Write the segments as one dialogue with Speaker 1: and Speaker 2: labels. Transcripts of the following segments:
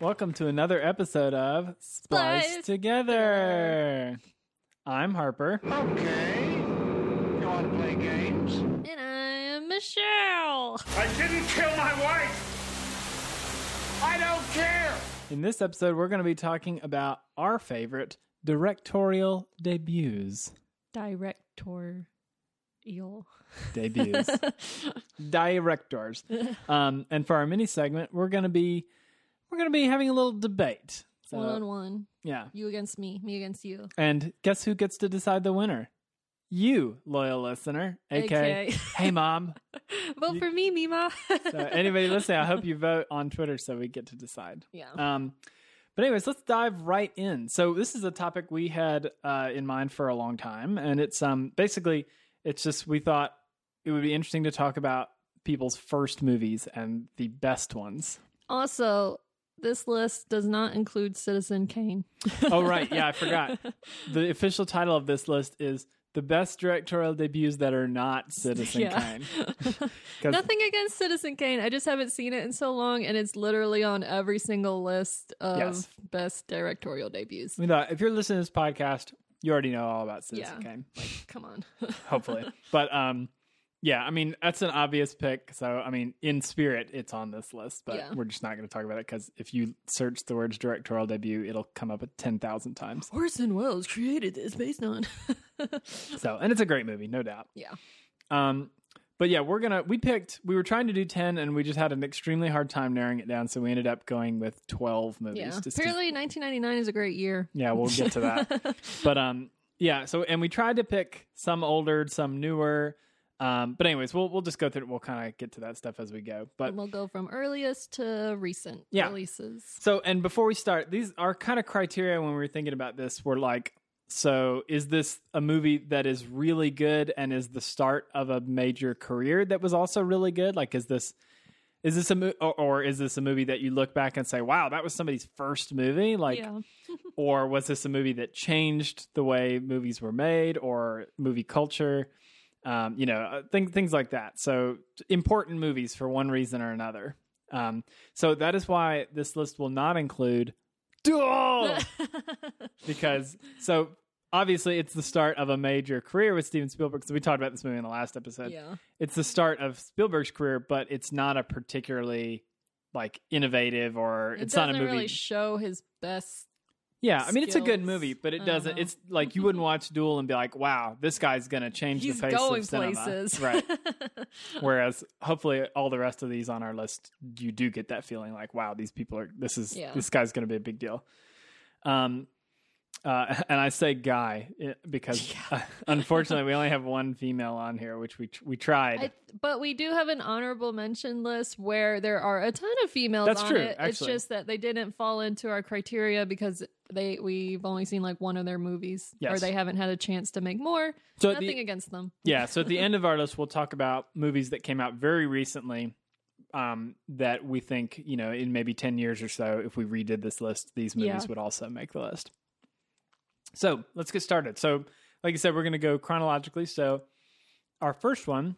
Speaker 1: Welcome to another episode of Spliced
Speaker 2: Spliced
Speaker 1: Together. I'm Harper.
Speaker 3: Okay. You want to play games?
Speaker 2: And I'm Michelle.
Speaker 3: I didn't kill my wife! I don't care!
Speaker 1: In this episode, we're going to be talking about our favorite directorial debuts.
Speaker 2: Directorial.
Speaker 1: Debuts. Directors. Um, and for our mini segment, we're going to be we're going to be having a little debate. So,
Speaker 2: one on one.
Speaker 1: yeah.
Speaker 2: You against me. Me against you.
Speaker 1: And guess who gets to decide the winner? You, loyal listener, aka
Speaker 2: AKA.
Speaker 1: Hey Mom.
Speaker 2: Vote
Speaker 1: You-
Speaker 2: for me, Mima.
Speaker 1: So eh, anybody listening, I hope you vote on Twitter so we get to decide.
Speaker 2: Yeah.
Speaker 1: Um, but anyways, let's dive right in. So this is a topic we had uh, in mind for a long time, and it's um basically it's just we thought it would be interesting to talk about people's first movies and the best ones.
Speaker 2: also, this list does not include Citizen Kane.
Speaker 1: Oh right, yeah, I forgot. The official title of this list is the best directorial debuts that are not Citizen
Speaker 2: Yeah.
Speaker 1: Kane. 'Cause-
Speaker 2: Nothing against Citizen Kane. I just haven't seen it in so long, and it's literally on every single list of
Speaker 1: Yes.
Speaker 2: best directorial debuts.
Speaker 1: We thought if you're listening to this podcast, you already know all about Citizen
Speaker 2: Yeah.
Speaker 1: Kane.
Speaker 2: Like, come on.
Speaker 1: hopefully. but um, yeah, I mean that's an obvious pick. So I mean, in spirit, it's on this list, but
Speaker 2: Yeah.
Speaker 1: we're just not going to talk about it because if you search the words directorial debut, it'll come up ten thousand times.
Speaker 2: Orson Welles created this based on.
Speaker 1: So, and it's a great movie, no doubt.
Speaker 2: yeah.
Speaker 1: Um, but yeah, we're gonna we picked we were trying to do ten, and we just had an extremely hard time narrowing it down, so we ended up going with twelve movies.
Speaker 2: Yeah.
Speaker 1: just 'cause-
Speaker 2: Apparently, 1999 is a great year.
Speaker 1: yeah, we'll get to that. but um yeah so and we tried to pick some older some newer um but anyways we'll we'll just go through it we'll kind of get to that stuff as we go but
Speaker 2: And we'll go from earliest to recent
Speaker 1: Uh, Yeah.
Speaker 2: releases.
Speaker 1: so and before we start these are kind of criteria when we were thinking about this were like so is this a movie that is really good and is the start of a major career that was also really good like is this is this a movie or, or is this a movie that you look back and say wow that was somebody's first movie like
Speaker 2: yeah.
Speaker 1: or was this a movie that changed the way movies were made or movie culture um, you know uh, things things like that so important movies for one reason or another um, so that is why this list will not include Duel because so obviously it's the start of a major career with Steven Spielberg so we talked about this movie in the last episode
Speaker 2: yeah.
Speaker 1: it's the start of Spielberg's career but it's not a particularly like innovative or
Speaker 2: It
Speaker 1: it's not
Speaker 2: doesn't
Speaker 1: a movie
Speaker 2: really show his best.
Speaker 1: yeah, I mean it's a good
Speaker 2: skills. Uh-huh.
Speaker 1: movie, but it
Speaker 2: I don't
Speaker 1: doesn't.
Speaker 2: know.
Speaker 1: It's like you wouldn't watch Duel and be like, "Wow, this guy's gonna change
Speaker 2: He's
Speaker 1: the face
Speaker 2: going
Speaker 1: of cinema."
Speaker 2: places.
Speaker 1: right? Whereas hopefully all the rest of these on our list, you do get that feeling like, "Wow, these people are. This is
Speaker 2: Yeah.
Speaker 1: this guy's gonna be a big deal." Um, uh, and I say guy eh, because uh, unfortunately we only have one female on here, which we tr- we tried.
Speaker 2: I, but we do have an honorable mention list where there are a ton of females
Speaker 1: That's
Speaker 2: on
Speaker 1: true,
Speaker 2: it. It's
Speaker 1: actually.
Speaker 2: just that they didn't fall into our criteria because they we've only seen like one of their movies or
Speaker 1: Yes.
Speaker 2: they haven't had a chance to make more.
Speaker 1: So at the-
Speaker 2: Nothing against them.
Speaker 1: yeah so at the end of our list we'll talk about movies that came out very recently um, that we think you know in maybe 10 years or so if we redid this list these movies
Speaker 2: Yeah.
Speaker 1: would also make the list so let's get started so like i said we're going to go chronologically so our first one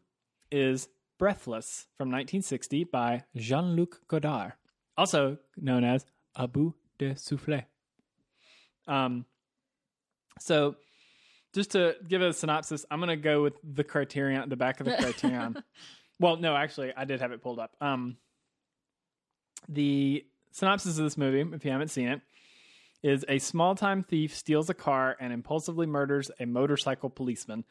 Speaker 1: is breathless from 1960 by jean-luc godard also known as abu de souffle um, so just to give a synopsis, I'm gonna go with the criterion, the back of the criterion. well, no, actually, I did have it pulled up. Um, the synopsis of this movie, if you haven't seen it, is a small-time thief steals a car and impulsively murders a motorcycle policeman.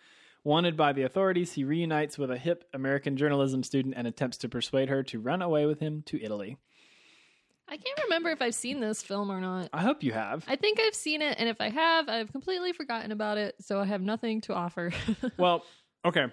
Speaker 1: Wanted by the authorities, he reunites with a hip American journalism student and attempts to persuade her to run away with him to Italy.
Speaker 2: I can't remember if I've seen this film or not.
Speaker 1: I hope you have.
Speaker 2: I think I've seen it, and if I have, I've completely forgotten about it, so I have nothing to offer.
Speaker 1: well, okay.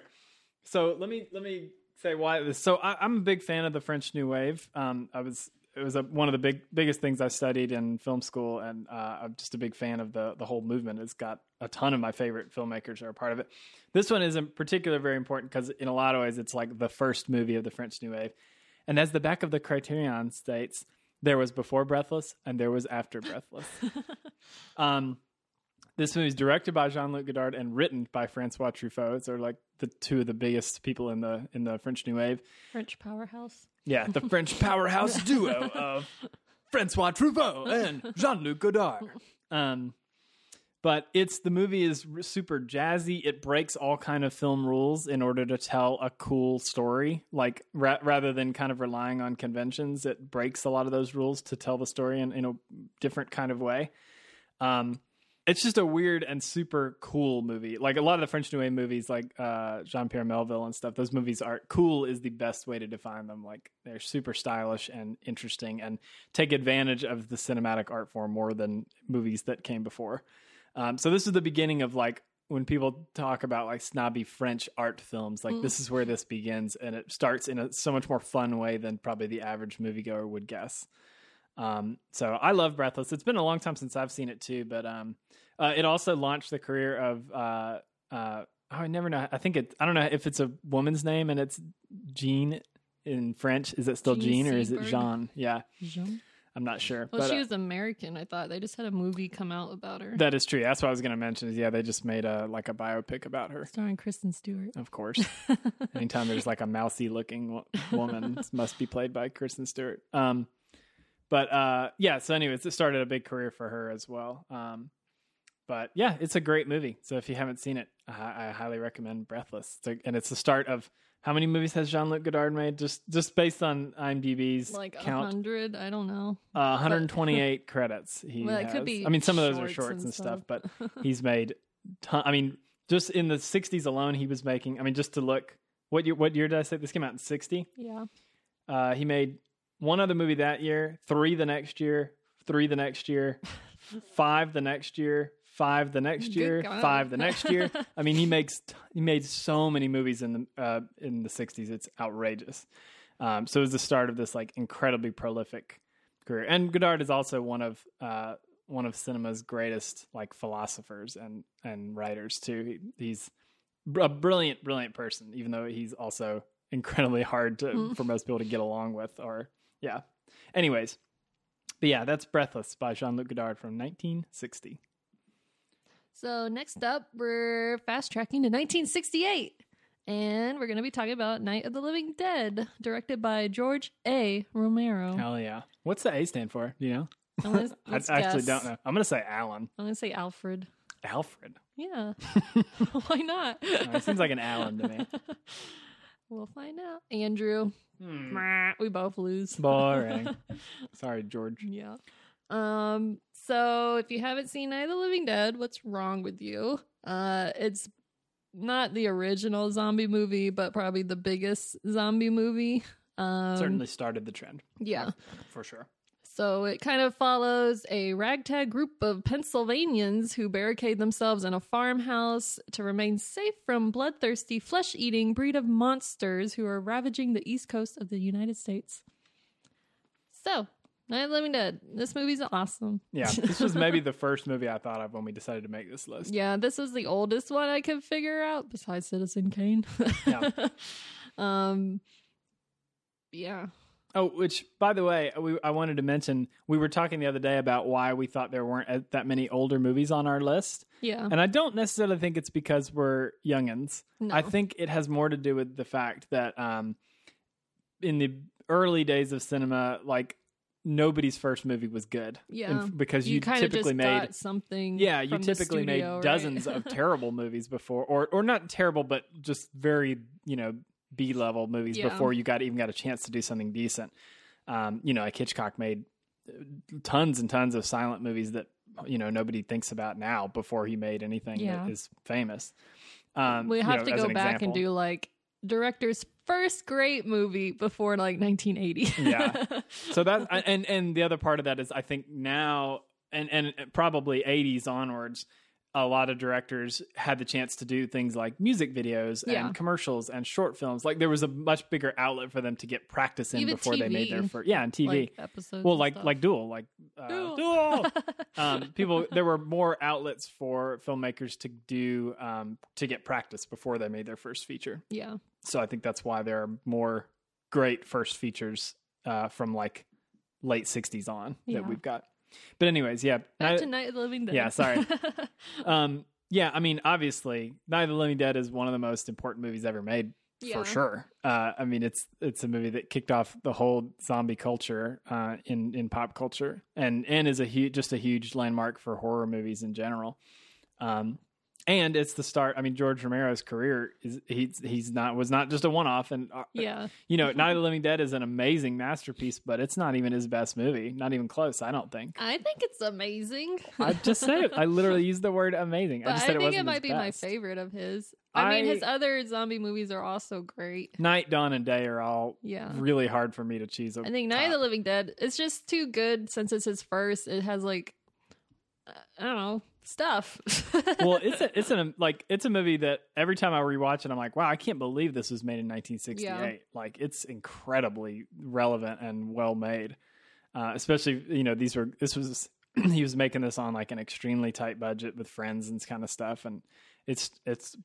Speaker 1: So let me let me say why this. So I, I'm a big fan of the French New Wave. Um, I was it was a, one of the big biggest things I studied in film school, and uh, I'm just a big fan of the the whole movement. It's got a ton of my favorite filmmakers are a part of it. This one is in particular very important because in a lot of ways it's like the first movie of the French New Wave. And as the back of the Criterion states, there was before Breathless and there was after Breathless. um, this movie is directed by Jean-Luc Godard and written by Francois Truffaut. So like the two of the biggest people in the in the French New Wave.
Speaker 2: French powerhouse.
Speaker 1: Yeah, the French powerhouse duo of Francois Truffaut and Jean-Luc Godard. Um, but it's the movie is r- super jazzy. It breaks all kind of film rules in order to tell a cool story. Like ra- rather than kind of relying on conventions, it breaks a lot of those rules to tell the story in, in a different kind of way. Um, it's just a weird and super cool movie. Like a lot of the French New Wave movies, like uh, Jean Pierre Melville and stuff, those movies are cool is the best way to define them. Like they're super stylish and interesting and take advantage of the cinematic art form more than movies that came before. Um, so this is the beginning of like when people talk about like snobby French art films, like
Speaker 2: Mm.
Speaker 1: this is where this begins, and it starts in a so much more fun way than probably the average moviegoer would guess. Um, so I love Breathless. It's been a long time since I've seen it too, but um, uh, it also launched the career of uh, uh, oh, I never know. I think it. I don't know if it's a woman's name and it's Jean in French. Is it still
Speaker 2: Jean
Speaker 1: Jean, or is it
Speaker 2: Seberg?
Speaker 1: Jean? Yeah,
Speaker 2: Jean?
Speaker 1: I'm not sure.
Speaker 2: Well,
Speaker 1: but,
Speaker 2: she
Speaker 1: uh,
Speaker 2: was American. I thought they just had a movie come out about her,
Speaker 1: that is true. That's what I was going to mention. Is yeah, they just made a like a biopic about her.
Speaker 2: starring Kristen Stewart.
Speaker 1: Of course. Anytime there's like a mousy looking wo- woman, it must be played by Kristen Stewart. Um, but uh, yeah, so anyways, it started a big career for her as well. Um, but yeah, it's a great movie. So if you haven't seen it, I, I highly recommend Breathless. It's a- and it's the start of how many movies has Jean Luc Godard made? Just just based on IMDb's
Speaker 2: Like a
Speaker 1: count,
Speaker 2: hundred. I don't know.
Speaker 1: uh, 128 credits. He
Speaker 2: Well, it
Speaker 1: has.
Speaker 2: could be
Speaker 1: I mean, some of those are
Speaker 2: shorts
Speaker 1: shorts
Speaker 2: and
Speaker 1: and, stuff, but he's made. Ton- I mean, just in the 60s alone, he was making. I mean, just to look, what year? What year did I say this came out in 60?
Speaker 2: Yeah.
Speaker 1: Uh, he made one other movie that year, three the next year, three the next year, five the next year, five the next
Speaker 2: Good
Speaker 1: year,
Speaker 2: God.
Speaker 1: five the next year. I mean, he makes t- he made so many movies in the uh, in the '60s. It's outrageous. Um, so it was the start of this like incredibly prolific career. And Godard is also one of uh, one of cinema's greatest like philosophers and and writers too. He, he's br- a brilliant, brilliant person, even though he's also incredibly hard to,
Speaker 2: Mm.
Speaker 1: for most people to get along with. Or yeah. Anyways, but yeah, that's Breathless by Jean Luc Godard from 1960.
Speaker 2: So next up, we're fast tracking to 1968, and we're going to be talking about Night of the Living Dead, directed by George A. Romero.
Speaker 1: Hell yeah! What's the A stand for? Do you know?
Speaker 2: I'm gonna-
Speaker 1: I
Speaker 2: Oh. let's
Speaker 1: actually
Speaker 2: guess.
Speaker 1: don't know. I'm gonna say Alan.
Speaker 2: I'm going to say Alfred.
Speaker 1: Alfred.
Speaker 2: Yeah. Why not?
Speaker 1: It seems like an Alan to me.
Speaker 2: We'll find out. Andrew. Hmm. We both lose.
Speaker 1: Boring. Sorry, George.
Speaker 2: Yeah. Um, so if you haven't seen Night of the Living Dead, what's wrong with you? Uh it's not the original zombie movie, but probably the biggest zombie movie. Um
Speaker 1: Certainly started the trend
Speaker 2: Yeah.
Speaker 1: for sure.
Speaker 2: So it kind of follows a ragtag group of Pennsylvanians who barricade themselves in a farmhouse to remain safe from bloodthirsty, flesh eating breed of monsters who are ravaging the east coast of the United States. So, Night of the Living Dead. This movie's awesome.
Speaker 1: Yeah, this was maybe the first movie I thought of when we decided to make this list.
Speaker 2: Yeah, this is the oldest one I could figure out besides Citizen Kane.
Speaker 1: Yeah.
Speaker 2: um, yeah.
Speaker 1: Oh, which by the way, we, I wanted to mention we were talking the other day about why we thought there weren't uh, that many older movies on our list,
Speaker 2: Yeah.
Speaker 1: and I don't necessarily think it's because we're youngins.
Speaker 2: No.
Speaker 1: I think it has more to do with the fact that um, in the early days of cinema, like nobody's first movie was good,
Speaker 2: Yeah.
Speaker 1: And f- because you,
Speaker 2: kind of
Speaker 1: typically
Speaker 2: just
Speaker 1: made
Speaker 2: got something.
Speaker 1: yeah, you
Speaker 2: from the
Speaker 1: typically made
Speaker 2: studio, right?
Speaker 1: dozens of terrible movies before, or or not terrible, but just very you know B level movies
Speaker 2: Yeah.
Speaker 1: before you got even got a chance to do something decent. Um, you know, like Hitchcock made uh, tons and tons of silent movies that you know nobody thinks about now before he made anything
Speaker 2: Yeah.
Speaker 1: that is famous. Um,
Speaker 2: we
Speaker 1: you
Speaker 2: have
Speaker 1: know,
Speaker 2: to
Speaker 1: as
Speaker 2: go
Speaker 1: an
Speaker 2: back and
Speaker 1: example.
Speaker 2: do like directors first great movie before like 1980.
Speaker 1: Yeah. so that I- and and the other part of that is I think now and and probably 80s onwards a lot of directors had the chance to do things like music videos
Speaker 2: Yeah.
Speaker 1: and commercials and short films like there was a much bigger outlet for them to get practice in
Speaker 2: Even
Speaker 1: before they made their
Speaker 2: TV.
Speaker 1: first yeah and TV
Speaker 2: like episodes.
Speaker 1: well
Speaker 2: and
Speaker 1: like
Speaker 2: stuff.
Speaker 1: like duel like uh,
Speaker 2: Duel.
Speaker 1: duel um, people there were more outlets for filmmakers to do um, to get practice before they made their first feature
Speaker 2: yeah.
Speaker 1: so I think that's why there are more great first features uh, from like late '60s on
Speaker 2: Yeah.
Speaker 1: that we've got. But anyways, yeah,
Speaker 2: Back
Speaker 1: Night-
Speaker 2: to Night of the Living Dead.
Speaker 1: yeah, sorry. um, yeah. I mean, obviously, Night of the Living Dead is one of the most important movies ever made
Speaker 2: Yeah.
Speaker 1: for sure. Uh, I mean, it's it's a movie that kicked off the whole zombie culture uh, in in pop culture, and and is a huge just a huge landmark for horror movies in general. Um, and it's the start. I mean, George Romero's career is he's he's not was not just a one off, and uh,
Speaker 2: yeah.
Speaker 1: you know,
Speaker 2: Mm-hmm.
Speaker 1: Night of the Living Dead is an amazing masterpiece, but it's not even his best movie, not even close. I don't think.
Speaker 2: I think it's amazing.
Speaker 1: I just said it. I literally used the word amazing. I
Speaker 2: But I,
Speaker 1: just said it
Speaker 2: think
Speaker 1: wasn't
Speaker 2: it might
Speaker 1: his
Speaker 2: be my
Speaker 1: best.
Speaker 2: favorite of his. I, mean,
Speaker 1: I-
Speaker 2: his other zombie movies are also great.
Speaker 1: Night, dawn, and day are all
Speaker 2: Yeah.
Speaker 1: really hard for me to choose.
Speaker 2: I think Night of the Living Dead is just too good since it's his first. It has like, uh, I don't know, stuff.
Speaker 1: well, it's a, it's an like it's a movie that every time I rewatch it, I'm like, wow, I can't believe this was made in 1968. Like it's incredibly relevant and well made. Uh, especially, you know, these were this was he was making this on like an extremely tight budget with friends and kind of stuff, and it's it's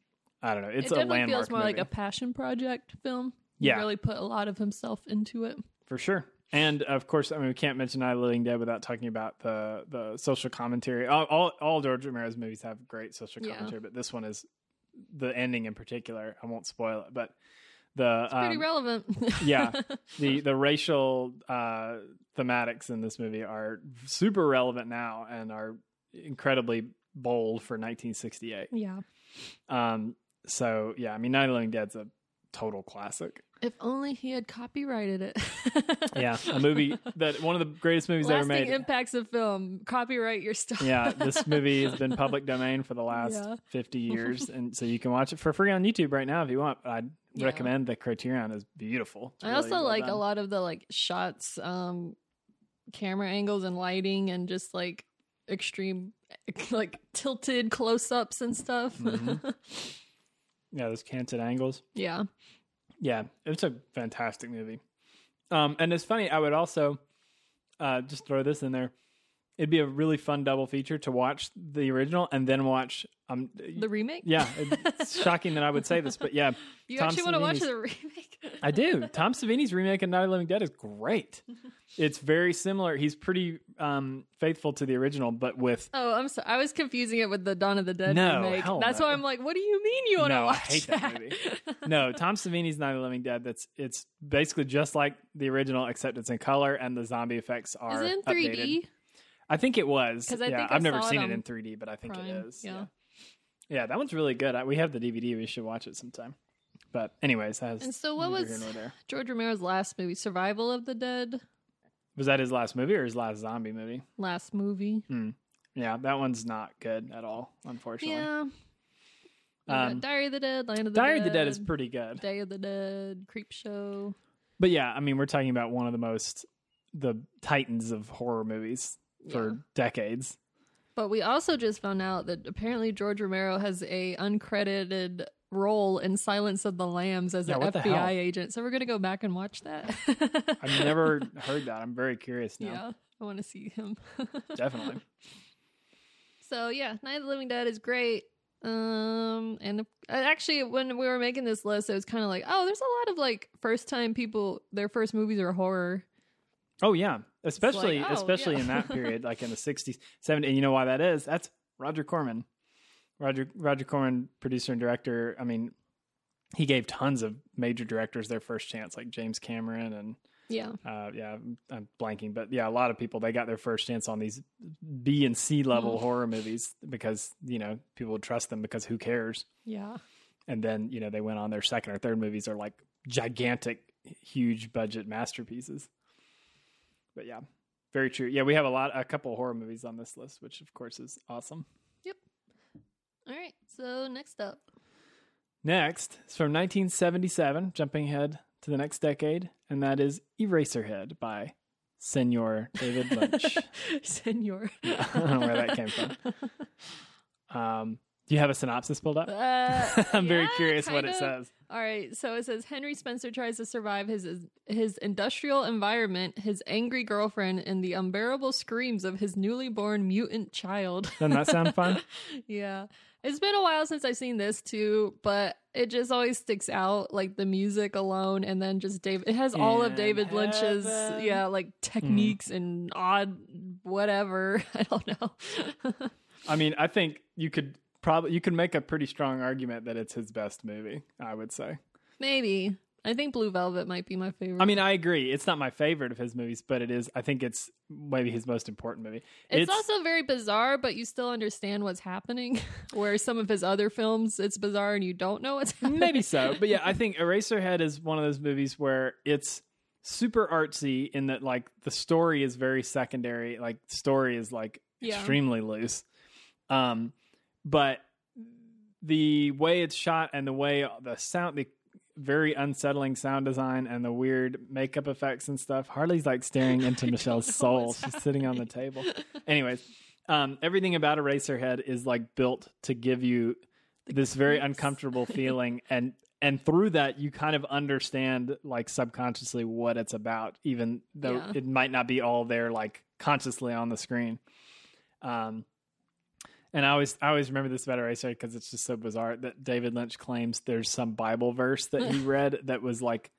Speaker 1: I don't know, it's a
Speaker 2: it definitely
Speaker 1: landmark
Speaker 2: feels more
Speaker 1: movie
Speaker 2: like a passion project film. He
Speaker 1: Yeah.
Speaker 2: really put a lot of himself into it.
Speaker 1: for sure. And of course, I mean, we can't mention Night of the Living Dead without talking about the the social commentary. All all, all George Romero's movies have great social
Speaker 2: Yeah.
Speaker 1: commentary, but this one is the ending in particular. I won't spoil it, but the
Speaker 2: It's pretty
Speaker 1: um,
Speaker 2: relevant.
Speaker 1: yeah. the the racial uh, thematics in this movie are super relevant now and are incredibly bold for 1968.
Speaker 2: yeah.
Speaker 1: Um, so yeah, I mean, Night of the Living Dead's a total classic.
Speaker 2: If only he had copyrighted it.
Speaker 1: Yeah, a movie that one of the greatest movies
Speaker 2: Lasting
Speaker 1: ever made.
Speaker 2: impacts of film. Copyright your stuff.
Speaker 1: yeah, this movie has been public domain for the last
Speaker 2: Yeah.
Speaker 1: 50 years. And so you can watch it for free on YouTube right now if you want. I'd
Speaker 2: Yeah.
Speaker 1: recommend the Criterion is beautiful. It's
Speaker 2: I
Speaker 1: really
Speaker 2: also
Speaker 1: well
Speaker 2: like a
Speaker 1: done.
Speaker 2: lot of the like shots, um, camera angles and lighting, and just like extreme, like tilted close ups and stuff.
Speaker 1: Mhm. Yeah, those canted angles.
Speaker 2: yeah.
Speaker 1: Yeah, it's a fantastic movie. Um, and it's funny, I would also uh, just throw this in there. It'd be a really fun double feature to watch the original and then watch. Um,
Speaker 2: The remake?
Speaker 1: yeah, it's shocking that I would say this, but yeah,
Speaker 2: You
Speaker 1: Tom
Speaker 2: actually want to watch
Speaker 1: Savini's-
Speaker 2: the remake?
Speaker 1: I do. Tom Savini's remake of Night of the Living Dead is great. It's very similar. He's pretty um, faithful to the original, but with
Speaker 2: Oh, I'm sorry. I was confusing it with the Dawn of the Dead
Speaker 1: No,
Speaker 2: remake.
Speaker 1: hell
Speaker 2: That's
Speaker 1: no.
Speaker 2: why I'm like, what do you mean you want to
Speaker 1: No, I
Speaker 2: watch
Speaker 1: hate that movie. no Tom Savini's Night of the Living Dead. That's it's basically just like the original, except it's in color and the zombie effects
Speaker 2: Is
Speaker 1: are
Speaker 2: it in
Speaker 1: updated.
Speaker 2: 3D?
Speaker 1: I think it was.
Speaker 2: 'Cause I
Speaker 1: yeah,
Speaker 2: think I
Speaker 1: I've never
Speaker 2: saw it
Speaker 1: seen
Speaker 2: on
Speaker 1: it in 3D, but I think
Speaker 2: Prime,
Speaker 1: it is.
Speaker 2: yeah.
Speaker 1: yeah, Yeah, that one's really good. I, we have the DVD. We should watch it sometime. But anyways, that has
Speaker 2: And so what
Speaker 1: neither
Speaker 2: was-
Speaker 1: here nor there.
Speaker 2: George Romero's last movie, Survival of the Dead,
Speaker 1: was that his last movie or his last zombie movie?
Speaker 2: last movie.
Speaker 1: Hmm. Yeah, that one's not good at all, unfortunately.
Speaker 2: Yeah. You got
Speaker 1: Um,
Speaker 2: Diary of the Dead, Land of the
Speaker 1: Diary
Speaker 2: Dead.
Speaker 1: of the Dead is pretty good.
Speaker 2: Day of the Dead, Creep Show.
Speaker 1: But yeah, I mean, we're talking about one of the most the titans of horror movies for
Speaker 2: Yeah.
Speaker 1: decades.
Speaker 2: But we also just found out that apparently George Romero has a uncredited role in Silence of the Lambs as
Speaker 1: Yeah,
Speaker 2: an
Speaker 1: what the hell?
Speaker 2: FBI agent. So we're gonna go back and watch that.
Speaker 1: I've never heard that. I'm very curious now.
Speaker 2: Yeah, I want to see him.
Speaker 1: Definitely.
Speaker 2: So yeah, Night of the Living Dead is great. Um, and uh, actually, when we were making this list, it was kind of like, oh, there's a lot of like first time people. Their first movies are horror.
Speaker 1: Oh yeah, especially
Speaker 2: oh,
Speaker 1: especially
Speaker 2: yeah.
Speaker 1: in that period, like in the '60s, '70s. And you know why that is? That's Roger Corman. Roger Roger Corman, producer and director. I mean, he gave tons of major directors their first chance, like James Cameron and
Speaker 2: Yeah,
Speaker 1: uh, yeah, I'm- I'm blanking, but yeah, a lot of people they got their first chance on these B and C level
Speaker 2: Mhm.
Speaker 1: horror movies because you know people would trust them because who cares?
Speaker 2: yeah,
Speaker 1: And then you know they went on their second or third movies are like gigantic, huge budget masterpieces. But yeah, very true. Yeah, we have a lot, a couple horror movies on this list, which of course is awesome.
Speaker 2: yep. All right, so next up,
Speaker 1: Next is from 1977, jumping ahead to the next decade, and that is Eraserhead by Senor David Lynch.
Speaker 2: Senor.
Speaker 1: I don't know where that came from. Um, do you have a synopsis pulled up?
Speaker 2: Uh,
Speaker 1: I'm very
Speaker 2: yeah,
Speaker 1: curious what it
Speaker 2: kinda.
Speaker 1: says.
Speaker 2: All right, so it says Henry Spencer tries to survive his his industrial environment, his angry girlfriend, and the unbearable screams of his newly born mutant child.
Speaker 1: Doesn't that sound fun?
Speaker 2: yeah. It's been a while since I've seen this too, but it just always sticks out like the music alone and then just David it has all of
Speaker 1: In
Speaker 2: David Lynch's
Speaker 1: heaven.
Speaker 2: yeah, like techniques and odd whatever. I don't know.
Speaker 1: I mean, I think you could probably you could make a pretty strong argument that it's his best movie. I would say.
Speaker 2: Maybe. I think Blue Velvet might be my favorite.
Speaker 1: I mean, I agree. It's not my favorite of his movies, but it is. I think it's maybe his most important movie.
Speaker 2: It's, also very bizarre, but you still understand what's happening. Where some of his other films, it's bizarre and you don't know what's happening.
Speaker 1: maybe so, but yeah, I think Eraserhead is one of those movies where it's super artsy in that like the story is very secondary. Like story is like
Speaker 2: Yeah.
Speaker 1: extremely loose, um, but the way it's shot and the way the sound the very unsettling sound design and the weird makeup effects and stuff. Harley's like staring into Michelle's
Speaker 2: know
Speaker 1: soul.
Speaker 2: what's
Speaker 1: She's sitting on the table. Anyways, um, everything about Eraserhead is like built to give you this very
Speaker 2: creeps.
Speaker 1: uncomfortable feeling, and and through that you kind of understand like subconsciously what it's about, even though
Speaker 2: Yeah.
Speaker 1: it might not be all there like consciously on the screen. Um, and I always I always remember this about Eraserhead because it's just so bizarre that David Lynch claims there's some Bible verse that he read that was like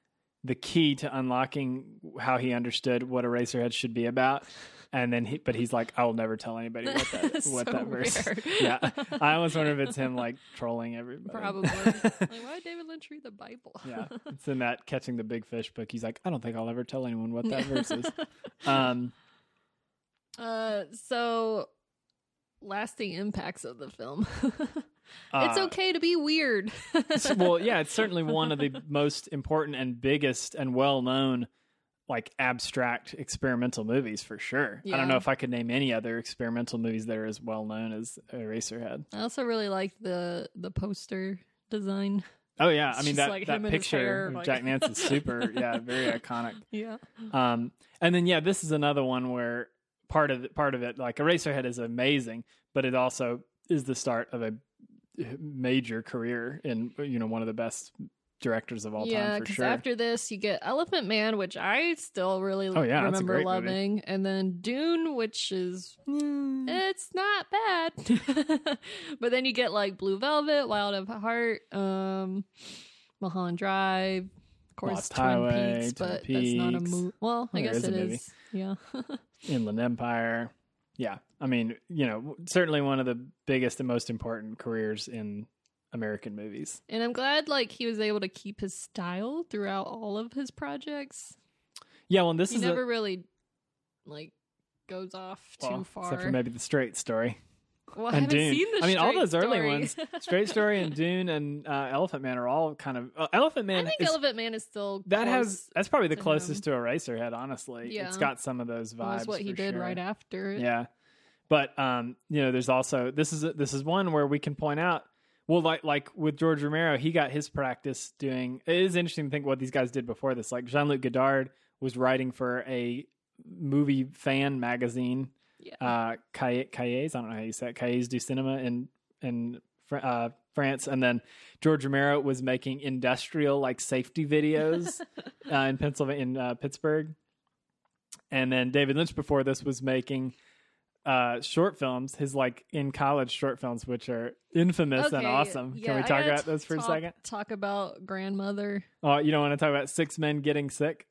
Speaker 1: the key to unlocking how he understood what Eraserhead should be about. And then he, but he's like, I'll never tell anybody what that
Speaker 2: That's
Speaker 1: what
Speaker 2: so
Speaker 1: that verse.
Speaker 2: weird.
Speaker 1: yeah, I always wonder if it's him like trolling everybody.
Speaker 2: Probably. like, why did David Lynch read the Bible?
Speaker 1: yeah, it's in that Catching the Big Fish book. He's like, I don't think I'll ever tell anyone what that verse is. Um,
Speaker 2: Uh, so, lasting impacts of the film. it's
Speaker 1: uh,
Speaker 2: okay to be weird.
Speaker 1: it's- well, yeah, it's certainly one of the most important and biggest and well known like abstract experimental movies for sure. I
Speaker 2: Yeah.
Speaker 1: don't know if I could name any other experimental movies that are as well known as Eraserhead.
Speaker 2: I also really like the the poster design.
Speaker 1: Oh yeah,
Speaker 2: It's
Speaker 1: I mean
Speaker 2: just
Speaker 1: that,
Speaker 2: like
Speaker 1: that
Speaker 2: him and his
Speaker 1: picture
Speaker 2: hair,
Speaker 1: of
Speaker 2: like-
Speaker 1: Jack Nance is super, yeah, very iconic.
Speaker 2: Yeah.
Speaker 1: Um, and then yeah, this is another one where part of it, part of it, like Eraserhead, is amazing, but it also is the start of a major career in you know one of the best directors of all
Speaker 2: yeah,
Speaker 1: time for sure.
Speaker 2: after this you get Elephant Man, which I still really
Speaker 1: Oh, yeah, that's a
Speaker 2: remember
Speaker 1: great movie.
Speaker 2: loving, and then Dune, which is
Speaker 1: Mm.
Speaker 2: it's not bad. but then you get like Blue Velvet, Wild of Heart, um, Mulholland Drive, of course
Speaker 1: Lost
Speaker 2: Twin
Speaker 1: Highway,
Speaker 2: Peaks,
Speaker 1: Twin
Speaker 2: but that's not a
Speaker 1: Peaks.
Speaker 2: movie. Well, I
Speaker 1: There
Speaker 2: guess
Speaker 1: is a
Speaker 2: it
Speaker 1: movie.
Speaker 2: is. Yeah.
Speaker 1: Inland Empire. Yeah, I mean, you know, certainly one of the biggest and most important careers in American movies.
Speaker 2: and I'm glad like he was able to keep his style throughout all of his projects.
Speaker 1: Yeah, well, and this
Speaker 2: he
Speaker 1: is a-
Speaker 2: never really like goes off
Speaker 1: well,
Speaker 2: too far.
Speaker 1: except for maybe the Straight Story.
Speaker 2: Well, I
Speaker 1: and
Speaker 2: haven't
Speaker 1: Dune.
Speaker 2: seen the
Speaker 1: I mean, all
Speaker 2: Straight
Speaker 1: those early
Speaker 2: Story.
Speaker 1: ones, Straight Story and Dune and uh, Elephant Man are all kind of uh, Elephant
Speaker 2: I
Speaker 1: Man.
Speaker 2: think
Speaker 1: is-
Speaker 2: Elephant Man is still
Speaker 1: that has
Speaker 2: close,
Speaker 1: that's probably the
Speaker 2: to
Speaker 1: closest to Eraserhead. Honestly,
Speaker 2: Yeah.
Speaker 1: it's got some of those vibes.
Speaker 2: was what he
Speaker 1: for
Speaker 2: did
Speaker 1: sure.
Speaker 2: right after it.
Speaker 1: Yeah, but um, you know, there's also this is this is one where we can point out. Well, like like with George Romero, he got his practice doing. It is interesting to think what these guys did before this. Like Jean Luc Godard was writing for a movie fan magazine,
Speaker 2: Yeah.
Speaker 1: uh, Cahiers. Cahiers, I don't know how you say it. Cahiers du Cinema in in Fr- uh, France, and then George Romero was making industrial like safety videos uh, in Pennsylvania, in uh, Pittsburgh, and then David Lynch before this was making uh, short films. His like in college short films, which are infamous and
Speaker 2: Okay,
Speaker 1: awesome.
Speaker 2: yeah,
Speaker 1: Can we
Speaker 2: I
Speaker 1: talk
Speaker 2: gotta
Speaker 1: about those for
Speaker 2: talk,
Speaker 1: a second?
Speaker 2: Talk about grandmother.
Speaker 1: Oh, you don't want to talk about six men getting sick?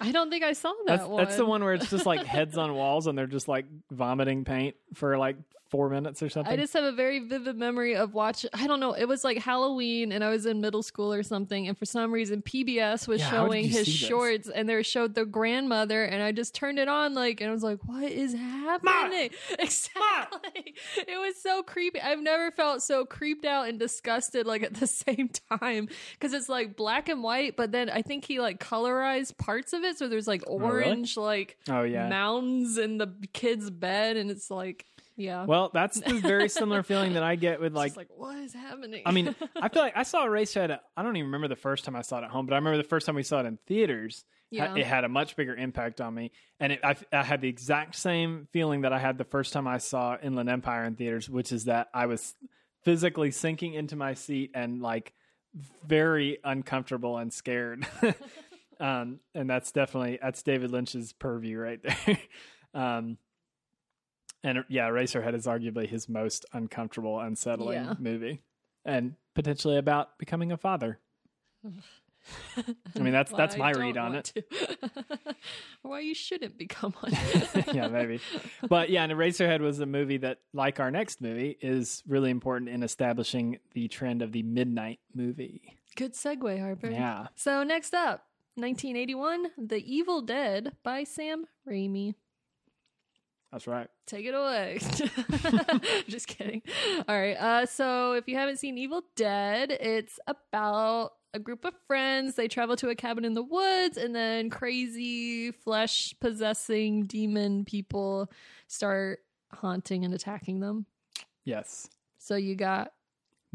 Speaker 2: I don't think I saw that
Speaker 1: that's,
Speaker 2: one.
Speaker 1: that's the one where it's just like heads on walls and they're just like vomiting paint for like four minutes or something.
Speaker 2: I just have a very vivid memory of watching. I don't know. It was like Halloween, and I was in middle school or something. And for some reason, PBS was
Speaker 1: Yeah, how did
Speaker 2: showing
Speaker 1: you
Speaker 2: his
Speaker 1: see this?
Speaker 2: shorts, and they showed the grandmother. And I just turned it on, like, and I was like, "What is happening?" Exactly. It was so creepy. I've never felt so creeped out and disgusted like at the same time because it's like black and white, but then I think he like colorized parts of it, so there's like
Speaker 1: Oh, really?
Speaker 2: orange, like
Speaker 1: oh yeah,
Speaker 2: mounds in the kid's bed, and it's like Yeah.
Speaker 1: Well, that's the very similar feeling that I get with
Speaker 2: It's
Speaker 1: like
Speaker 2: just like what is happening?
Speaker 1: I mean, I feel like I saw Eraserhead. At, I don't even remember the first time I saw it at home, but I remember the first time we saw it in theaters. ha-
Speaker 2: Yeah.
Speaker 1: It had a much bigger impact on me, and it, I, f- I had the exact same feeling that I had the first time I saw Inland Empire in theaters, which is that I was physically sinking into my seat and like very uncomfortable and scared. um, and that's definitely that's David Lynch's purview right there. um, and uh, yeah, Eraserhead is arguably his most uncomfortable, unsettling
Speaker 2: Yeah.
Speaker 1: movie, and potentially about becoming a father. I mean, that's
Speaker 2: Why
Speaker 1: that's
Speaker 2: I
Speaker 1: my
Speaker 2: don't
Speaker 1: read on it.
Speaker 2: want to. Why you shouldn't become one?
Speaker 1: yeah, maybe. But yeah, and Eraserhead was a movie that, like our next movie, is really important in establishing the trend of the midnight movie.
Speaker 2: Good segue, Harper.
Speaker 1: Yeah.
Speaker 2: So next up, 1981, The Evil Dead by Sam Raimi.
Speaker 1: That's right.
Speaker 2: Take it away. Just kidding. All right. Uh, so, if you haven't seen Evil Dead, it's about a group of friends. They travel to a cabin in the woods, and then crazy flesh possessing demon people start haunting and attacking them.
Speaker 1: Yes.
Speaker 2: So, you got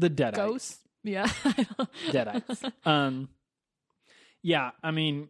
Speaker 1: The Deadites.
Speaker 2: ghosts. Yeah.
Speaker 1: Deadites. um, yeah, I mean,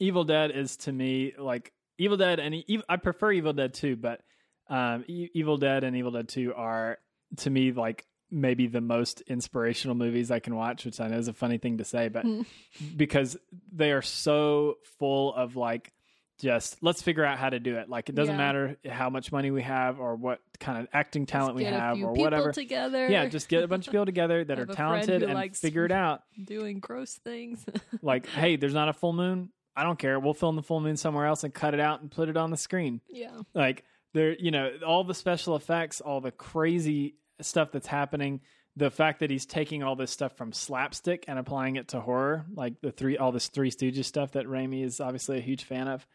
Speaker 1: Evil Dead is to me like Evil Dead and Ev- I prefer Evil Dead 2, but um, e- Evil Dead and Evil Dead 2 are to me like maybe the most inspirational movies I can watch, which I know is a funny thing to say, but
Speaker 2: Mm.
Speaker 1: because they are so full of like just let's figure out how to do it. Like it doesn't
Speaker 2: Yeah.
Speaker 1: matter how much money we have or what kind of acting talent we
Speaker 2: Get a
Speaker 1: have
Speaker 2: few
Speaker 1: or
Speaker 2: people
Speaker 1: whatever.
Speaker 2: together.
Speaker 1: Yeah, just get a bunch of people together that are
Speaker 2: Have a friend
Speaker 1: talented
Speaker 2: who
Speaker 1: and
Speaker 2: likes-
Speaker 1: figure it out
Speaker 2: doing gross things.
Speaker 1: like, hey, there's not a full moon. I don't care. We'll film the full moon somewhere else and cut it out and put it on the screen.
Speaker 2: yeah.
Speaker 1: Like there, you know, all the special effects, all the crazy stuff that's happening. The fact that he's taking all this stuff from slapstick and applying it to horror, like the three, all this Three Stooges stuff that Raimi is obviously a huge fan of.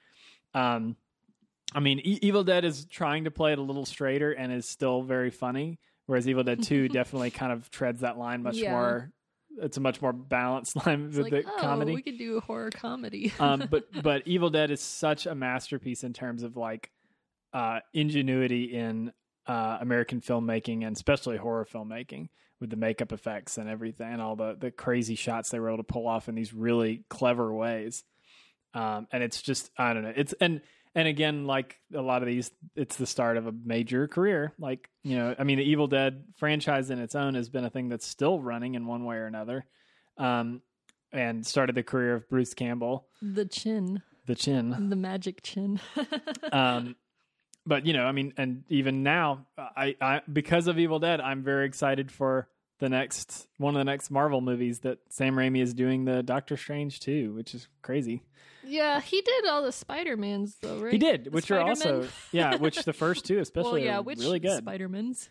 Speaker 1: Um, I mean, e- Evil Dead is trying to play it a little straighter and is still very funny, whereas Evil Dead Two definitely kind of treads that line much
Speaker 2: Yeah.
Speaker 1: more. It's a much more balanced line
Speaker 2: It's
Speaker 1: with
Speaker 2: like,
Speaker 1: the
Speaker 2: oh,
Speaker 1: comedy
Speaker 2: we could do a horror comedy.
Speaker 1: um, but but Evil Dead is such a masterpiece in terms of like uh, ingenuity in uh, American filmmaking and especially horror filmmaking with the makeup effects and everything and all the the crazy shots they were able to pull off in these really clever ways. Um, and it's just I don't know. It's and and again like a lot of these, it's the start of a major career. Like you know, I mean, the Evil Dead franchise in its own has been a thing that's still running in one way or another. Um, and started the career of Bruce Campbell,
Speaker 2: the chin,
Speaker 1: the chin.
Speaker 2: the magic chin.
Speaker 1: Um, but you know, I mean, and even now, I, I because of Evil Dead, I'm very excited for the next one of the next Marvel movies that Sam Raimi is doing the Doctor Strange too, which is crazy.
Speaker 2: yeah, he did all the Spider Mans though, right?
Speaker 1: He did,
Speaker 2: The
Speaker 1: which are
Speaker 2: Spider-Man?
Speaker 1: also yeah, which the first two especially
Speaker 2: well, yeah,
Speaker 1: are
Speaker 2: which
Speaker 1: really good.
Speaker 2: Spider Mans.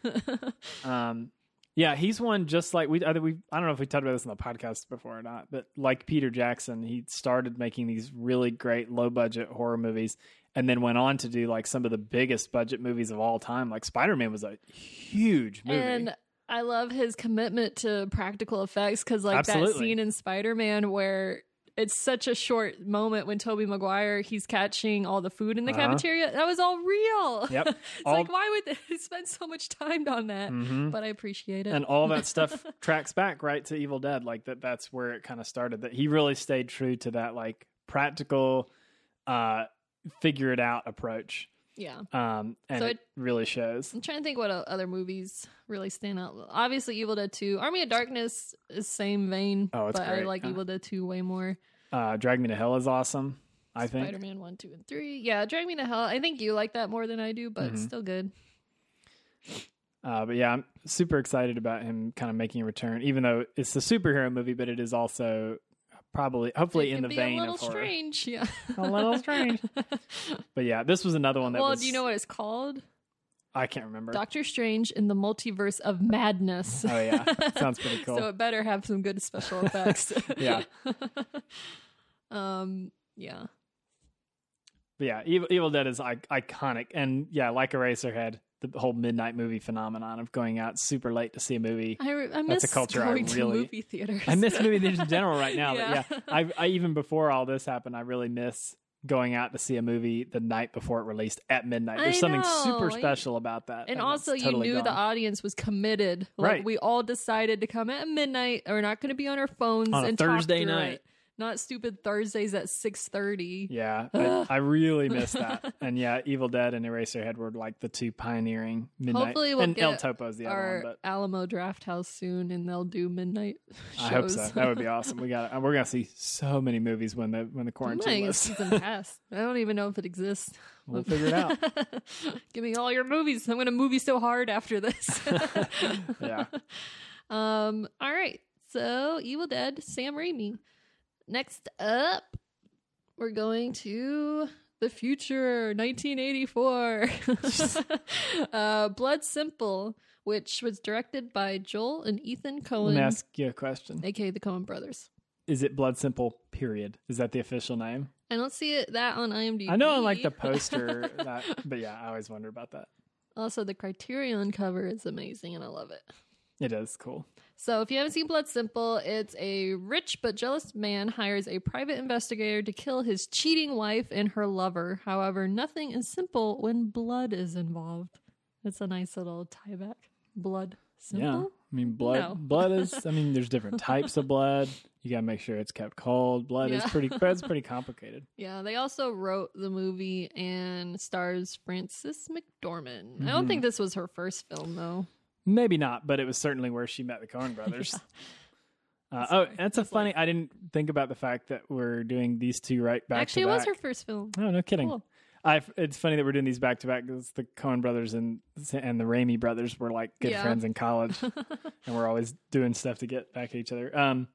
Speaker 1: Um, yeah, he's one just like we. I, think we. I don't know if we talked about this on the podcast before or not, but like Peter Jackson, he started making these really great low budget horror movies, and then went on to do like some of the biggest budget movies of all time. Like Spider Man was a huge movie.
Speaker 2: and I love his commitment to practical effects because, like that
Speaker 1: Absolutely.
Speaker 2: scene in Spider Man where. It's such a short moment when Toby Maguire he's catching all the food in the
Speaker 1: Uh-huh.
Speaker 2: cafeteria. That was all real.
Speaker 1: Yep.
Speaker 2: it's
Speaker 1: All-
Speaker 2: like why would they spend so much time on that?
Speaker 1: Mhm.
Speaker 2: But I appreciate it.
Speaker 1: and all that stuff tracks back right to Evil Dead. Like that. That's where it kind of started. That he really stayed true to that like practical, uh, figure it out approach.
Speaker 2: yeah.
Speaker 1: Um, and
Speaker 2: So
Speaker 1: it really shows.
Speaker 2: I'm trying to think what o- other movies really stand out. Obviously, Evil Dead 2. Army of Darkness is same vein,
Speaker 1: Oh, it's
Speaker 2: but I
Speaker 1: great.
Speaker 2: like
Speaker 1: Yeah.
Speaker 2: Evil Dead 2 way more.
Speaker 1: Uh, Drag Me to Hell is awesome. I think.
Speaker 2: Spider-Man 1, 2, and 3. Yeah, Drag Me to Hell. I think you like that more than I do, but it's
Speaker 1: Mhm.
Speaker 2: still good.
Speaker 1: Uh, but yeah, I'm super excited about him kind of making a return, even though it's a superhero movie, but it is also probably, hopefully, in
Speaker 2: It can
Speaker 1: the
Speaker 2: be
Speaker 1: vein
Speaker 2: a little
Speaker 1: of horror.
Speaker 2: strange. Yeah.
Speaker 1: A little strange. But yeah, this was another one that
Speaker 2: well,
Speaker 1: was.
Speaker 2: do you know what it's called?
Speaker 1: I can't remember.
Speaker 2: Doctor Strange in the Multiverse of Madness.
Speaker 1: oh yeah, sounds pretty cool.
Speaker 2: So it better have some good special effects.
Speaker 1: Yeah.
Speaker 2: um, yeah.
Speaker 1: But yeah, Evil, Evil Dead is I- iconic, and yeah, like Eraserhead, the whole midnight movie phenomenon of going out super late to see a movie.
Speaker 2: I, re- I miss
Speaker 1: That's a culture I
Speaker 2: going to
Speaker 1: really-
Speaker 2: movie theaters.
Speaker 1: I miss movie theaters in general right now,
Speaker 2: Yeah.
Speaker 1: but yeah, I, I even before all this happened, I really miss going out to see a movie the night before it released at midnight.
Speaker 2: I
Speaker 1: There's something super
Speaker 2: know, you-
Speaker 1: special about that.
Speaker 2: And
Speaker 1: that's
Speaker 2: also, you
Speaker 1: totally
Speaker 2: knew the
Speaker 1: gone.
Speaker 2: audience was committed. Like
Speaker 1: Right.
Speaker 2: we all decided to come at midnight. Or we're not going to be on our phones
Speaker 1: On a
Speaker 2: and
Speaker 1: Thursday
Speaker 2: talk through
Speaker 1: night.
Speaker 2: It. Not stupid Thursdays at six thirty.
Speaker 1: Yeah,
Speaker 2: Ugh.
Speaker 1: I, I really miss that. and yeah, Evil Dead and Eraserhead were like the two pioneering midnight.
Speaker 2: Hopefully we'll
Speaker 1: and El
Speaker 2: get
Speaker 1: Topo's the other
Speaker 2: Our
Speaker 1: one, but
Speaker 2: Alamo Draft House soon, and they'll do midnight shows.
Speaker 1: I hope so. That would be awesome. We got we're gonna see so many movies when the when the
Speaker 2: I'm gonna
Speaker 1: quarantine
Speaker 2: get
Speaker 1: lifts.
Speaker 2: season pass. I don't even know if it exists.
Speaker 1: We'll figure it out.
Speaker 2: Give me all your movies. I'm gonna movie so hard after this.
Speaker 1: yeah,
Speaker 2: Um. All right. So Evil Dead, Sam Raimi. Next up, we're going to the future, 1984. uh, Blood Simple, which was directed by Joel and Ethan
Speaker 1: let me
Speaker 2: Cohen,
Speaker 1: ask you a question.
Speaker 2: aka the Cohen brothers.
Speaker 1: Is it Blood Simple? Period. Is that the official name?
Speaker 2: I don't see it that on IMDb.
Speaker 1: I know on like the poster, that, but yeah, I always wonder about that.
Speaker 2: also, the Criterion cover is amazing, and I love it.
Speaker 1: It is cool.
Speaker 2: So, if you haven't seen Blood Simple, it's a rich but jealous man hires a private investigator to kill his cheating wife and her lover. However, nothing is simple when blood is involved. It's a nice little tie back. Blood
Speaker 1: Yeah,
Speaker 2: Simple?
Speaker 1: I mean blood.
Speaker 2: No.
Speaker 1: Blood is. I mean, there's different types of blood. You gotta make sure it's kept cold. Blood is
Speaker 2: Yeah.
Speaker 1: pretty. Blood's pretty complicated.
Speaker 2: Yeah. they also wrote the movie and stars Frances McDormand. I don't
Speaker 1: Mhm.
Speaker 2: think this was her first film, though.
Speaker 1: Maybe not, but it was certainly where she met the Coen brothers. Uh, oh,
Speaker 2: Sorry.
Speaker 1: that's a
Speaker 2: It's like-
Speaker 1: funny. I didn't think about the fact that we're doing these two right back.
Speaker 2: Actually,
Speaker 1: to
Speaker 2: it was
Speaker 1: back. Oh,
Speaker 2: her first film.
Speaker 1: No, no kidding.
Speaker 2: Cool.
Speaker 1: I. It's funny that we're doing these back to back because the Cohen brothers and and the Raimi brothers were like good
Speaker 2: Yeah.
Speaker 1: friends in college, and we're always doing stuff to get back at each other. Um,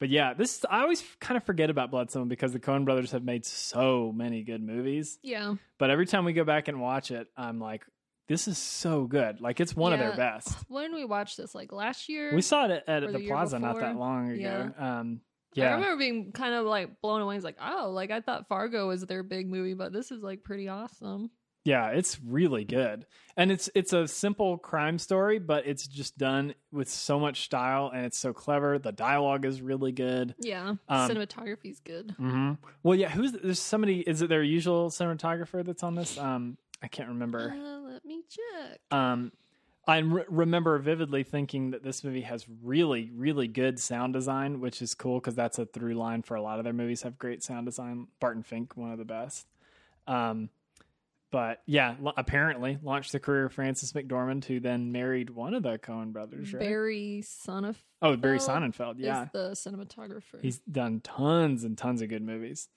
Speaker 1: but yeah, this I always kind of forget about Blood Simple because the Cohen brothers have made so many good movies.
Speaker 2: yeah.
Speaker 1: But every time we go back and watch it, I'm like, this is so good. Like it's one of their
Speaker 2: Yeah.
Speaker 1: best.
Speaker 2: When we watched this, like last year,
Speaker 1: We saw it at,
Speaker 2: Or
Speaker 1: at the
Speaker 2: the year
Speaker 1: Plaza not that
Speaker 2: before.
Speaker 1: long ago. Um, yeah.
Speaker 2: I remember being kind of like blown away. It's like, oh, like I thought Fargo was their big movie, but this is like pretty awesome.
Speaker 1: Yeah, it's really good. And it's it's a simple crime story, but it's just done with so much style and it's so clever. The dialogue is really good.
Speaker 2: Yeah.
Speaker 1: Um,
Speaker 2: Cinematography's good.
Speaker 1: Mhm. Well, yeah, who's there's somebody is it their usual cinematographer that's on this? Um I can't remember.
Speaker 2: Uh, let me check.
Speaker 1: Um, I re- remember vividly thinking that this movie has really, really good sound design, which is cool because that's a through line for a lot of their movies have great sound design. Barton Fink, one of the best. Um, but yeah, l- apparently launched the career of Francis McDormand, who then married one of the Cohen brothers, right?
Speaker 2: Barry Sonnef
Speaker 1: oh, Barry
Speaker 2: Sonnenfeld
Speaker 1: Sonnenfeld. Yeah,
Speaker 2: is the cinematographer.
Speaker 1: he's done tons and tons of good movies.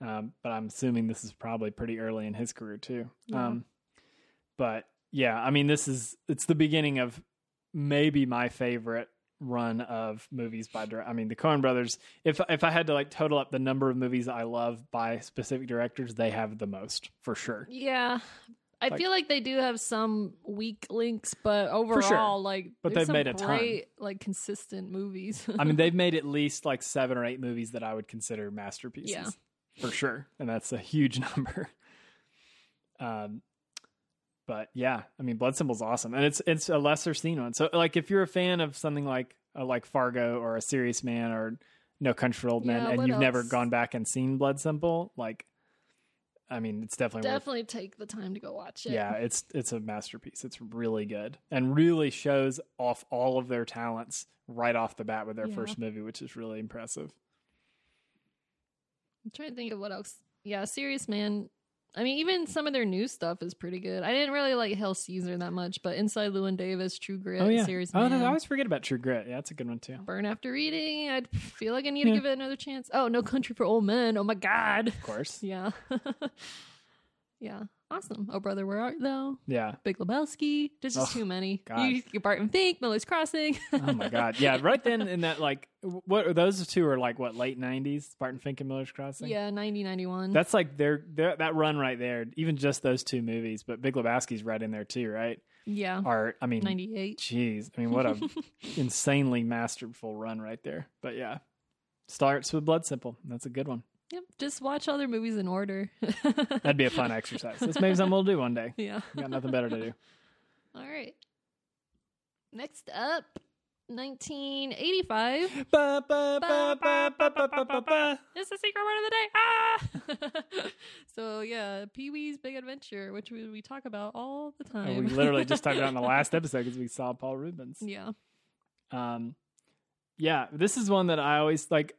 Speaker 1: Um, but I'm assuming this is probably pretty early in his career too.
Speaker 2: Yeah.
Speaker 1: Um, but yeah, I mean, this is it's the beginning of maybe my favorite run of movies by direct. I mean, the Coen Brothers. If if I had to like total up the number of movies I love by specific directors, they have the most for sure.
Speaker 2: yeah. I
Speaker 1: Like-
Speaker 2: feel like they do have some weak links, but overall,
Speaker 1: sure.
Speaker 2: like,
Speaker 1: But
Speaker 2: there's
Speaker 1: they've made
Speaker 2: some
Speaker 1: a ton.
Speaker 2: great, like, consistent movies.
Speaker 1: I mean, they've made at least like seven or eight movies that I would consider masterpieces
Speaker 2: Yeah.
Speaker 1: for sure. And that's a huge number. Um, but yeah, I mean, Blood Simple's awesome, and it's it's a lesser seen one. So, like, if you're a fan of something like uh, like Fargo or A Serious Man or No Country for Old Men,
Speaker 2: Yeah,
Speaker 1: and
Speaker 2: what
Speaker 1: you've never
Speaker 2: else?
Speaker 1: gone back and seen Blood Simple, like, I mean, it's definitely worth
Speaker 2: Definitely take the time to go watch it.
Speaker 1: yeah, it's it's a masterpiece. It's really good and really shows off all of their talents right off the bat with their
Speaker 2: Yeah.
Speaker 1: first movie, which is really impressive.
Speaker 2: I'm trying to think of what else. Yeah, Serious Man. I mean, even some of their new stuff is pretty good. I didn't really like Hell Caesar that much, but Inside Llewyn Davis, True Grit,
Speaker 1: oh yeah,
Speaker 2: Serious
Speaker 1: oh,
Speaker 2: Man,
Speaker 1: I always forget about True Grit. Yeah, that's a good one too.
Speaker 2: Burn After Reading. I feel like I need to
Speaker 1: Yeah.
Speaker 2: give it another chance. Oh, No Country for Old Men. Oh my God.
Speaker 1: Of course,
Speaker 2: Yeah. yeah. Awesome. Oh brother, where art thou?
Speaker 1: yeah.
Speaker 2: Big Lebowski. There's just
Speaker 1: Oh,
Speaker 2: too many.
Speaker 1: God.
Speaker 2: You get Barton Fink, Miller's Crossing.
Speaker 1: Oh my god, yeah. Right then, in that like, what those two are like? What late nineties? Spartan Fink and Miller's Crossing.
Speaker 2: yeah, 90, 91.
Speaker 1: that's like their, their that run right there. Even just those two movies, but Big Lebowski's right in there too, right?
Speaker 2: yeah.
Speaker 1: Are I mean,
Speaker 2: 98.
Speaker 1: Jeez, I mean, what a insanely masterful run right there. But yeah, starts with Blood Simple. That's a good one.
Speaker 2: Yep. Just watch all their movies in order.
Speaker 1: That'd be a fun exercise. That's maybe something we'll do one day.
Speaker 2: Yeah.
Speaker 1: We got nothing better to do.
Speaker 2: All right. Next up, 1985.
Speaker 1: Ba, ba, ba, ba, ba, ba, ba, ba, ba.
Speaker 2: It's the secret word of the day. Ah! so yeah, Pee Wee's Big Adventure, which we, we talk about all the time.
Speaker 1: And Oh, Uh, we literally just talked about in the last episode because we saw Paul Rubens.
Speaker 2: yeah,
Speaker 1: Um, yeah, this is one that I always like.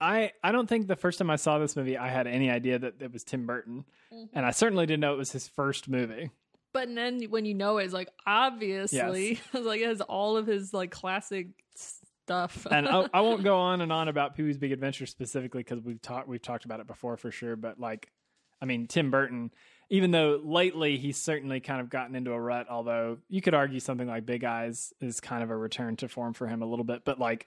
Speaker 1: I I don't think the first time I saw this movie, I had any idea that it was Tim Burton,
Speaker 2: Mhm.
Speaker 1: and I certainly didn't know it was his first movie.
Speaker 2: but then when you know it, it's like obviously, it's like it has all of his like classic stuff.
Speaker 1: And oh I, I won't go on and on about Pee Wee's Big Adventure specifically because we've talked we've talked about it before for sure. But like, I mean, Tim Burton, even though lately he's certainly kind of gotten into a rut. Although you could argue something like Big Eyes is kind of a return to form for him a little bit. But like,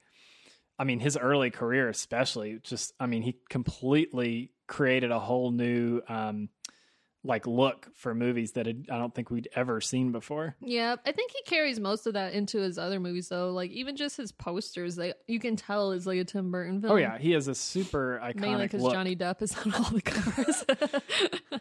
Speaker 1: I mean, his early career, especially, just I mean, he completely created a whole new um, like look for movies that had, I don't think we'd ever seen before.
Speaker 2: yeah, I think he carries most of that into his other movies though. Like even just his posters, they you can tell is like a Tim Burton film.
Speaker 1: Oh yeah, he has a super iconic
Speaker 2: Mm-hmm. mainly because
Speaker 1: look.
Speaker 2: Johnny Depp is on all the covers.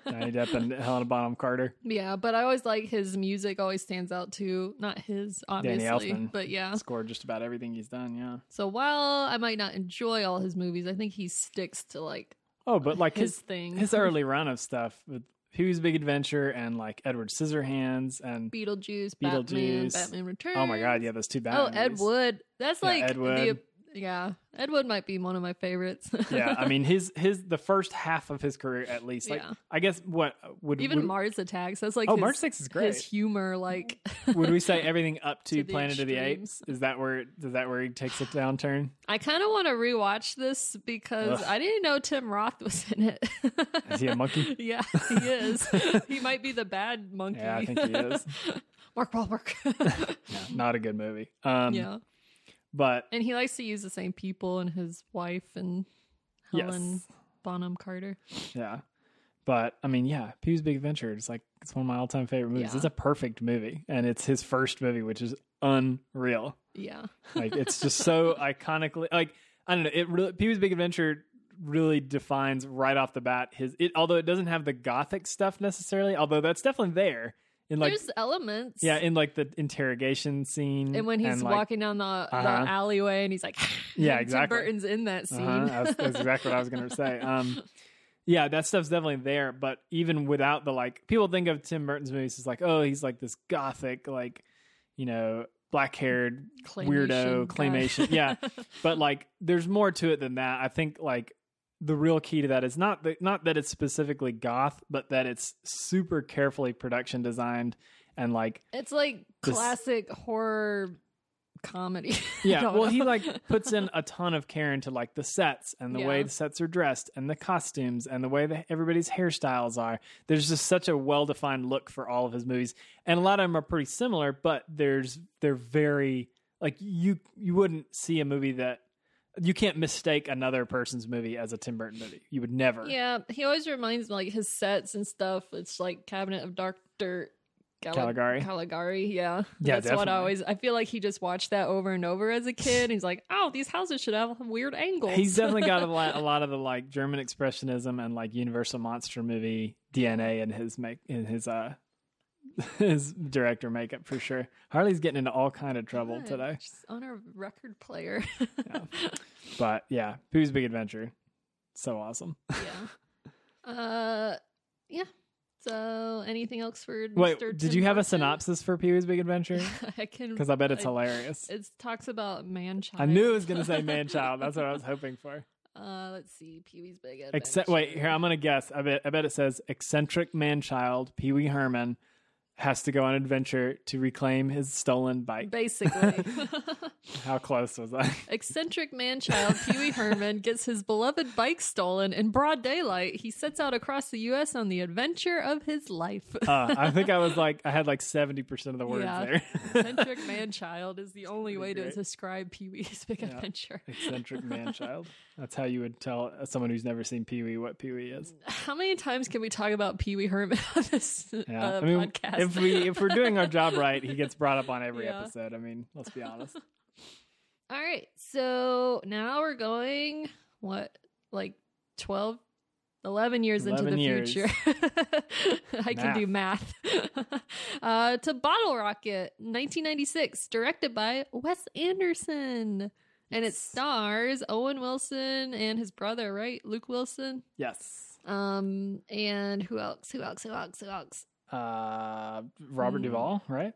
Speaker 1: Johnny Depp and Helena Bonham Carter.
Speaker 2: yeah, but I always like his music. Always stands out too. Not his,
Speaker 1: Danny
Speaker 2: obviously,
Speaker 1: Elfman
Speaker 2: but yeah.
Speaker 1: scored just about everything he's done. Yeah.
Speaker 2: So while I might not enjoy all his movies, I think he sticks to like
Speaker 1: Oh, but like
Speaker 2: his
Speaker 1: his
Speaker 2: thing.
Speaker 1: his early run of stuff with Hugh's Big Adventure and like Edward Scissorhands and
Speaker 2: Beetlejuice, Batman,
Speaker 1: Beetlejuice.
Speaker 2: Batman Returns.
Speaker 1: oh my god, yeah, those two
Speaker 2: Oh,
Speaker 1: Batman.
Speaker 2: Ed
Speaker 1: movies.
Speaker 2: Wood. That's
Speaker 1: Yeah,
Speaker 2: like
Speaker 1: Ed Wood.
Speaker 2: the yeah. Ed Wood might be one of my favorites.
Speaker 1: yeah, I mean his his the first half of his career at least. Like
Speaker 2: Yeah.
Speaker 1: I guess what would
Speaker 2: even
Speaker 1: would,
Speaker 2: Mars Attacks. That's like
Speaker 1: Oh,
Speaker 2: his,
Speaker 1: Mars Attacks is
Speaker 2: His
Speaker 1: great.
Speaker 2: humor, like
Speaker 1: would we say everything up to,
Speaker 2: To the
Speaker 1: Planet of the
Speaker 2: extremes.
Speaker 1: Apes? Is that where is that where he takes a downturn?
Speaker 2: I kind of want to rewatch this because
Speaker 1: Ugh.
Speaker 2: I didn't know Tim Roth was in it.
Speaker 1: Is he a monkey?
Speaker 2: Yeah, he is. he might be the bad monkey.
Speaker 1: Yeah, I think he is.
Speaker 2: Mark Wahlberg.
Speaker 1: Yeah, not a good movie. Um,
Speaker 2: yeah.
Speaker 1: but
Speaker 2: And he likes to use the same people and his wife and Helen
Speaker 1: yes,
Speaker 2: Bonham Carter.
Speaker 1: Yeah. But I mean, yeah, Pew's Big Adventure is like it's one of my all time favorite movies.
Speaker 2: Yeah.
Speaker 1: It's a perfect movie. And it's his first movie, which is unreal.
Speaker 2: Yeah.
Speaker 1: Like it's just so iconically like I don't know, it really Pew's Big Adventure really defines right off the bat his it although it doesn't have the gothic stuff necessarily, although that's definitely there. In like
Speaker 2: There's elements.
Speaker 1: yeah, in like the interrogation scene.
Speaker 2: and when he's
Speaker 1: like,
Speaker 2: walking down the,
Speaker 1: Uh-huh.
Speaker 2: the alley and he's like,
Speaker 1: Yeah,
Speaker 2: and
Speaker 1: exactly.
Speaker 2: Tim Burton's in that scene.
Speaker 1: Uh-huh. That's, that's exactly what I was going to say. Um, yeah, that stuff's definitely there, but even without the like, people think of Tim Burton's movies as like, oh, he's like this gothic, like, you know, black haired weirdo
Speaker 2: Claymation
Speaker 1: claymation. yeah, but like, there's more to it than that. I think like the real key to that is not that not that it's specifically goth, but that it's super carefully production designed and like
Speaker 2: It's like
Speaker 1: This-
Speaker 2: classic horror comedy. I
Speaker 1: Yeah,
Speaker 2: don't
Speaker 1: well,
Speaker 2: know.
Speaker 1: he like puts in a ton of care into like the sets and the way
Speaker 2: Yeah.
Speaker 1: the sets are dressed and the costumes and the way that everybody's hairstyles are. There's just such a well-defined look for all of his movies, and a lot of them are pretty similar, but there's they're very like you you wouldn't see a movie that you can't mistake another person's movie as a Tim Burton movie. You would never.
Speaker 2: Yeah, he always reminds me like his sets and stuff. It's like Cabinet of Dark Dirt. Gal-
Speaker 1: Caligari.
Speaker 2: Caligari, yeah.
Speaker 1: Yeah,
Speaker 2: That's what I
Speaker 1: definitely.
Speaker 2: always I feel like he just watched that over and over as a kid. He's like, Oh, these houses should have weird angles.
Speaker 1: He's definitely got a lot, a lot of the like German expressionism and like Universal monster movie DNA in his make in his uh his director makeup for sure. Harley's getting into all kind of trouble
Speaker 2: God,
Speaker 1: today,
Speaker 2: she's on our record player.
Speaker 1: but yeah, Pooh's Big Adventure, so awesome.
Speaker 2: yeah. Uh yeah. So anything else for
Speaker 1: Wait,
Speaker 2: Mr.
Speaker 1: did
Speaker 2: Tim
Speaker 1: you have a
Speaker 2: Burton?
Speaker 1: synopsis for Pee Wee's Big Adventure?
Speaker 2: I can
Speaker 1: Because I bet it's
Speaker 2: I-
Speaker 1: hilarious.
Speaker 2: It talks about man child.
Speaker 1: I knew it was going to say man child. That's what I was hoping for.
Speaker 2: Uh, let's see, Pee Wee's Big Adventure.
Speaker 1: Except wait, here I'm gonna guess. I bet I bet it says eccentric man child Pee Wee Herman has to go on an adventure to reclaim his stolen bike.
Speaker 2: Basically,
Speaker 1: How close was I?
Speaker 2: eccentric man child Pee Wee Herman gets his beloved bike stolen in broad daylight. He sets out across the U.S. on the adventure of his life.
Speaker 1: Uh, I think I was like I had like seventy percent of the words
Speaker 2: Yeah.
Speaker 1: there.
Speaker 2: eccentric man child is the only way to
Speaker 1: great.
Speaker 2: describe Pee Wee's Big
Speaker 1: Yeah.
Speaker 2: Adventure.
Speaker 1: eccentric man child. That's how you would tell someone who's never seen Pee Wee what Pee Wee is.
Speaker 2: How many times can we talk about Pee Wee Herman on this
Speaker 1: Yeah,
Speaker 2: uh,
Speaker 1: I mean,
Speaker 2: podcast?
Speaker 1: if we if we're doing our job right, he gets brought up on every
Speaker 2: Yeah.
Speaker 1: episode. I mean, let's be honest.
Speaker 2: All right, so now we're going what like twelve 11 years into
Speaker 1: 11
Speaker 2: the
Speaker 1: years.
Speaker 2: future. I can do math. uh, to Bottle Rocket, 1996, directed by Wes Anderson. And it
Speaker 1: Yes.
Speaker 2: stars Owen Wilson and his brother, right? Luke Wilson.
Speaker 1: Yes.
Speaker 2: Um, and who else? Who else? Who else? Who else?
Speaker 1: Uh, Robert
Speaker 2: Hmm.
Speaker 1: Duvall, right?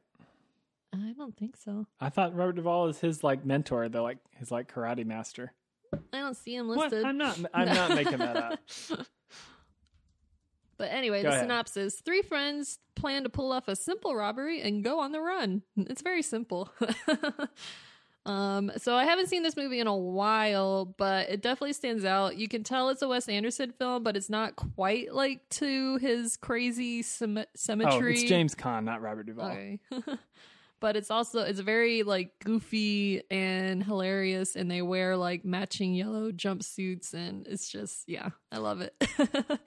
Speaker 2: I don't think so.
Speaker 1: I thought Robert Duvall is his like mentor, though, like his like karate master.
Speaker 2: I don't see him
Speaker 1: What?
Speaker 2: listed.
Speaker 1: I'm not. I'm not making that up.
Speaker 2: But anyway,
Speaker 1: Go
Speaker 2: the
Speaker 1: ahead.
Speaker 2: synopsis three friends plan to pull off a simple robbery and go on the run. It's very simple. um, so I haven't seen this movie in a while, but it definitely stands out. You can tell it's a Wes Anderson film, but it's not quite like to his crazy sym-
Speaker 1: Oh,
Speaker 2: symmetry.
Speaker 1: it's James Caan, not Robert Duvall.
Speaker 2: Okay. but it's also it's very like goofy and hilarious and they wear like matching yellow jumpsuits and it's just yeah, I love it.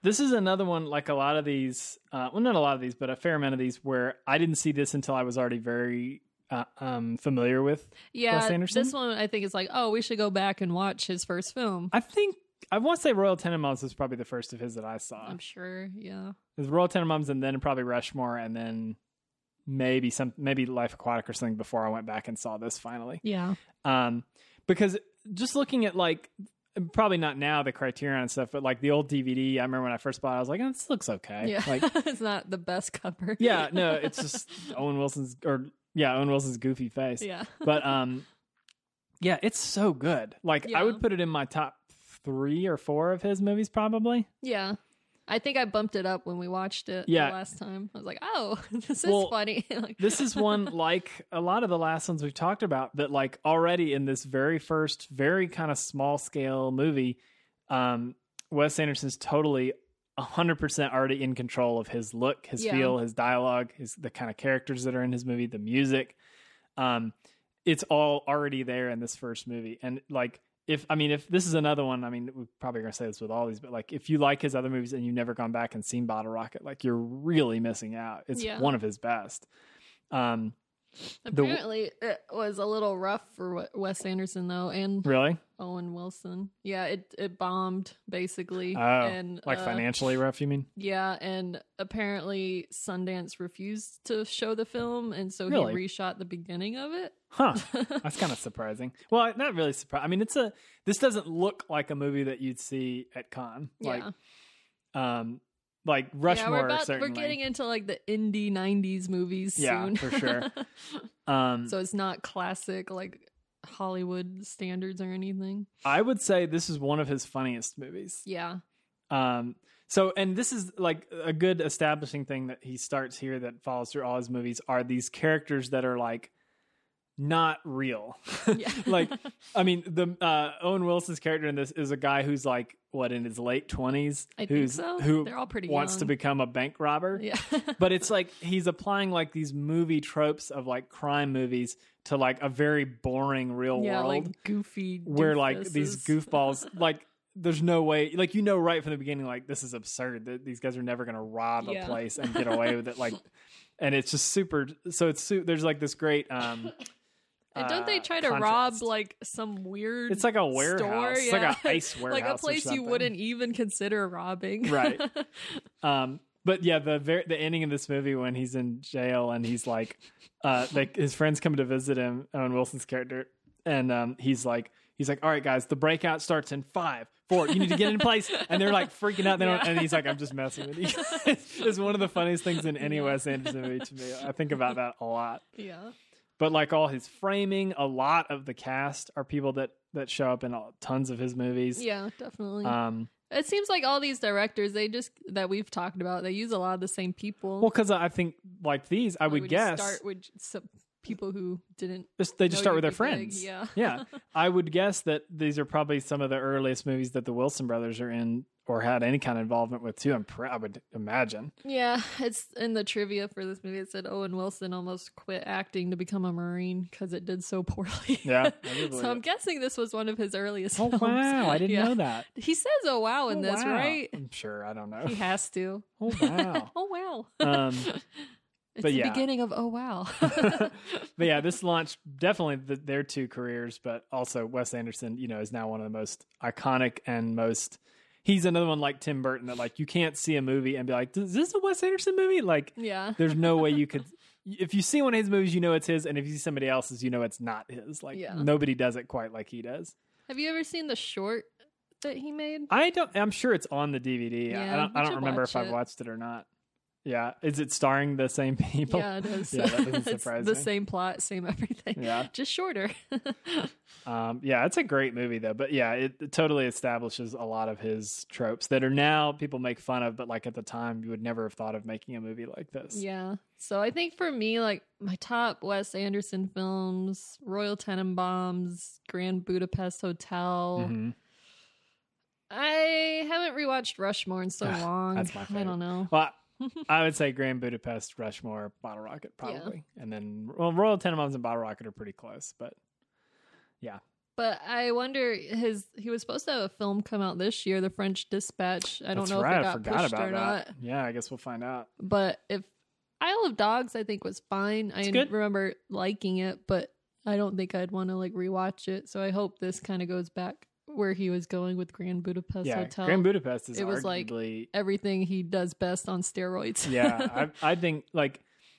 Speaker 1: This is another one, like a lot of these. Uh, well, not a lot of these, but a fair amount of these where I didn't see this until I was already very uh, um, familiar with. Wes
Speaker 2: yeah,
Speaker 1: Anderson?
Speaker 2: this one I think is like, oh, we should go back and watch his first film.
Speaker 1: I think I want to say Royal Tenenbaums was probably the first of his that I saw.
Speaker 2: I'm sure, yeah.
Speaker 1: It was Royal Tenenbaums, and then probably Rushmore, and then maybe some maybe Life Aquatic or something before I went back and saw this finally.
Speaker 2: Yeah.
Speaker 1: um, because just looking at like probably not now the criterion and stuff but like the old dvd i remember when i first bought it i was like oh, this looks okay
Speaker 2: Yeah.
Speaker 1: like
Speaker 2: it's not the best cover.
Speaker 1: yeah no it's just owen wilson's or yeah owen wilson's goofy face
Speaker 2: yeah.
Speaker 1: but um yeah it's so good like
Speaker 2: Yeah.
Speaker 1: i would put it in my top three or four of his movies probably
Speaker 2: Yeah. I think I bumped it up when we watched it
Speaker 1: Yeah.
Speaker 2: the last time. I was like, oh, this is
Speaker 1: Well,
Speaker 2: funny. Like-
Speaker 1: this is one like a lot of the last ones we've talked about that like already in this very first very kind of small scale movie um wes anderson's totally 100% already in control of his look his
Speaker 2: Yeah.
Speaker 1: feel his dialogue his the kind of characters that are in his movie the music um it's all already there in this first movie and like if i mean if this is another one i mean we're probably going to say this with all these but like if you like his other movies and you've never gone back and seen bottle rocket like you're really missing out it's
Speaker 2: Yeah.
Speaker 1: one of his best um, the-
Speaker 2: Apparently, it was a little rough for Wes- Wes Anderson though, and
Speaker 1: really?
Speaker 2: Owen Wilson. Yeah, it it bombed basically,
Speaker 1: Oh,
Speaker 2: and
Speaker 1: like
Speaker 2: uh,
Speaker 1: financially rough? You mean?
Speaker 2: Yeah, and apparently Sundance refused to show the film, and so
Speaker 1: Really?
Speaker 2: he reshot the beginning of it.
Speaker 1: Huh. That's kind of surprising. Well, not really surprising. I mean, it's a. This doesn't look like a movie that you'd see at con. Like,
Speaker 2: yeah,
Speaker 1: um, like
Speaker 2: yeah, we're
Speaker 1: Rushmore
Speaker 2: about
Speaker 1: certainly.
Speaker 2: we're getting into like the indie '90s movies
Speaker 1: Yeah,
Speaker 2: soon,
Speaker 1: for sure. um,
Speaker 2: so it's not classic like Hollywood standards or anything.
Speaker 1: I would say this is one of his funniest movies.
Speaker 2: Yeah,
Speaker 1: Um, so, and this is like a good establishing thing that he starts here that follows through all his movies are these characters that are like not real.
Speaker 2: Yeah.
Speaker 1: like, I mean, the uh, Owen Wilson's character in this is a guy who's like what in his late twenties,
Speaker 2: I think
Speaker 1: who's
Speaker 2: so.
Speaker 1: who
Speaker 2: They're all pretty
Speaker 1: wants to
Speaker 2: young.
Speaker 1: become a bank robber.
Speaker 2: yeah,
Speaker 1: But it's like he's applying like these movie tropes of like crime movies to like a very boring real
Speaker 2: yeah,
Speaker 1: world
Speaker 2: like goofy.
Speaker 1: where like these
Speaker 2: doofuses.
Speaker 1: goofballs like there's no way like you know right from the beginning like this is absurd that these guys are never going to rob
Speaker 2: Yeah.
Speaker 1: a place and get away with it like and it's just super so it's su- there's like this great um
Speaker 2: And don't they
Speaker 1: uh,
Speaker 2: try to
Speaker 1: contrast.
Speaker 2: rob like some weird?
Speaker 1: it's like a warehouse
Speaker 2: store?
Speaker 1: it's
Speaker 2: yeah.
Speaker 1: like a ice warehouse
Speaker 2: like
Speaker 1: or
Speaker 2: a place you
Speaker 1: something.
Speaker 2: wouldn't even consider robbing.
Speaker 1: Right. um but yeah the ver- the ending of this movie when he's in jail and he's like uh like his friends come to visit him owen wilson's character and um he's like he's like all right guys the breakout starts in five four you need to get in place and they're like freaking out they don't,
Speaker 2: Yeah.
Speaker 1: and he's like i'm just messing with you it's one of the funniest things in any wes anderson movie to me i think about that a lot
Speaker 2: yeah.
Speaker 1: but like all his framing a lot of the cast are people that that show up in all, tons of his movies
Speaker 2: Yeah, definitely.
Speaker 1: um
Speaker 2: it seems like all these directors, they just that we've talked about, they use a lot of the same people.
Speaker 1: well because i think like these i
Speaker 2: Like,
Speaker 1: would
Speaker 2: we just
Speaker 1: guess
Speaker 2: start with some people who didn't.
Speaker 1: Just, they just
Speaker 2: know
Speaker 1: start
Speaker 2: you
Speaker 1: with their
Speaker 2: big,
Speaker 1: friends.
Speaker 2: yeah.
Speaker 1: yeah. I would guess that these are probably some of the earliest movies that the Wilson brothers are in or had any kind of involvement with too. I'm pr- I would imagine.
Speaker 2: Yeah, it's in the trivia for this movie. It said Owen Wilson almost quit acting to become a marine because it did so poorly.
Speaker 1: Yeah, I do believe
Speaker 2: so I'm
Speaker 1: it.
Speaker 2: guessing this was one of his earliest.
Speaker 1: Oh
Speaker 2: films.
Speaker 1: wow! I didn't
Speaker 2: Yeah.
Speaker 1: know that.
Speaker 2: He says, "Oh wow," in
Speaker 1: Oh,
Speaker 2: this,
Speaker 1: wow.
Speaker 2: right?
Speaker 1: I'm sure. I don't know.
Speaker 2: He has to.
Speaker 1: Oh wow!
Speaker 2: oh wow.
Speaker 1: Um,
Speaker 2: it's
Speaker 1: but
Speaker 2: the
Speaker 1: yeah.
Speaker 2: beginning of oh wow.
Speaker 1: but yeah, this launched definitely the, their two careers, but also Wes Anderson, you know, is now one of the most iconic and most. he's another one like Tim Burton that like you can't see a movie and be like, is this a Wes Anderson movie? Like,
Speaker 2: Yeah.
Speaker 1: there's no way you could. If you see one of his movies, you know it's his, and if you see somebody else's, you know it's not his. Like
Speaker 2: Yeah.
Speaker 1: nobody does it quite like he does.
Speaker 2: Have you ever seen the short that he made?
Speaker 1: I don't. I'm sure it's on the DVD. I
Speaker 2: Yeah,
Speaker 1: don't. I
Speaker 2: we
Speaker 1: don't
Speaker 2: should
Speaker 1: remember
Speaker 2: watch
Speaker 1: if I've
Speaker 2: it.
Speaker 1: watched it or not. Yeah, is it starring the same people?
Speaker 2: Yeah, it is.
Speaker 1: Oh. Yeah, that doesn't
Speaker 2: It's
Speaker 1: surprise
Speaker 2: the
Speaker 1: me.
Speaker 2: same plot, same everything.
Speaker 1: Yeah.
Speaker 2: Just shorter.
Speaker 1: Um, yeah, it's a great movie though. But yeah, it, it totally establishes a lot of his tropes that are now people make fun of, but like at the time you would never have thought of making a movie like this.
Speaker 2: yeah. So I think for me, like my top Wes Anderson films, Royal Tenenbaums, Grand Budapest Hotel.
Speaker 1: Mhm.
Speaker 2: I haven't rewatched Rushmore in so
Speaker 1: Ugh,
Speaker 2: long.
Speaker 1: that's my
Speaker 2: I
Speaker 1: favorite.
Speaker 2: don't know.
Speaker 1: Well, I would say Grand Budapest, Rushmore, Bottle Rocket,
Speaker 2: Yeah.
Speaker 1: probably, and then well, Royal Tenenbaums and Bottle Rocket are pretty close, but
Speaker 2: But I wonder his he was supposed to have a film come out this year, The French Dispatch. I don't
Speaker 1: that's
Speaker 2: know
Speaker 1: right.
Speaker 2: if it
Speaker 1: I
Speaker 2: got
Speaker 1: forgot
Speaker 2: pushed
Speaker 1: about
Speaker 2: or
Speaker 1: that.
Speaker 2: not.
Speaker 1: Yeah, I guess we'll find out.
Speaker 2: But if Isle of Dogs, I think was fine. I
Speaker 1: It's good.
Speaker 2: remember liking it, but I don't think I'd want to like rewatch it. So I hope this kind of goes back where he was going with Grand Budapest
Speaker 1: yeah,
Speaker 2: Hotel.
Speaker 1: Grand Budapest is
Speaker 2: It was like-
Speaker 1: arguably
Speaker 2: Everything he does best on steroids.
Speaker 1: yeah I, I think like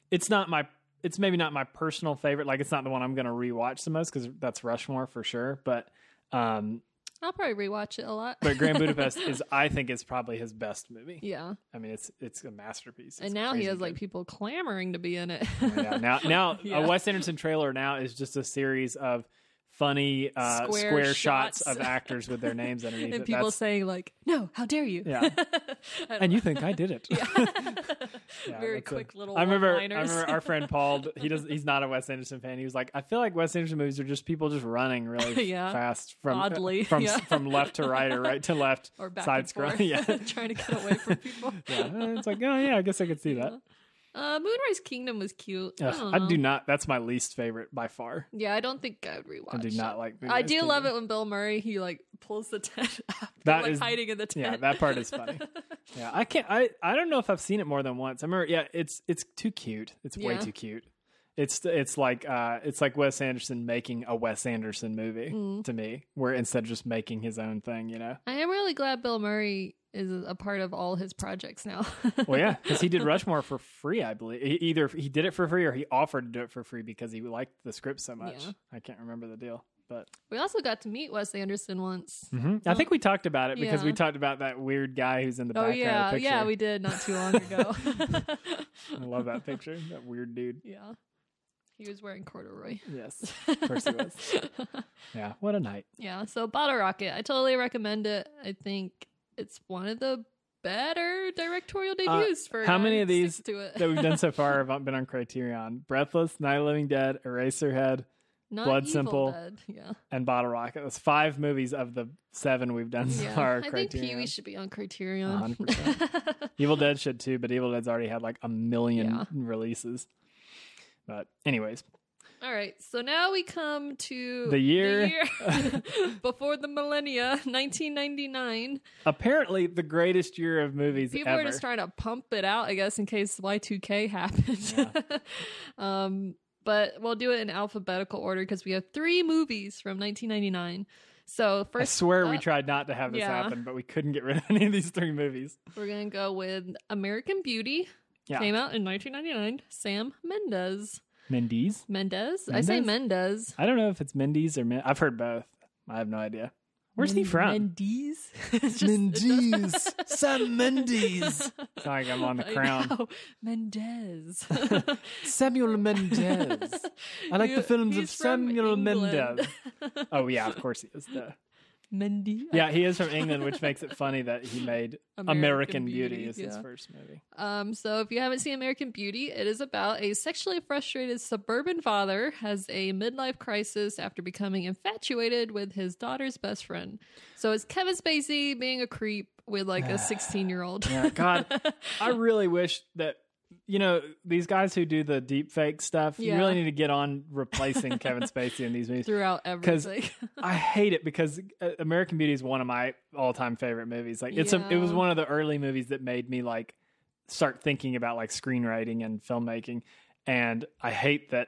Speaker 1: it's not my it's maybe not my personal favorite like it's not the one i'm gonna rewatch the most because that's rushmore for sure but um
Speaker 2: I'll probably rewatch it a lot.
Speaker 1: but grand budapest is i think is probably his best movie
Speaker 2: yeah.
Speaker 1: i mean it's it's a masterpiece It's
Speaker 2: and now he
Speaker 1: crazy
Speaker 2: has like
Speaker 1: good. Oh,
Speaker 2: people clamoring to be in it.
Speaker 1: yeah now now
Speaker 2: Yeah.
Speaker 1: a wes anderson trailer now is just a series of funny uh square,
Speaker 2: Square
Speaker 1: shots.
Speaker 2: shots.
Speaker 1: of actors with their names underneath
Speaker 2: and
Speaker 1: it.
Speaker 2: people
Speaker 1: That's-
Speaker 2: saying like, "No, how dare you?"
Speaker 1: Yeah. and you think i did it Yeah,
Speaker 2: Very
Speaker 1: that's a-
Speaker 2: quick little.
Speaker 1: I remember, I
Speaker 2: one-liners.
Speaker 1: remember our friend Paul. He does. He's not a Wes Anderson fan. He was like, I feel like Wes Anderson movies are just people just running really
Speaker 2: Yeah.
Speaker 1: fast from uh,
Speaker 2: Oddly,
Speaker 1: from
Speaker 2: yeah.
Speaker 1: from left to right or right to left
Speaker 2: or back
Speaker 1: side
Speaker 2: and forth,
Speaker 1: scrolling. Yeah,
Speaker 2: trying to get away from people.
Speaker 1: yeah. It's like, oh yeah, I guess I could see that.
Speaker 2: Uh, Moonrise Kingdom was cute. I,
Speaker 1: Ugh,
Speaker 2: don't
Speaker 1: I do
Speaker 2: know.
Speaker 1: not. That's my least favorite by far.
Speaker 2: Yeah, I don't think I would rewatch.
Speaker 1: I do not
Speaker 2: it.
Speaker 1: like.
Speaker 2: I
Speaker 1: Moonrise
Speaker 2: do love it
Speaker 1: Kingdom.
Speaker 2: when Bill Murray he like pulls the tent after
Speaker 1: That
Speaker 2: like
Speaker 1: is-
Speaker 2: hiding in the tent.
Speaker 1: Yeah, that part is funny. Yeah, I can't. I I don't know if I've seen it more than once. I remember. Yeah, it's it's too cute. It's way
Speaker 2: Yeah.
Speaker 1: too cute. It's it's like uh it's like Wes Anderson making a Wes Anderson movie
Speaker 2: Mm.
Speaker 1: to me, where instead of just making his own thing, you know.
Speaker 2: I am really glad Bill Murray is a part of all his projects now.
Speaker 1: Well, yeah, because he did Rushmore for free, I believe. E- Either he did it for free or he offered to do it for free because he liked the script so much.
Speaker 2: Yeah.
Speaker 1: I can't remember the deal, but
Speaker 2: we also got to meet Wes Anderson once.
Speaker 1: I think we talked about it because we
Speaker 2: Yeah.
Speaker 1: talked about that weird guy who's in the
Speaker 2: Oh
Speaker 1: background
Speaker 2: yeah,
Speaker 1: picture.
Speaker 2: yeah, we did not too long ago.
Speaker 1: I love that picture. That weird dude.
Speaker 2: yeah, he was wearing corduroy.
Speaker 1: Yes, of course he was. Yeah, what a night.
Speaker 2: yeah, so Bottle Rocket, I totally recommend it. I think it's one of the better directorial debuts for a
Speaker 1: Uh, how
Speaker 2: guy
Speaker 1: many
Speaker 2: who
Speaker 1: of these
Speaker 2: sticks to it.
Speaker 1: that we've done so far have been on Criterion. Breathless, Night of the Living Dead, Eraserhead,
Speaker 2: Not
Speaker 1: Blood
Speaker 2: Evil
Speaker 1: Simple.
Speaker 2: Dead, Yeah,
Speaker 1: and Bottle Rocket. That's five movies of the seven we've done so far.
Speaker 2: yeah. I think Pee Wee
Speaker 1: Criterion.
Speaker 2: should be on Criterion.
Speaker 1: 100%. Evil Dead should too, but Evil Dead's already had like a million
Speaker 2: Yeah.
Speaker 1: releases. But anyways,
Speaker 2: All right, so now we come to
Speaker 1: The year-
Speaker 2: year before the millennia, 1999.
Speaker 1: apparently the greatest year of movies
Speaker 2: People
Speaker 1: ever.
Speaker 2: were just trying to pump it out, I guess, in case Y2K happened. um, but we'll do it in alphabetical order because we have three movies from 1999. So
Speaker 1: I
Speaker 2: first,
Speaker 1: swear we
Speaker 2: up,
Speaker 1: tried not to have this
Speaker 2: yeah.
Speaker 1: happen, but we couldn't get rid of any of these three movies.
Speaker 2: we're gonna go with American Beauty.
Speaker 1: Yeah.
Speaker 2: Came out in 1999. Sam Mendes.
Speaker 1: Mendes?
Speaker 2: Mendes. I say Mendes.
Speaker 1: I don't know if it's Mendes or Men- I've heard both. I have no idea. Where's he
Speaker 2: Men-
Speaker 1: from?
Speaker 2: Mendes. It's just- it does-
Speaker 1: Mendes. Sam Mendes. It's not like I'm on the
Speaker 2: I
Speaker 1: crown.
Speaker 2: know. Mendes.
Speaker 1: Samuel Mendes. I like the
Speaker 2: You-
Speaker 1: films of
Speaker 2: he's from
Speaker 1: Samuel
Speaker 2: England.
Speaker 1: Mendes. Oh yeah, of course he is. Duh.
Speaker 2: Mendy.
Speaker 1: Yeah, he is from England, which makes it funny that he made American,
Speaker 2: American
Speaker 1: Beauty,
Speaker 2: Beauty,
Speaker 1: as his
Speaker 2: yeah.
Speaker 1: first movie.
Speaker 2: Um, so if you haven't seen American Beauty, it is about a sexually frustrated suburban father has a midlife crisis after becoming infatuated with his daughter's best friend. So it's Kevin Spacey being a creep with like a 16 year old.
Speaker 1: Yeah, God, I really wish that you know these guys who do the deep fake stuff.
Speaker 2: Yeah.
Speaker 1: You really need to get on replacing Kevin Spacey in these movies.
Speaker 2: Throughout
Speaker 1: 'Cause-
Speaker 2: everything.
Speaker 1: I hate it because uh, American Beauty is one of my all-time favorite movies. Like it's a, it was
Speaker 2: Yeah.
Speaker 1: one of the early movies that made me like start thinking about like screenwriting and filmmaking. And I hate that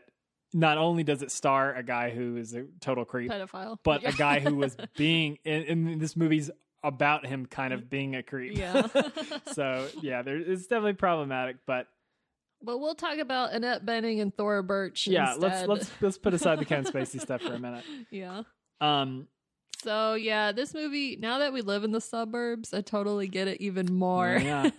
Speaker 1: not only does it star a guy who is a total creep,
Speaker 2: Pedophile.
Speaker 1: but
Speaker 2: Yeah.
Speaker 1: a guy who was being in, in this movie's about him kind of being a creep.
Speaker 2: Yeah.
Speaker 1: so yeah, there, it's definitely problematic, but
Speaker 2: But we'll talk about Annette Benning and Thora Birch.
Speaker 1: yeah,
Speaker 2: instead.
Speaker 1: let's let's let's put aside the Kevin Spacey stuff for a minute.
Speaker 2: Yeah.
Speaker 1: Um,
Speaker 2: So yeah, this movie. Now that we live in the suburbs, I totally get it even more.
Speaker 1: Yeah.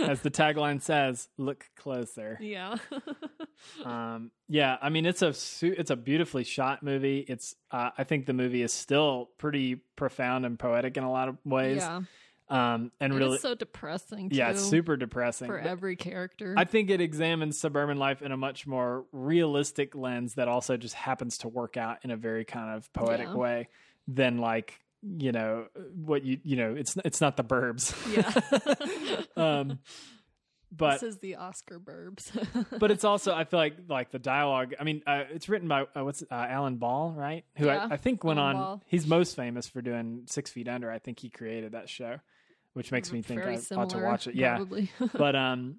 Speaker 1: as the tagline says, "Look closer."
Speaker 2: yeah.
Speaker 1: Um, yeah, I mean it's a su- it's a beautifully shot movie. It's uh, I think the movie is still pretty profound and poetic in a lot of ways.
Speaker 2: yeah.
Speaker 1: Um, and really,
Speaker 2: it's so depressing. Too,
Speaker 1: yeah, it's super depressing.
Speaker 2: for
Speaker 1: But
Speaker 2: every character.
Speaker 1: I think it examines suburban life in a much more realistic lens that also just happens to work out in a very kind of poetic
Speaker 2: Yeah.
Speaker 1: way than like you know what you you know it's it's not the burbs.
Speaker 2: yeah.
Speaker 1: um, but
Speaker 2: this is the Oscar burbs.
Speaker 1: but it's also I feel like like the dialogue. I mean, uh, it's written by uh, what's uh, Alan Ball, right? Who
Speaker 2: Yeah,
Speaker 1: I, I think went
Speaker 2: Alan
Speaker 1: on.
Speaker 2: Ball.
Speaker 1: He's most famous for doing Six Feet Under. I think he created that show, which makes me think
Speaker 2: Very
Speaker 1: I
Speaker 2: similar,
Speaker 1: ought to watch it. Yeah,
Speaker 2: Probably.
Speaker 1: but um,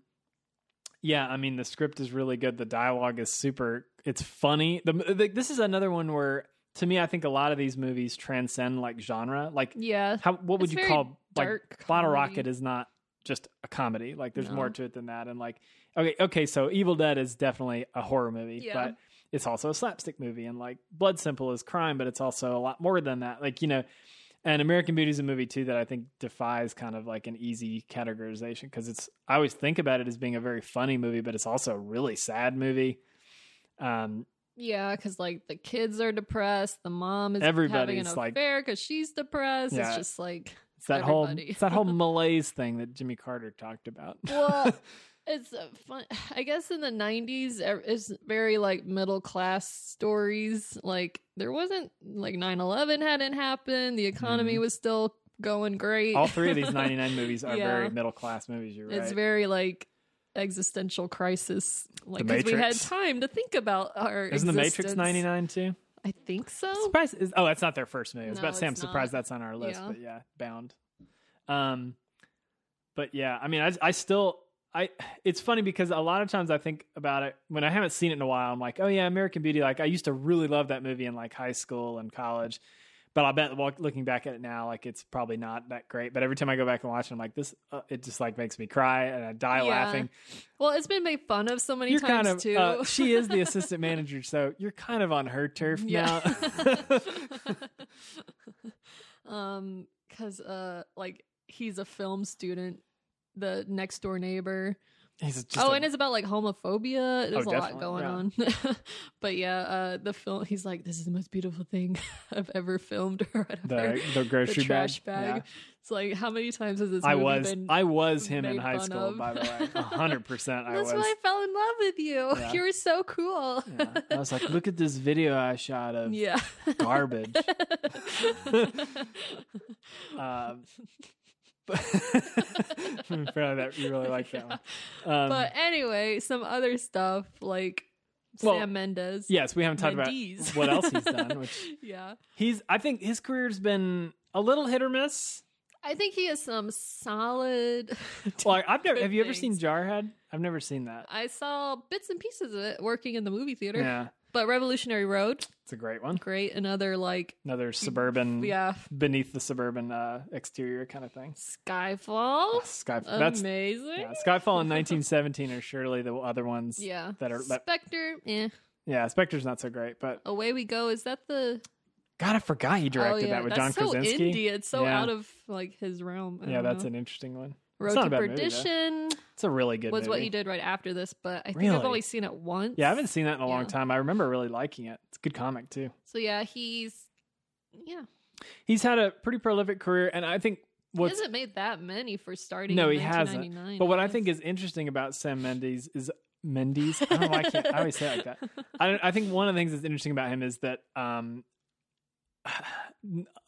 Speaker 1: yeah. I mean, the script is really good. The dialogue is super. It's funny. The, the this is another one where to me, I think a lot of these movies transcend like genre. Like
Speaker 2: yeah.
Speaker 1: how what would
Speaker 2: It's
Speaker 1: you
Speaker 2: very
Speaker 1: call
Speaker 2: dark
Speaker 1: like Bottle
Speaker 2: comedy.
Speaker 1: Rocket is not just a comedy. Like there's
Speaker 2: No.
Speaker 1: more to it than that. And like okay, okay, so Evil Dead is definitely a horror movie,
Speaker 2: Yeah.
Speaker 1: but it's also a slapstick movie. And like Blood Simple is crime, but it's also a lot more than that. Like you know, and American Beauty is a movie too that I think defies kind of like an easy categorization because it's I always think about it as being a very funny movie, but it's also a really sad movie. Um,
Speaker 2: Yeah, because like the kids are depressed, the mom is having
Speaker 1: Everybody's,
Speaker 2: an
Speaker 1: like-
Speaker 2: affair because she's depressed. It's
Speaker 1: Yeah.
Speaker 2: just like
Speaker 1: it's that
Speaker 2: Everybody.
Speaker 1: whole it's that whole malaise thing that Jimmy Carter talked about.
Speaker 2: well, it's uh, fun. I guess in the '90s, er- it's very like middle class stories. Like there wasn't like 9/11 hadn't happened. The economy
Speaker 1: Mhm.
Speaker 2: was still going great.
Speaker 1: All three of these 99 movies are
Speaker 2: Yeah.
Speaker 1: very middle class movies. You're right.
Speaker 2: It's very like existential crisis. Like
Speaker 1: The
Speaker 2: because we had
Speaker 1: Matrix.
Speaker 2: time to think about our.
Speaker 1: Isn't The Matrix
Speaker 2: existence.
Speaker 1: 99 too?
Speaker 2: I think so.
Speaker 1: Surprise! Is, oh, that's not their first movie. I was
Speaker 2: No,
Speaker 1: about to say I'm
Speaker 2: it's not.
Speaker 1: surprised that's on our list,
Speaker 2: Yeah.
Speaker 1: but yeah, Bound. Um, but yeah, I mean, I, I still I. It's funny because a lot of times I think about it when I haven't seen it in a while. I'm like, oh yeah, American Beauty. Like I used to really love that movie in like high school and college. But I bet walk- looking back at it now, like it's probably not that great. But every time I go back and watch it, I'm like, this, uh, it just like makes me cry and I die
Speaker 2: Yeah.
Speaker 1: laughing.
Speaker 2: Well, it's been made fun of so many
Speaker 1: you're
Speaker 2: times
Speaker 1: kind of
Speaker 2: too.
Speaker 1: uh, she is the assistant manager, so you're kind of on her turf now.
Speaker 2: um, because uh, like he's a film student, the next door neighbor.
Speaker 1: He's just
Speaker 2: oh,
Speaker 1: a-
Speaker 2: and it's about like homophobia. There's
Speaker 1: Oh,
Speaker 2: a lot
Speaker 1: definitely,
Speaker 2: going
Speaker 1: yeah.
Speaker 2: on. but yeah, uh, the film. He's like, this is the most beautiful thing I've ever filmed or whatever.
Speaker 1: the the grocery
Speaker 2: trash
Speaker 1: bag.
Speaker 2: bag. It's like, how many times has this?
Speaker 1: Yeah. I
Speaker 2: movie
Speaker 1: was
Speaker 2: Been-
Speaker 1: I was him in
Speaker 2: made
Speaker 1: high
Speaker 2: fun
Speaker 1: school,
Speaker 2: of.
Speaker 1: by the way. A hundred percent I
Speaker 2: That's
Speaker 1: was.
Speaker 2: why I fell in love with you.
Speaker 1: Yeah.
Speaker 2: You were so cool.
Speaker 1: Yeah. I was like, look at this video I shot of
Speaker 2: Yeah.
Speaker 1: garbage. Um, but I'm proud of that you really like that one. Um,
Speaker 2: but anyway, some other stuff like
Speaker 1: Well,
Speaker 2: Sam Mendes.
Speaker 1: yes, we haven't talked
Speaker 2: Mendes.
Speaker 1: about what else he's done. Which
Speaker 2: yeah.
Speaker 1: he's I think his career's been a little hit or miss.
Speaker 2: I think he has some solid.
Speaker 1: Well, I- I've never. Have you ever seen
Speaker 2: things.
Speaker 1: Jarhead? I've never seen that.
Speaker 2: I saw bits and pieces of it working in the movie theater.
Speaker 1: Yeah,
Speaker 2: But Revolutionary Road,
Speaker 1: it's a great one.
Speaker 2: great. Another like,
Speaker 1: Another suburban,
Speaker 2: yeah,
Speaker 1: beneath the suburban uh, exterior kind of thing.
Speaker 2: Skyfall.
Speaker 1: Skyfall. That's
Speaker 2: Amazing.
Speaker 1: yeah, Skyfall and 1917 are surely the other ones.
Speaker 2: yeah.
Speaker 1: that are- that-
Speaker 2: Spectre. Yeah.
Speaker 1: yeah. Spectre's not so great, but
Speaker 2: Away we go. Is that the
Speaker 1: God, I forgot he directed
Speaker 2: oh, yeah.
Speaker 1: that with
Speaker 2: that's
Speaker 1: John
Speaker 2: so uh-huh.
Speaker 1: Krasinski.
Speaker 2: indie. It's so
Speaker 1: Yeah.
Speaker 2: out of like his realm. I
Speaker 1: Yeah,
Speaker 2: don't
Speaker 1: that's
Speaker 2: know.
Speaker 1: an interesting one.
Speaker 2: Road
Speaker 1: it's not
Speaker 2: to
Speaker 1: a bad movie, though.
Speaker 2: Perdition
Speaker 1: It's a really good.
Speaker 2: was
Speaker 1: movie.
Speaker 2: what he did right after this, but I think I've
Speaker 1: Really?
Speaker 2: only seen it once.
Speaker 1: Yeah, I haven't seen that in a long
Speaker 2: Yeah.
Speaker 1: time. I remember really liking it. It's a good comic too.
Speaker 2: So yeah, he's yeah.
Speaker 1: He's had a pretty prolific career, and I think
Speaker 2: He
Speaker 1: what's
Speaker 2: hasn't made that many for starting.
Speaker 1: No, he
Speaker 2: in
Speaker 1: hasn't.
Speaker 2: 1999,
Speaker 1: But what I
Speaker 2: guess.
Speaker 1: think is interesting about Sam Mendes is Mendes. I don't know why I can't. I always say it like that. I, don't, I think one of the things that's interesting about him is that, um,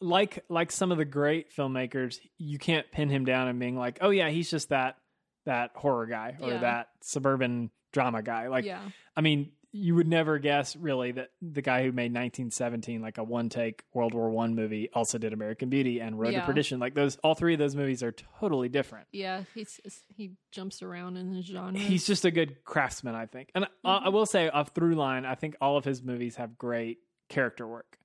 Speaker 1: like like some of the great filmmakers, you can't pin him down and being like, oh yeah, he's just that that horror guy or
Speaker 2: Yeah.
Speaker 1: that suburban drama guy. Like,
Speaker 2: yeah,
Speaker 1: I mean, you would never guess really that the guy who made 1917, like a one take World War One movie, also did American Beauty and Road
Speaker 2: Yeah.
Speaker 1: to Perdition. Like those, all three of those movies are totally different
Speaker 2: yeah. He's he jumps around in his genre.
Speaker 1: he's just a good craftsman, I think. And I, I will say, off through line, I think all of his movies have great character work.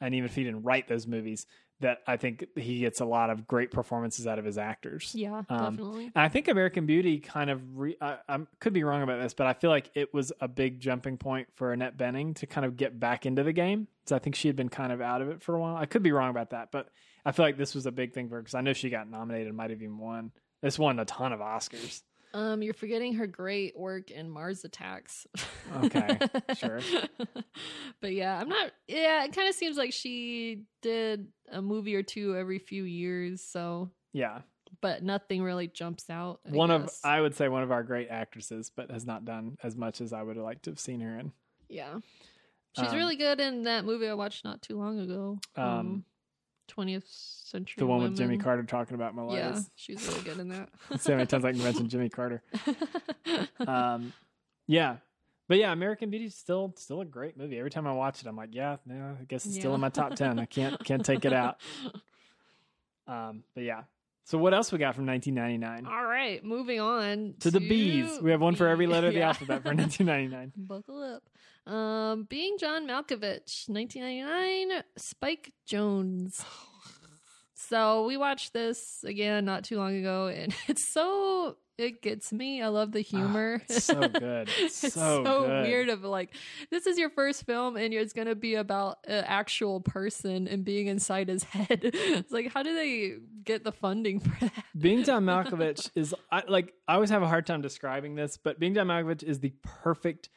Speaker 1: And even if he didn't write those movies, that I think he gets a lot of great performances out of his actors.
Speaker 2: Yeah,
Speaker 1: Um,
Speaker 2: definitely.
Speaker 1: And I think American Beauty kind of re- I, I could be wrong about this, but I feel like it was a big jumping point for Annette Benning to kind of get back into the game. So I think she had been kind of out of it for a while. I could be wrong about that, but I feel like this was a big thing for her because I know she got nominated, and might have even won. This won a ton of Oscars.
Speaker 2: Um, you're forgetting her great work in Mars Attacks.
Speaker 1: Okay, sure.
Speaker 2: But yeah, I'm not. Yeah, it kind of seems like she did a movie or two every few years. So,
Speaker 1: Yeah,
Speaker 2: but nothing really jumps out. I
Speaker 1: one
Speaker 2: guess.
Speaker 1: of I would say one of our great actresses, but has not done as much as I would have liked to have seen her in.
Speaker 2: Yeah. She's
Speaker 1: Um,
Speaker 2: really good in that movie I watched not too long ago.
Speaker 1: Um,
Speaker 2: Um, 20th Century.
Speaker 1: The one with Jimmy
Speaker 2: Women.
Speaker 1: Carter talking about Malaise.
Speaker 2: Yeah, she's really good in that.
Speaker 1: See how many times I can mention Jimmy Carter. um, yeah, but yeah, American Beauty's still still a great movie. Every time I watch it, I'm like, yeah, no, I guess it's still in
Speaker 2: Yeah.
Speaker 1: my top ten. I can't can't take it out. Um, but yeah, so what else we got from 1999?
Speaker 2: All right, moving on
Speaker 1: To the bees, we have one for every letter of the
Speaker 2: Yeah.
Speaker 1: alphabet for 1999.
Speaker 2: Buckle up. Um, being John Malkovich, 1999, Spike Jones. So we watched this again not too long ago, and it's so it gets me. I love the humor.
Speaker 1: Ah, it's so good. It's so good.
Speaker 2: weird of like this is your first film and it's going to be about an actual person and being inside his head. it's like how do they get the funding for that?
Speaker 1: Being John Malkovich is I, like I always have a hard time describing this, but Being John Malkovich is the perfect,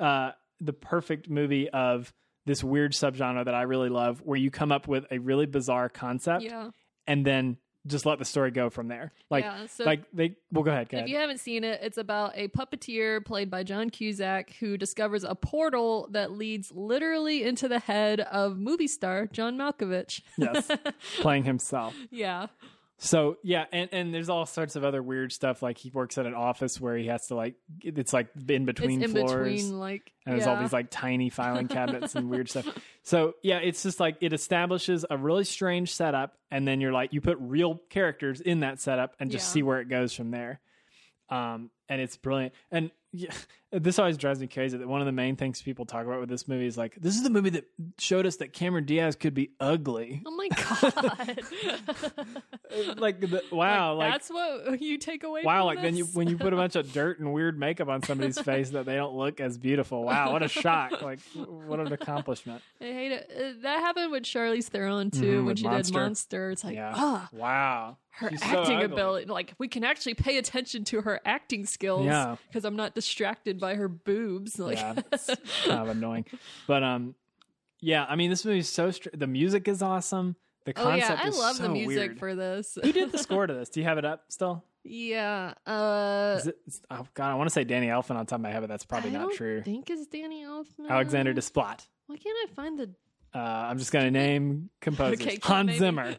Speaker 1: uh, the perfect movie of this weird subgenre that I really love, where you come up with a really bizarre concept
Speaker 2: Yeah.
Speaker 1: and then just let the story go from there. Like,
Speaker 2: Yeah, so-
Speaker 1: like they well, go ahead, go
Speaker 2: If
Speaker 1: ahead.
Speaker 2: you haven't seen it, it's about a puppeteer played by John Cusack who discovers a portal that leads literally into the head of movie star John Malkovich.
Speaker 1: yes, playing himself.
Speaker 2: yeah.
Speaker 1: So yeah, and and there's all sorts of other weird stuff. Like he works at an office where he has to like it's like in between
Speaker 2: it's in
Speaker 1: floors.
Speaker 2: between like
Speaker 1: and there's
Speaker 2: yeah.
Speaker 1: all these like tiny filing cabinets and weird stuff. So yeah, it's just like it establishes a really strange setup, and then you're like you put real characters in that setup and just
Speaker 2: Yeah.
Speaker 1: see where it goes from there. Um, and it's brilliant. And yeah, this always drives me crazy that one of the main things people talk about with this movie is like this is the movie that showed us that Cameron Diaz could be ugly. Uh,
Speaker 2: Oh my god.
Speaker 1: like the, wow, like.
Speaker 2: that's what you take away
Speaker 1: Wow,
Speaker 2: from
Speaker 1: like then you
Speaker 2: this?
Speaker 1: when you put a bunch of dirt and weird makeup on somebody's face that they don't look as beautiful. Wow, what a shock. Like what an accomplishment.
Speaker 2: I hate it. Uh, That happened with Charlize Theron too
Speaker 1: Mhm,
Speaker 2: when
Speaker 1: with
Speaker 2: she did
Speaker 1: Monster.
Speaker 2: Monster. It's like,
Speaker 1: Yeah.
Speaker 2: ah,
Speaker 1: Wow.
Speaker 2: her
Speaker 1: She's so
Speaker 2: acting
Speaker 1: ugly.
Speaker 2: ability. Like we can actually pay attention to her acting skills
Speaker 1: Yeah.
Speaker 2: because I'm not distracted by her boobs. Like,
Speaker 1: Yeah, it's kind of annoying. But um, yeah. I mean, this movie is so. Str- the music is awesome. The
Speaker 2: oh
Speaker 1: concept
Speaker 2: yeah, I
Speaker 1: is
Speaker 2: love
Speaker 1: so
Speaker 2: the music
Speaker 1: weird.
Speaker 2: for this.
Speaker 1: Who did the score to this? Do you have it up still?
Speaker 2: yeah, uh,
Speaker 1: Is it, it's- oh God, I want to say Danny Elfman on top of my head, but that's probably
Speaker 2: I
Speaker 1: not
Speaker 2: don't
Speaker 1: true.
Speaker 2: Think is Danny Elfman.
Speaker 1: Alexander Desplat.
Speaker 2: Why can't I find the
Speaker 1: Uh, I'm just gonna name composers.
Speaker 2: Okay, cool,
Speaker 1: Oh, Hans
Speaker 2: maybe.
Speaker 1: Zimmer.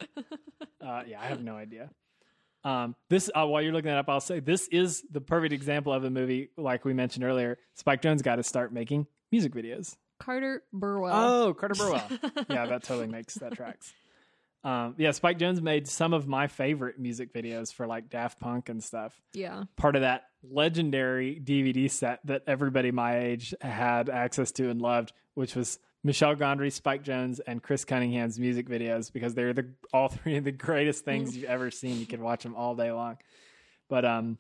Speaker 1: Uh, yeah, I have no idea. Um, this uh, while you're looking that up, I'll say this is the perfect example of a movie like we mentioned earlier. Spike Jones got to start making music videos.
Speaker 2: Carter Burwell?
Speaker 1: Oh, Carter Burwell. yeah, that totally makes that tracks. Um, yeah, Spike Jones made some of my favorite music videos for like Daft Punk and stuff.
Speaker 2: yeah,
Speaker 1: Part of that legendary DVD set that everybody my age had access to and loved, which was Michelle Gondry, Spike Jones, and Chris Cunningham's music videos because they're the all three of the greatest things you've ever seen. You can watch them all day long. But um,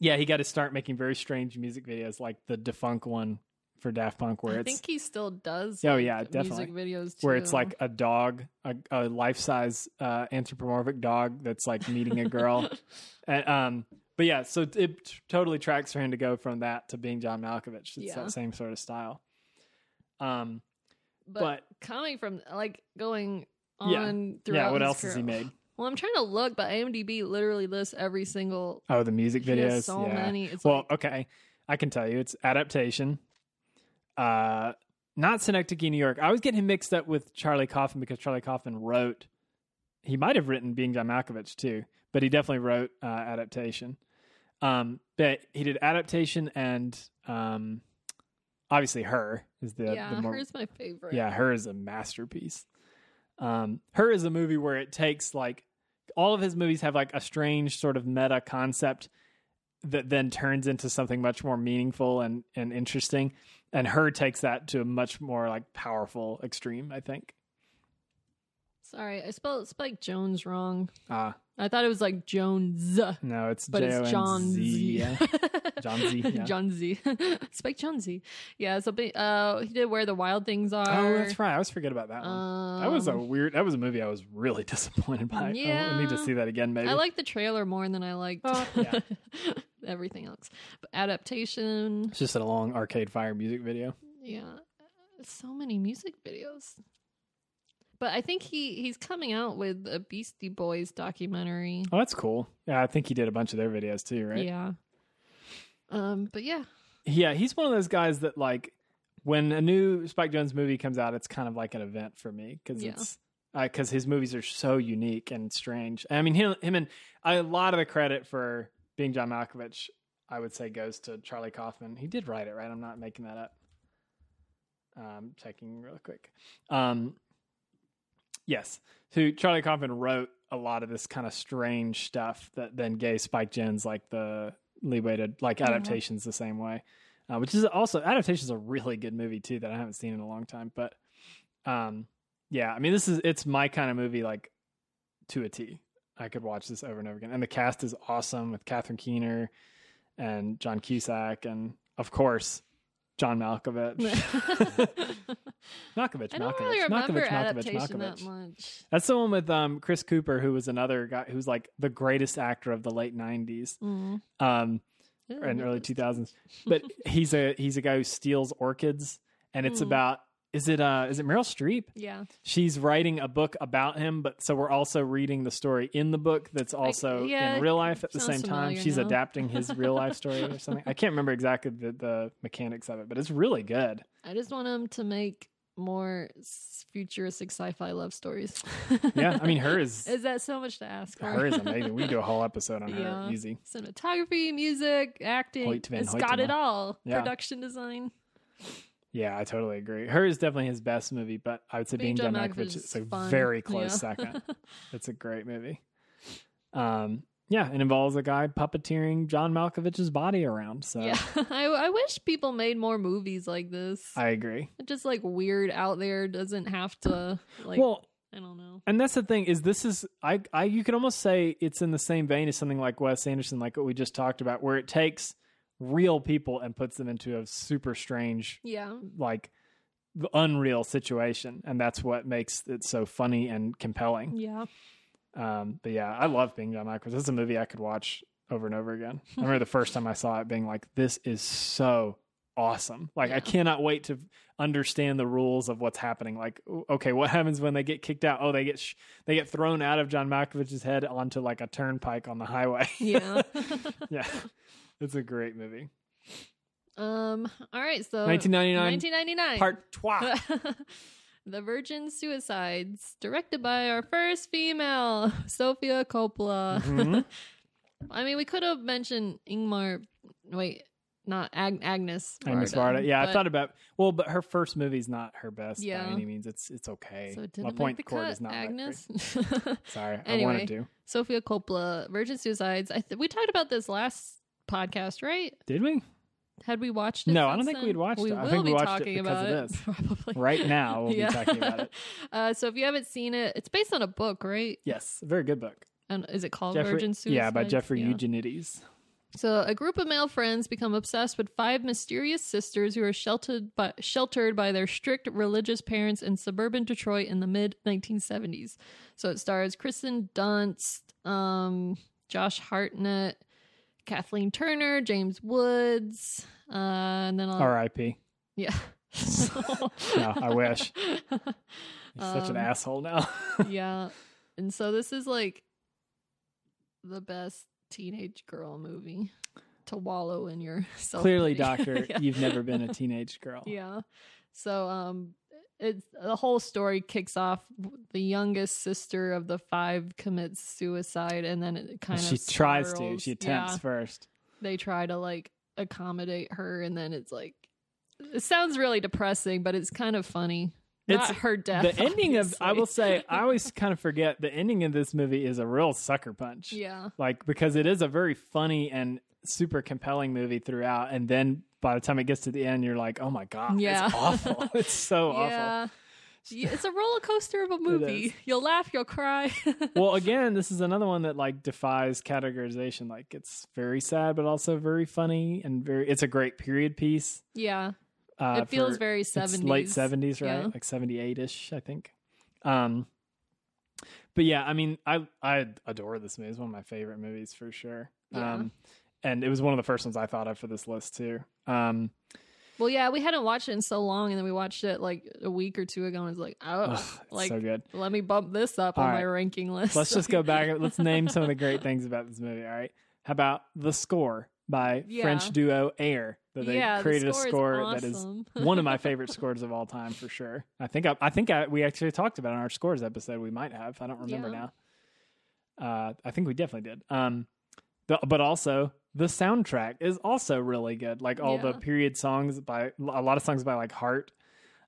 Speaker 1: yeah, he got to start making very strange music videos, like the defunct one for Daft Punk, where
Speaker 2: I
Speaker 1: it's
Speaker 2: think he still does.
Speaker 1: Oh,
Speaker 2: like,
Speaker 1: yeah, definitely.
Speaker 2: Music videos too.
Speaker 1: where it's like a dog, a, a life size uh, anthropomorphic dog that's like meeting a girl. and, um, but yeah, so it t- totally tracks for him to go from that to being John Malkovich. It's
Speaker 2: Yeah.
Speaker 1: that same sort of style. Um,
Speaker 2: but,
Speaker 1: But-
Speaker 2: coming from like going
Speaker 1: Yeah.
Speaker 2: on throughout
Speaker 1: yeah, what
Speaker 2: his
Speaker 1: else has he
Speaker 2: career-
Speaker 1: made?
Speaker 2: well i'm trying to look but imdb literally lists every single
Speaker 1: Oh, the music
Speaker 2: He
Speaker 1: videos.
Speaker 2: has so
Speaker 1: yeah.
Speaker 2: many it's
Speaker 1: Well,
Speaker 2: like,
Speaker 1: okay, I can tell you, it's adaptation. Uh, not Synecdoche, New York. I always get him mixed up with Charlie Kaufman because Charlie Kaufman wrote. He might have written Being John Malkovich too, but he definitely wrote uh, adaptation. Um, but he did adaptation and um, obviously her is the,
Speaker 2: yeah
Speaker 1: the more
Speaker 2: hers my favorite
Speaker 1: yeah, her is a masterpiece. Um, her is a movie where it takes like all of his movies have like a strange sort of meta concept that then turns into something much more meaningful and and interesting. And her takes that to a much more like powerful extreme. I think.
Speaker 2: Sorry, I spelled Spike Jones wrong.
Speaker 1: Ah,
Speaker 2: I thought it was like Jones,
Speaker 1: no, it's
Speaker 2: but it's John
Speaker 1: J-O-N-Z.
Speaker 2: Z.
Speaker 1: Yeah. John Z. Yeah.
Speaker 2: John Z. Spike John Z. Yeah, so ba- uh, he did Where the Wild Things Are.
Speaker 1: Oh, that's right. I always forget about that one. that was a
Speaker 2: Um,
Speaker 1: weird. That was a movie I was really disappointed by. Oh, I need to
Speaker 2: yeah.
Speaker 1: see that again. Maybe.
Speaker 2: I like the trailer more than I liked
Speaker 1: Oh, yeah.
Speaker 2: everything else. But adaptation.
Speaker 1: It's just a long Arcade Fire music video.
Speaker 2: Yeah. So many music videos. But I think he he's coming out with a Beastie Boys documentary.
Speaker 1: Oh, that's cool. Yeah, I think he did a bunch of their videos too, right?
Speaker 2: Yeah. Um, but yeah.
Speaker 1: Yeah, he's one of those guys that like when a new Spike Jones movie comes out, it's kind of like an event for me because
Speaker 2: Yeah.
Speaker 1: it's because his movies are so unique and strange. I mean, him, him and a lot of the credit for being John Malkovich, I would say, goes to Charlie Kaufman. He did write it, right? I'm not making that up. Um, checking real quick. Um, yes, who Charlie Kaufman wrote a lot of this kind of strange stuff that then gave Spike Jones like the leeway to like
Speaker 2: Yeah.
Speaker 1: adaptations the same way uh, which is also adaptation's a really good movie too that I haven't seen in a long time. But um, yeah, I mean this is it's my kind of movie like to a T. I could watch this over and over again, and the cast is awesome with Catherine Keener and John Cusack, and of course John Malkovich. Malkovich,
Speaker 2: I
Speaker 1: Malkovich,
Speaker 2: don't really remember
Speaker 1: Malkovich, Malkovich,
Speaker 2: adaptation
Speaker 1: Malkovich.
Speaker 2: that much.
Speaker 1: That's the one with um, Chris Cooper, who was another guy who's like the greatest actor of the late '90s.
Speaker 2: Mm.
Speaker 1: Um,
Speaker 2: I don't
Speaker 1: in
Speaker 2: know
Speaker 1: early
Speaker 2: this.
Speaker 1: two thousands. But he's a he's a guy who steals orchids, and it's
Speaker 2: Hmm.
Speaker 1: about is it uh is it Meryl Streep?
Speaker 2: Yeah.
Speaker 1: She's writing a book about him, but so we're also reading the story in the book that's also
Speaker 2: yeah,
Speaker 1: in real life at the
Speaker 2: sounds
Speaker 1: same time.
Speaker 2: familiar
Speaker 1: She's
Speaker 2: now.
Speaker 1: adapting his real life story or something. I can't remember exactly the, the mechanics of it, but it's really good.
Speaker 2: I just want him to make more s- futuristic sci-fi love stories.
Speaker 1: Yeah, I mean her is
Speaker 2: is that so much to ask? For?
Speaker 1: her is amazing. We can do a whole episode on her
Speaker 2: Yeah.
Speaker 1: easy.
Speaker 2: cinematography, music, acting.
Speaker 1: Hoyt van
Speaker 2: it's got
Speaker 1: Hoytema.
Speaker 2: it all.
Speaker 1: Yeah.
Speaker 2: Production design.
Speaker 1: Yeah, I totally agree. Her is definitely his best movie, but I would say Being, John Malkovich is a
Speaker 2: fun.
Speaker 1: very close
Speaker 2: Yeah.
Speaker 1: second. It's a great movie. Um, yeah, it involves a guy puppeteering John Malkovich's body around. So
Speaker 2: yeah, I, I wish people made more movies like this.
Speaker 1: I agree.
Speaker 2: Just like weird out there doesn't have to like.
Speaker 1: well,
Speaker 2: I don't know.
Speaker 1: and that's the thing is this is I, I you could almost say it's in the same vein as something like Wes Anderson, like what we just talked about, where it takes real people and puts them into a super strange
Speaker 2: Yeah,
Speaker 1: like unreal situation and that's what makes it so funny and compelling
Speaker 2: yeah.
Speaker 1: Um, but yeah, I love Being John Malkovich. This is a movie I could watch over and over again. I remember the first time I saw it being like, this is so awesome. Like, I
Speaker 2: Yeah.
Speaker 1: cannot wait to understand the rules of what's happening. Like, o- okay, what happens when they get kicked out? Oh, they get, sh- they get thrown out of John Malkovich's head onto like a turnpike on the highway.
Speaker 2: Yeah.
Speaker 1: yeah. It's a great movie.
Speaker 2: um. All right. So
Speaker 1: 1999
Speaker 2: 1999.
Speaker 1: part trois.
Speaker 2: the Virgin Suicides, directed by our first female, Sophia Coppola.
Speaker 1: Mhm.
Speaker 2: I mean, we could have mentioned Ingmar. Wait, not Ag- Agnes.
Speaker 1: Agnes Varda. Yeah, I
Speaker 2: but-
Speaker 1: thought about well, but her first movie's not her best
Speaker 2: Yeah.
Speaker 1: by any means. It's it's okay.
Speaker 2: So it
Speaker 1: La
Speaker 2: didn't
Speaker 1: Pointe
Speaker 2: make the
Speaker 1: Court
Speaker 2: cut,
Speaker 1: is not that great.
Speaker 2: Agnes.
Speaker 1: Sorry, I
Speaker 2: Anyway.
Speaker 1: wanted to.
Speaker 2: Sophia Coppola, Virgin Suicides. I th- we talked about this last podcast, right?
Speaker 1: Did we?
Speaker 2: Had we watched it?
Speaker 1: No, I don't
Speaker 2: since
Speaker 1: think
Speaker 2: then?
Speaker 1: we'd watched
Speaker 2: we
Speaker 1: it. I
Speaker 2: will
Speaker 1: think we
Speaker 2: be
Speaker 1: watched it
Speaker 2: talking
Speaker 1: because
Speaker 2: about
Speaker 1: of
Speaker 2: it,
Speaker 1: this.
Speaker 2: probably
Speaker 1: Right now, we'll
Speaker 2: Yeah.
Speaker 1: be talking about it.
Speaker 2: Uh, so if you haven't seen it, it's based on a book, right?
Speaker 1: Yes, a very good book.
Speaker 2: And is it called
Speaker 1: Jeffrey-
Speaker 2: Virgin Suicides?
Speaker 1: Yeah, by Jeffrey
Speaker 2: Yeah.
Speaker 1: Eugenides.
Speaker 2: So a group of male friends become obsessed with five mysterious sisters who are sheltered by sheltered by their strict religious parents in suburban Detroit in the mid 1970s. So it stars Kristen Dunst, um, Josh Hartnett, Kathleen Turner, James Woods, uh, and then I'll,
Speaker 1: R.I.P.
Speaker 2: yeah.
Speaker 1: No, I wish. He's such an
Speaker 2: Um,
Speaker 1: asshole now.
Speaker 2: yeah. And so this is like the best teenage girl movie to wallow in your self.
Speaker 1: Clearly, Doctor, you've never been a teenage girl.
Speaker 2: Yeah. So um it's the whole story kicks off the youngest sister of the five commits suicide and then it kind
Speaker 1: she
Speaker 2: of
Speaker 1: tries to.
Speaker 2: spirals.
Speaker 1: She attempts
Speaker 2: Yeah.
Speaker 1: first.
Speaker 2: They try to like accommodate her and then it's like it sounds really depressing, but it's kind of funny.
Speaker 1: It's-
Speaker 2: Not her death.
Speaker 1: the ending of I will
Speaker 2: obviously.
Speaker 1: say I always kind of forget the ending of this movie is a real sucker punch.
Speaker 2: Yeah.
Speaker 1: like because it is a very funny and super compelling movie throughout and then by the time it gets to the end you're like oh my god
Speaker 2: Yeah.
Speaker 1: it's awful it's so awful
Speaker 2: Yeah. Yeah, It's a roller coaster of a movie.
Speaker 1: is.
Speaker 2: You'll laugh, you'll cry.
Speaker 1: well, again, this is another one that like defies categorization. Like it's very sad, but also very funny and very. It's a great period piece.
Speaker 2: yeah,
Speaker 1: Uh,
Speaker 2: it feels
Speaker 1: for-
Speaker 2: very
Speaker 1: it's
Speaker 2: 70s.
Speaker 1: late seventies, right?
Speaker 2: Yeah.
Speaker 1: Like seventy eight ish, I think. Um, but yeah, I mean, I I adore this movie. It's one of my favorite movies for sure.
Speaker 2: Yeah.
Speaker 1: Um, and it was one of the first ones I thought of for this list too. Um,
Speaker 2: Well, yeah, we hadn't watched it in so long, and then we watched it like a week or two ago, and it's like, oh,
Speaker 1: ugh, it's
Speaker 2: like
Speaker 1: so good.
Speaker 2: let me bump this up
Speaker 1: All
Speaker 2: on
Speaker 1: right.
Speaker 2: my ranking list.
Speaker 1: Let's just go back. and Let's name some of the great things about this movie. All right, how about the score by
Speaker 2: Yeah.
Speaker 1: French duo Air? That they
Speaker 2: yeah, the
Speaker 1: created
Speaker 2: score
Speaker 1: a
Speaker 2: is
Speaker 1: score that is
Speaker 2: awesome.
Speaker 1: one of my favorite scores of all time for sure. I think I, I think I, we actually talked about it on our scores episode. We might have. I don't remember
Speaker 2: Yeah.
Speaker 1: now. Uh, I think we definitely did. Um, the, but also the soundtrack is also really good. Like all the
Speaker 2: Yeah.
Speaker 1: period songs by a lot of songs by like Heart.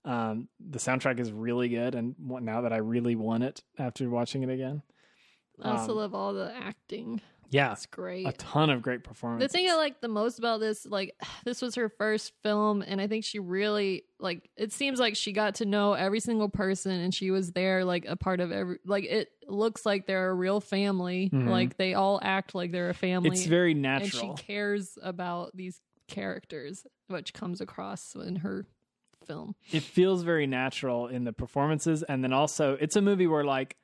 Speaker 1: Um, the soundtrack is really good, and what- now that I really want it after watching it again,
Speaker 2: I also
Speaker 1: um,
Speaker 2: love all the acting.
Speaker 1: yeah,
Speaker 2: It's great.
Speaker 1: a ton of great
Speaker 2: the
Speaker 1: performances.
Speaker 2: thing I like the most about this, like, this was her first film, and I think she really, like, it seems like she got to know every single person, and she was there, like, a part of every, like, it looks like they're a real family.
Speaker 1: Mhm.
Speaker 2: Like, they all act like they're a family.
Speaker 1: it's very
Speaker 2: and
Speaker 1: natural.
Speaker 2: she cares about these characters, which comes across in her film.
Speaker 1: it feels very natural in the performances and then also it's a movie where like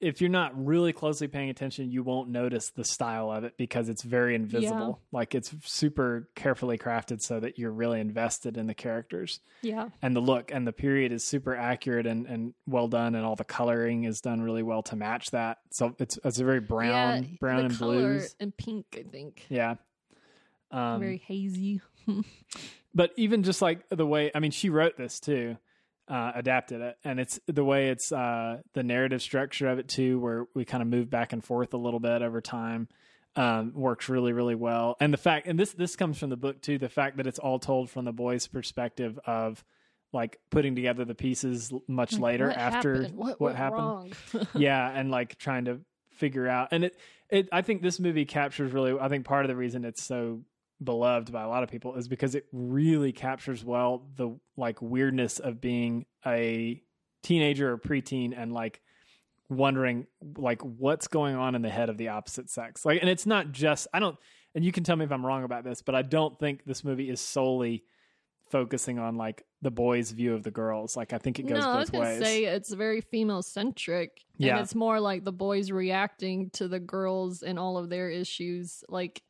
Speaker 1: if you're not really closely paying attention you won't notice the style of it because it's very invisible like it's super carefully crafted so that you're really invested in the characters
Speaker 2: Yeah.
Speaker 1: and the look and the period is super accurate and, and well done and all the coloring is done really well to match that so it's it's a very brown
Speaker 2: yeah,
Speaker 1: brown
Speaker 2: the
Speaker 1: and
Speaker 2: color
Speaker 1: blues
Speaker 2: and pink, I think.
Speaker 1: yeah um,
Speaker 2: Very hazy.
Speaker 1: but even just like the way i mean she wrote this too uh, adapted it and it's the way it's uh, the narrative structure of it too where we kind of move back and forth a little bit over time um, works really really well and the fact and this this comes from the book too the fact that it's all told from the boy's perspective of like putting together the pieces l- much later
Speaker 2: What
Speaker 1: after
Speaker 2: happened? what, went
Speaker 1: happened
Speaker 2: wrong?
Speaker 1: yeah and like trying to figure out and it, it i think this movie captures really i think part of the reason it's so beloved by a lot of people is because it really captures well the like weirdness of being a teenager or preteen and like wondering like what's going on in the head of the opposite sex like and it's not just i don't and you can tell me if i'm wrong about this but i don't think this movie is solely focusing on like the boy's view of the girls like i think it goes both
Speaker 2: no, I was gonna
Speaker 1: ways
Speaker 2: say it's very female centric.
Speaker 1: Yeah.
Speaker 2: And it's more like the boys reacting to the girls and all of their issues. Like,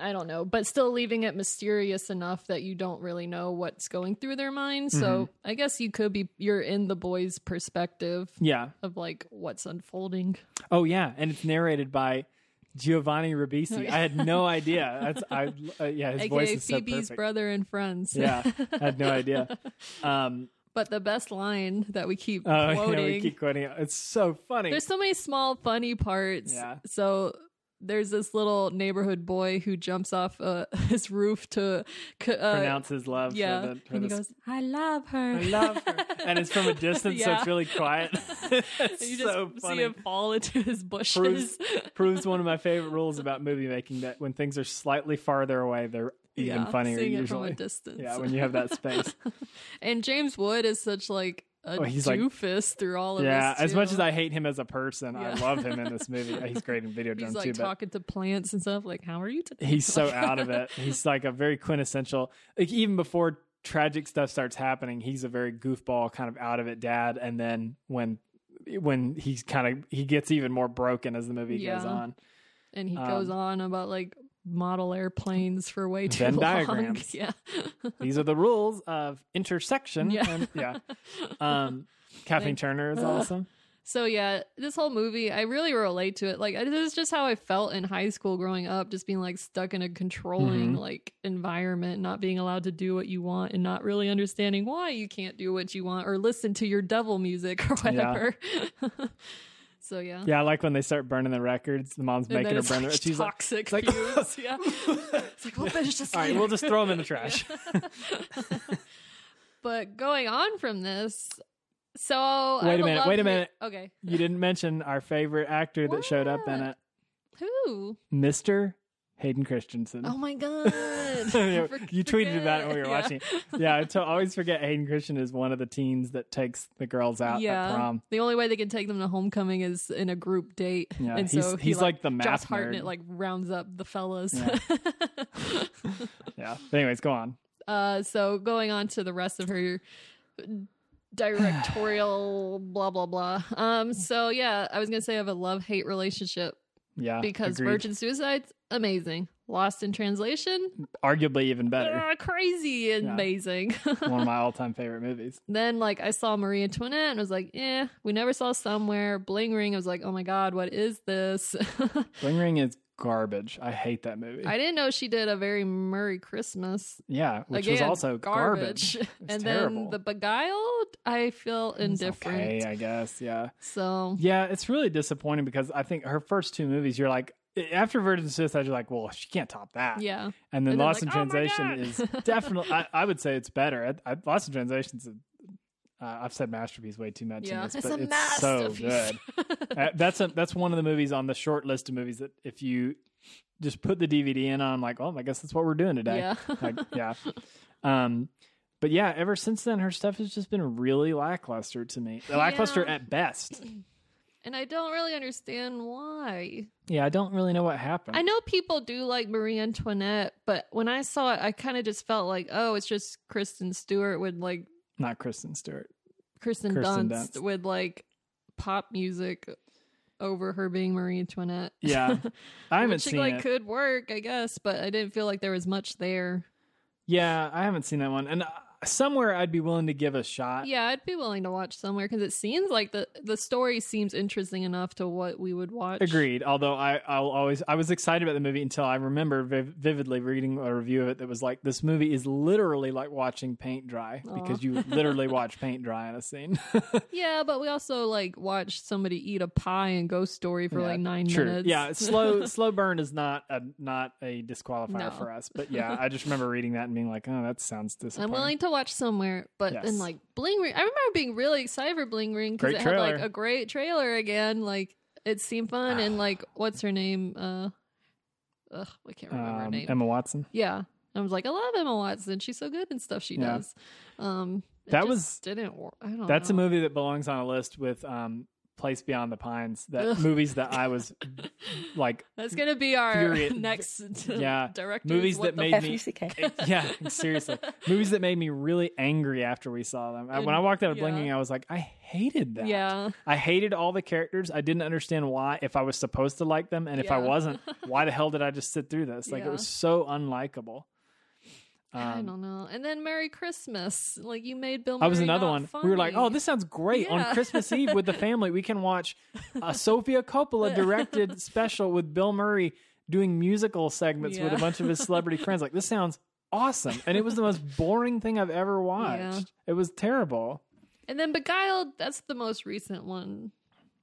Speaker 2: I don't know, but still leaving it mysterious enough that you don't really know what's going through their mind. So
Speaker 1: Mm-hmm.
Speaker 2: I guess you could be, you're in the boys' perspective
Speaker 1: yeah
Speaker 2: of like what's unfolding.
Speaker 1: Oh yeah, and it's narrated by Giovanni Ribisi.
Speaker 2: Oh, yeah.
Speaker 1: I had no idea. That's I uh, yeah, his voice
Speaker 2: AKA
Speaker 1: is so
Speaker 2: Phoebe's
Speaker 1: perfect.
Speaker 2: brother and friends.
Speaker 1: Yeah, I had no idea. Um,
Speaker 2: but the best line that we keep
Speaker 1: oh, yeah,
Speaker 2: quoting.
Speaker 1: we keep quoting. it. It's so funny.
Speaker 2: There's so many small funny parts.
Speaker 1: Yeah.
Speaker 2: So there's this little neighborhood boy who jumps off uh, his roof to c- uh,
Speaker 1: Pronounce his love.
Speaker 2: Yeah,
Speaker 1: for the, for
Speaker 2: and he
Speaker 1: the-
Speaker 2: goes, "I love her."
Speaker 1: I love her, and it's from a distance, so
Speaker 2: Yeah.
Speaker 1: it's really quiet. it's
Speaker 2: you just
Speaker 1: so
Speaker 2: see
Speaker 1: funny.
Speaker 2: him fall into his bushes.
Speaker 1: Proves, proves one of my favorite rules about movie making that when things are slightly farther away, they're even
Speaker 2: yeah,
Speaker 1: funnier
Speaker 2: seeing it from a
Speaker 1: usually.
Speaker 2: distance.
Speaker 1: Yeah, when you have that space.
Speaker 2: and James Wood is such like a
Speaker 1: Oh, he's, like-
Speaker 2: doofus through all of
Speaker 1: yeah,
Speaker 2: this.
Speaker 1: as much
Speaker 2: too.
Speaker 1: as I hate him as a person, I
Speaker 2: Yeah.
Speaker 1: love him in this movie. He's great in Video
Speaker 2: he's
Speaker 1: Drum too,
Speaker 2: like
Speaker 1: but
Speaker 2: talking to plants and stuff. Like, how are you today?
Speaker 1: he's so out of it. He's like a very quintessential. Like even before tragic stuff starts happening, he's a very goofball kind of out of it dad. And then when when he's kind of he gets even more broken as the movie goes
Speaker 2: Yeah.
Speaker 1: on.
Speaker 2: and he goes
Speaker 1: Um,
Speaker 2: on about like model airplanes for way too
Speaker 1: Venn
Speaker 2: long.
Speaker 1: diagrams.
Speaker 2: Yeah,
Speaker 1: These are the rules of intersection.
Speaker 2: Yeah.
Speaker 1: and, yeah. Um, Kathleen
Speaker 2: Like, uh.
Speaker 1: Turner is
Speaker 2: ugh.
Speaker 1: awesome.
Speaker 2: So yeah, this whole movie, I really relate to it. Like I- this is just how I felt in high school growing up, just being like stuck in a controlling
Speaker 1: Mm-hmm.
Speaker 2: like environment, not being allowed to do what you want, and not really understanding why you can't do what you want or listen to your devil music
Speaker 1: Yeah.
Speaker 2: or whatever. so yeah,
Speaker 1: Yeah, I like when they start burning the records. The mom's
Speaker 2: And
Speaker 1: making
Speaker 2: then
Speaker 1: her
Speaker 2: it's
Speaker 1: burn
Speaker 2: like
Speaker 1: the. She's like,
Speaker 2: toxic
Speaker 1: like-
Speaker 2: fumes. yeah, it's like we'll finish this.
Speaker 1: all right,
Speaker 2: later.
Speaker 1: we'll just throw them in the trash.
Speaker 2: But going on from this, so I
Speaker 1: Wait a
Speaker 2: have
Speaker 1: minute,
Speaker 2: love
Speaker 1: wait a
Speaker 2: for-
Speaker 1: minute.
Speaker 2: Okay,
Speaker 1: you didn't mention our favorite actor that showed up in
Speaker 2: What?
Speaker 1: it,
Speaker 2: who?
Speaker 1: Mister Hayden Christensen.
Speaker 2: Oh my
Speaker 1: you
Speaker 2: god! I for-
Speaker 1: you tweeted that when we
Speaker 2: forget.
Speaker 1: were
Speaker 2: Yeah.
Speaker 1: watching. Yeah, I to always forget Hayden Christian is one of the teens that takes the girls out at prom.
Speaker 2: The only way they can take them to homecoming is in a group date.
Speaker 1: Yeah,
Speaker 2: and
Speaker 1: he's-
Speaker 2: so he,
Speaker 1: he's like the
Speaker 2: Josh
Speaker 1: math nerd.
Speaker 2: Hartnett like rounds up the fellas.
Speaker 1: Yeah. Yeah. But anyways, go on.
Speaker 2: uh, so going on to the rest of her directorial blah blah blah. Um, so yeah, I was gonna say I have a love hate relationship
Speaker 1: Yeah.
Speaker 2: because
Speaker 1: agreed.
Speaker 2: Virgin Suicide's amazing. Lost in Translation,
Speaker 1: arguably even better.
Speaker 2: ah, crazy and
Speaker 1: Yeah.
Speaker 2: amazing.
Speaker 1: one of my all-time favorite movies.
Speaker 2: then like I saw Marie Antoinette and was like, eh, we never saw somewhere. Bling Ring, I was like, oh my god, what is this?
Speaker 1: Bling Ring is garbage. I hate that movie.
Speaker 2: I didn't know she did a very Murray Christmas.
Speaker 1: yeah, which was
Speaker 2: Again,
Speaker 1: also garbage. It's
Speaker 2: and
Speaker 1: terrible.
Speaker 2: then the beguiled, I feel
Speaker 1: It's
Speaker 2: indifferent.
Speaker 1: Okay, I guess. Yeah.
Speaker 2: So
Speaker 1: Yeah, it's really disappointing because I think her first two movies, you're like, after Virgin Suicide, you're like, well, she can't top that.
Speaker 2: yeah.
Speaker 1: And then
Speaker 2: And then,
Speaker 1: Lost
Speaker 2: like,
Speaker 1: in
Speaker 2: oh my
Speaker 1: Translation
Speaker 2: God.
Speaker 1: is definitely, I, I would say it's better. I, I, Lost in Translation's, a, uh, I've said masterpiece way too much.
Speaker 2: Yeah.
Speaker 1: in this,
Speaker 2: It's
Speaker 1: but
Speaker 2: a
Speaker 1: it's so
Speaker 2: masterpiece.
Speaker 1: good. Uh, that's a, that's one of the movies on the short list of movies that if you just put the DVD in on, I'm like, oh, I guess that's what we're doing today.
Speaker 2: Yeah.
Speaker 1: like, yeah. Um, but yeah, ever since then, her stuff has just been really lackluster to me. Lackluster
Speaker 2: Yeah.
Speaker 1: at best.
Speaker 2: And I don't really understand why.
Speaker 1: Yeah, I don't really know what happened.
Speaker 2: I know people do like Marie Antoinette, but when I saw it, I kind of just felt like, oh, it's just Kristen Stewart with like
Speaker 1: Not Kristen Stewart.
Speaker 2: Kristen,
Speaker 1: Kirsten
Speaker 2: Dunst,
Speaker 1: Dunst.
Speaker 2: with like pop music over her being Marie Antoinette.
Speaker 1: Yeah, I haven't
Speaker 2: Which
Speaker 1: seen
Speaker 2: like
Speaker 1: it.
Speaker 2: could work, I guess, but I didn't feel like there was much there.
Speaker 1: Yeah, I haven't seen that one. And uh, somewhere I'd be willing to give a shot.
Speaker 2: Yeah, I'd be willing to watch somewhere because it seems like the the story seems interesting enough to what we would watch.
Speaker 1: Agreed. Although I, I'll always, I was excited about the movie until I remember viv- vividly reading a review of it that was like, "This movie is literally like watching paint dry because
Speaker 2: Aw.
Speaker 1: you literally watch paint dry in a scene."
Speaker 2: Yeah, but we also like watched somebody eat a pie and Ghost Story for
Speaker 1: Yeah,
Speaker 2: like nine
Speaker 1: True.
Speaker 2: minutes.
Speaker 1: Yeah, slow slow burn is not a not a disqualifier
Speaker 2: No.
Speaker 1: for us. But yeah, I just remember reading that and being like, "Oh, that sounds
Speaker 2: I'm
Speaker 1: disappointing."
Speaker 2: willing to watch somewhere, but
Speaker 1: Yes.
Speaker 2: then like Bling Ring. I remember being really excited for Bling Ring because
Speaker 1: Great
Speaker 2: it had like
Speaker 1: trailer. Ah.
Speaker 2: a great trailer again. Like it seemed fun, and like what's her name? Uh, ugh, I can't remember her
Speaker 1: Um,
Speaker 2: name.
Speaker 1: Emma Watson.
Speaker 2: yeah, I was like, I love Emma Watson. She's so good and stuff. She
Speaker 1: Yeah.
Speaker 2: does. Um, it
Speaker 1: That
Speaker 2: just
Speaker 1: was-
Speaker 2: didn't. wor- I don't.
Speaker 1: That's a
Speaker 2: know.
Speaker 1: movie that belongs on a list with um, Place Beyond the Pines. That
Speaker 2: Ugh.
Speaker 1: movies that I was like
Speaker 2: That's gonna be our
Speaker 1: Fury-
Speaker 2: next
Speaker 1: Yeah.
Speaker 2: director.
Speaker 1: movies that made me
Speaker 4: F-U-C-K.
Speaker 1: yeah, seriously. Movies that made me really angry after we saw them. I, when I walked out of
Speaker 2: Yeah.
Speaker 1: Blinking, I was like, I hated that.
Speaker 2: Yeah,
Speaker 1: I hated all the characters. I didn't understand why, if I was supposed to like them, and if I
Speaker 2: Yeah.
Speaker 1: wasn't, why the hell did I just sit through this? Like, it
Speaker 2: Yeah.
Speaker 1: was so unlikable.
Speaker 2: I
Speaker 1: Um,
Speaker 2: don't know. And then Merry Christmas. Like you made Bill.
Speaker 1: I was
Speaker 2: Murray
Speaker 1: another
Speaker 2: not
Speaker 1: one. We were like,
Speaker 2: funny.
Speaker 1: oh, this sounds great. On
Speaker 2: Yeah.
Speaker 1: Christmas Eve with the family, we can watch a Sofia Coppola directed special with Bill Murray doing musical segments with a
Speaker 2: Yeah.
Speaker 1: bunch of his celebrity friends. Like, this sounds awesome. And it was the most boring thing I've ever watched.
Speaker 2: Yeah.
Speaker 1: It was terrible.
Speaker 2: And then Beguiled, that's the most recent one.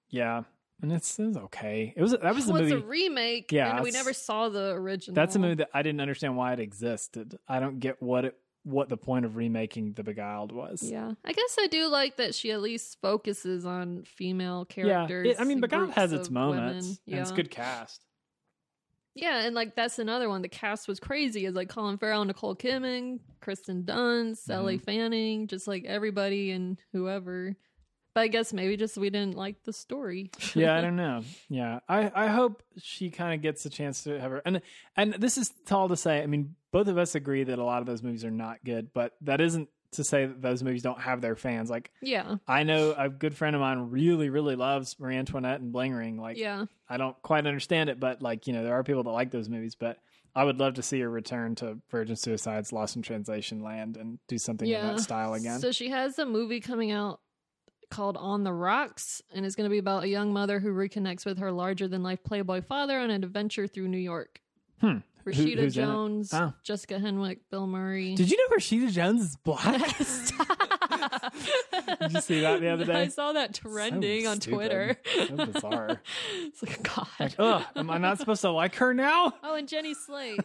Speaker 1: Yeah. And it's, it was okay. It was that was the
Speaker 2: Well, it's
Speaker 1: movie.
Speaker 2: a remake,
Speaker 1: Yeah,
Speaker 2: and we
Speaker 1: that's-
Speaker 2: never saw the original.
Speaker 1: that's a movie that I didn't understand why it existed. I don't get what it what the point of remaking The Beguiled was.
Speaker 2: Yeah, I guess I do like that she at least focuses on female
Speaker 1: Yeah.
Speaker 2: characters.
Speaker 1: It- I mean,
Speaker 2: and
Speaker 1: Beguiled
Speaker 2: groups
Speaker 1: has its
Speaker 2: of
Speaker 1: moments.
Speaker 2: women.
Speaker 1: And it's good cast.
Speaker 2: Yeah, and like that's another one. The cast was crazy. Is like Colin Farrell, Nicole Kidman, Kristen Dunst, Ellie
Speaker 1: Mm-hmm.
Speaker 2: Fanning, just like everybody and whoever. But I guess maybe just we didn't like the story.
Speaker 1: yeah, I don't know. Yeah, I, I hope she kind of gets a chance to have her. And and this is all to say. I mean, both of us agree that a lot of those movies are not good, but that isn't to say that those movies don't have their fans. Like
Speaker 2: yeah,
Speaker 1: I know a good friend of mine really really loves Marie Antoinette and Bling Ring. Like
Speaker 2: yeah,
Speaker 1: I don't quite understand it, but like you know there are people that like those movies, but. I would love to see her return to Virgin Suicide's Lost in Translation land and do something
Speaker 2: yeah.
Speaker 1: in that style again.
Speaker 2: So she has a movie coming out called On the Rocks, and it's going to be about a young mother who reconnects with her larger than life Playboy father on an adventure through New York.
Speaker 1: Hmm.
Speaker 2: Rashida
Speaker 1: who's in it?
Speaker 2: Jones,
Speaker 1: Oh.
Speaker 2: Jessica Henwick, Bill Murray.
Speaker 1: Did you know Rashida Jones is black?
Speaker 2: Did
Speaker 1: you see that the other day?
Speaker 2: I saw that trending on
Speaker 1: stupid.
Speaker 2: Twitter.
Speaker 1: So bizarre.
Speaker 2: it's like God.
Speaker 1: Like, oh. ugh, am I not supposed to like her now?
Speaker 2: oh, and Jenny Slate.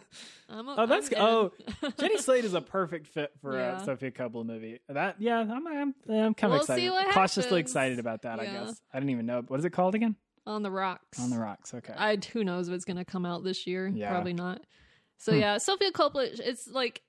Speaker 2: I'm a,
Speaker 1: Oh, that's
Speaker 2: I'm in.
Speaker 1: oh, Jenny Slate is a perfect fit for
Speaker 2: Yeah.
Speaker 1: a Sophia Coppola movie. That yeah, I'm I'm, I'm kind of
Speaker 2: We'll
Speaker 1: excited,
Speaker 2: see what
Speaker 1: cautiously
Speaker 2: happens.
Speaker 1: excited about that. I
Speaker 2: Yeah.
Speaker 1: guess I didn't even know what is it called again.
Speaker 2: on the rocks.
Speaker 1: On the rocks. Okay.
Speaker 2: I who knows what's going to come out this year?
Speaker 1: Yeah.
Speaker 2: Probably not. So
Speaker 1: Hmm.
Speaker 2: yeah, Sophia Coppola. It's like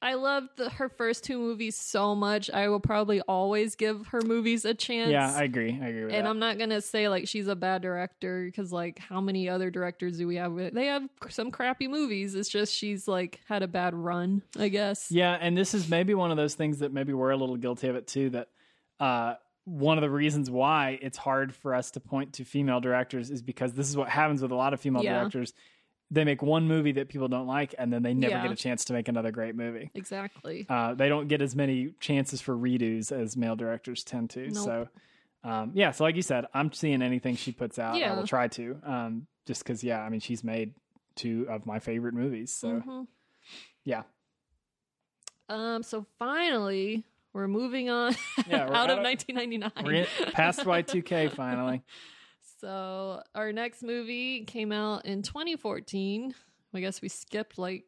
Speaker 2: I loved the, her first two movies so much. I will probably always give her movies a chance.
Speaker 1: yeah, I agree. I agree with
Speaker 2: and
Speaker 1: that.
Speaker 2: I'm not gonna say like she's a bad director because like how many other directors do we have? They have some crappy movies. It's just she's like had a bad run, I guess.
Speaker 1: yeah, and this is maybe one of those things that maybe we're a little guilty of it too. That uh, one of the reasons why it's hard for us to point to female directors is because this is what happens with a lot of female
Speaker 2: Yeah.
Speaker 1: directors. They make one movie that people don't like, and then they never
Speaker 2: Yeah.
Speaker 1: get a chance to make another great movie.
Speaker 2: Exactly.
Speaker 1: Uh, they don't get as many chances for redos as male directors tend to.
Speaker 2: Nope.
Speaker 1: So, um, yeah. So, like you said, I'm seeing anything she puts out. I
Speaker 2: Yeah.
Speaker 1: will try to, um, just because, yeah. I mean, she's made two of my favorite movies. So,
Speaker 2: Mhm.
Speaker 1: yeah,
Speaker 2: Um. So finally, we're moving on
Speaker 1: Yeah, we're
Speaker 2: out
Speaker 1: out
Speaker 2: of
Speaker 1: of-
Speaker 2: 1999.
Speaker 1: We're in, past Y2K finally.
Speaker 2: So our next movie came out in 2014. I guess we skipped like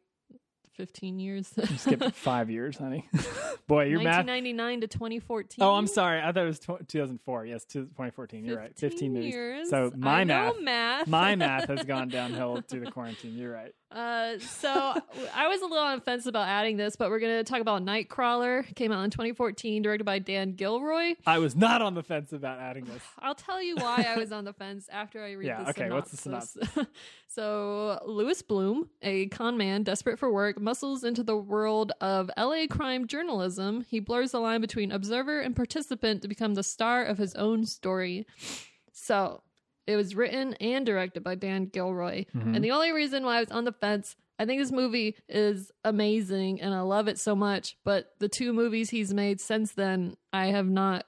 Speaker 2: 15 years.
Speaker 1: Skip five years, honey. Boy, you're math.
Speaker 2: 1999 to 2014.
Speaker 1: Oh, I'm sorry. I thought it was tw 2004. Yes, two- 2014. You're right. 15 movies.
Speaker 2: years.
Speaker 1: So my
Speaker 2: I know
Speaker 1: math,
Speaker 2: math.
Speaker 1: my math has gone downhill through the quarantine. You're right.
Speaker 2: Uh, so I was a little on the fence about adding this, but we're gonna talk about Nightcrawler. Came out in 2014, directed by Dan Gilroy.
Speaker 1: I was not on the fence about adding this.
Speaker 2: I'll tell you why I was on the fence after I read
Speaker 1: Yeah,
Speaker 2: the
Speaker 1: okay, what's the
Speaker 2: so Lewis Bloom, a con man desperate for work, muscles into the world of LA crime journalism. He blurs the line between observer and participant to become the star of his own story. So it was written and directed by Dan Gilroy.
Speaker 1: Mm-hmm.
Speaker 2: And the only reason why I was on the fence, I think this movie is amazing and I love it so much, but the two movies he's made since then, I have not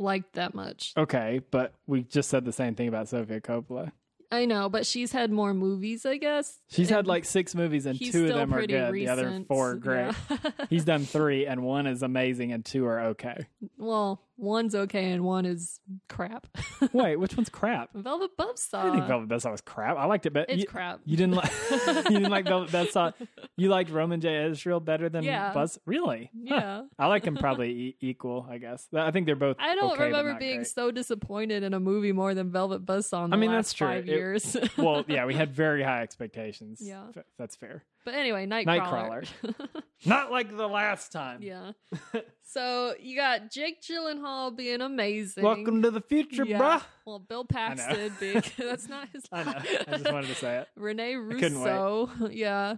Speaker 2: liked that much.
Speaker 1: Okay, but we just said the same thing about Sofia Coppola.
Speaker 2: I know, but she's had more movies, I guess.
Speaker 1: She's had
Speaker 2: And
Speaker 1: like six movies, and
Speaker 2: he's
Speaker 1: two of
Speaker 2: still
Speaker 1: them are
Speaker 2: pretty
Speaker 1: good. The other
Speaker 2: recent.
Speaker 1: four are great.
Speaker 2: Yeah.
Speaker 1: He's done three, and one is amazing, and two are okay.
Speaker 2: well, one's okay and one is crap.
Speaker 1: Wait, which one's crap?
Speaker 2: Velvet Buzzsaw.
Speaker 1: I didn't think Velvet Buzzsaw was crap. I liked it better.
Speaker 2: It's
Speaker 1: you,
Speaker 2: crap.
Speaker 1: You didn't like you didn't like Velvet Buzzsaw. You liked Roman J. Israel better than
Speaker 2: Yeah.
Speaker 1: Buzz. Really? Huh.
Speaker 2: Yeah.
Speaker 1: I like them probably e- equal. I guess. I think they're both.
Speaker 2: I don't
Speaker 1: okay, but
Speaker 2: remember
Speaker 1: not
Speaker 2: being
Speaker 1: great.
Speaker 2: so disappointed in a movie more than Velvet Buzzsaw in the
Speaker 1: I mean,
Speaker 2: last
Speaker 1: that's true.
Speaker 2: five
Speaker 1: It-
Speaker 2: years.
Speaker 1: well, yeah, we had very high expectations.
Speaker 2: Yeah.
Speaker 1: F- that's fair.
Speaker 2: but anyway,
Speaker 1: Nightcrawler. Not like the last time.
Speaker 2: yeah. So you got Jake Gyllenhaal being amazing.
Speaker 1: Welcome to the future,
Speaker 2: Yeah.
Speaker 1: bruh.
Speaker 2: Well, Bill
Speaker 1: know.
Speaker 2: Paxton being that's not his
Speaker 1: I know. I just wanted to say it.
Speaker 2: Rene
Speaker 1: couldn't wait.
Speaker 2: Russo. Yeah.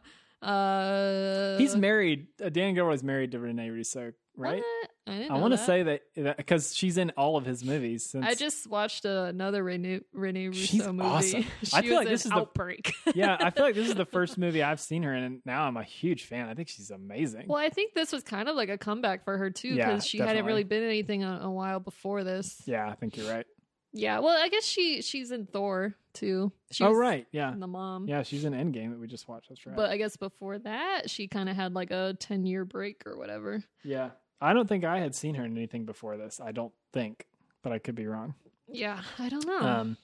Speaker 2: Uh
Speaker 1: He's married. Uh, Dan Gilroy's married to Renee Russo, right?
Speaker 2: what? I, didn't
Speaker 1: I
Speaker 2: know
Speaker 1: want to
Speaker 2: that.
Speaker 1: say that because she's in all of his movies. Since,
Speaker 2: I just watched another Rene, Rene Russo
Speaker 1: She's
Speaker 2: movie.
Speaker 1: awesome.
Speaker 2: she
Speaker 1: I feel
Speaker 2: was
Speaker 1: like
Speaker 2: in
Speaker 1: this is the-
Speaker 2: outbreak.
Speaker 1: yeah, I feel like this is the first movie I've seen her in, and now I'm a huge fan. I think she's amazing.
Speaker 2: well, I think this was kind of like a comeback for her too, because
Speaker 1: Yeah,
Speaker 2: she hadn't
Speaker 1: definitely.
Speaker 2: really been in anything a, a while before this. Yeah.
Speaker 1: Yeah, I think you're right.
Speaker 2: well, I guess she she's in Thor too. She
Speaker 1: oh,
Speaker 2: was
Speaker 1: right. Yeah.
Speaker 2: the mom.
Speaker 1: Yeah, she's in Endgame that we just watched. That's right.
Speaker 2: But I guess before that, she kind of had like a ten year break or whatever.
Speaker 1: yeah. I don't think I had seen her in anything before this. I don't think, but I could be wrong.
Speaker 2: Yeah, I don't know.
Speaker 1: Um,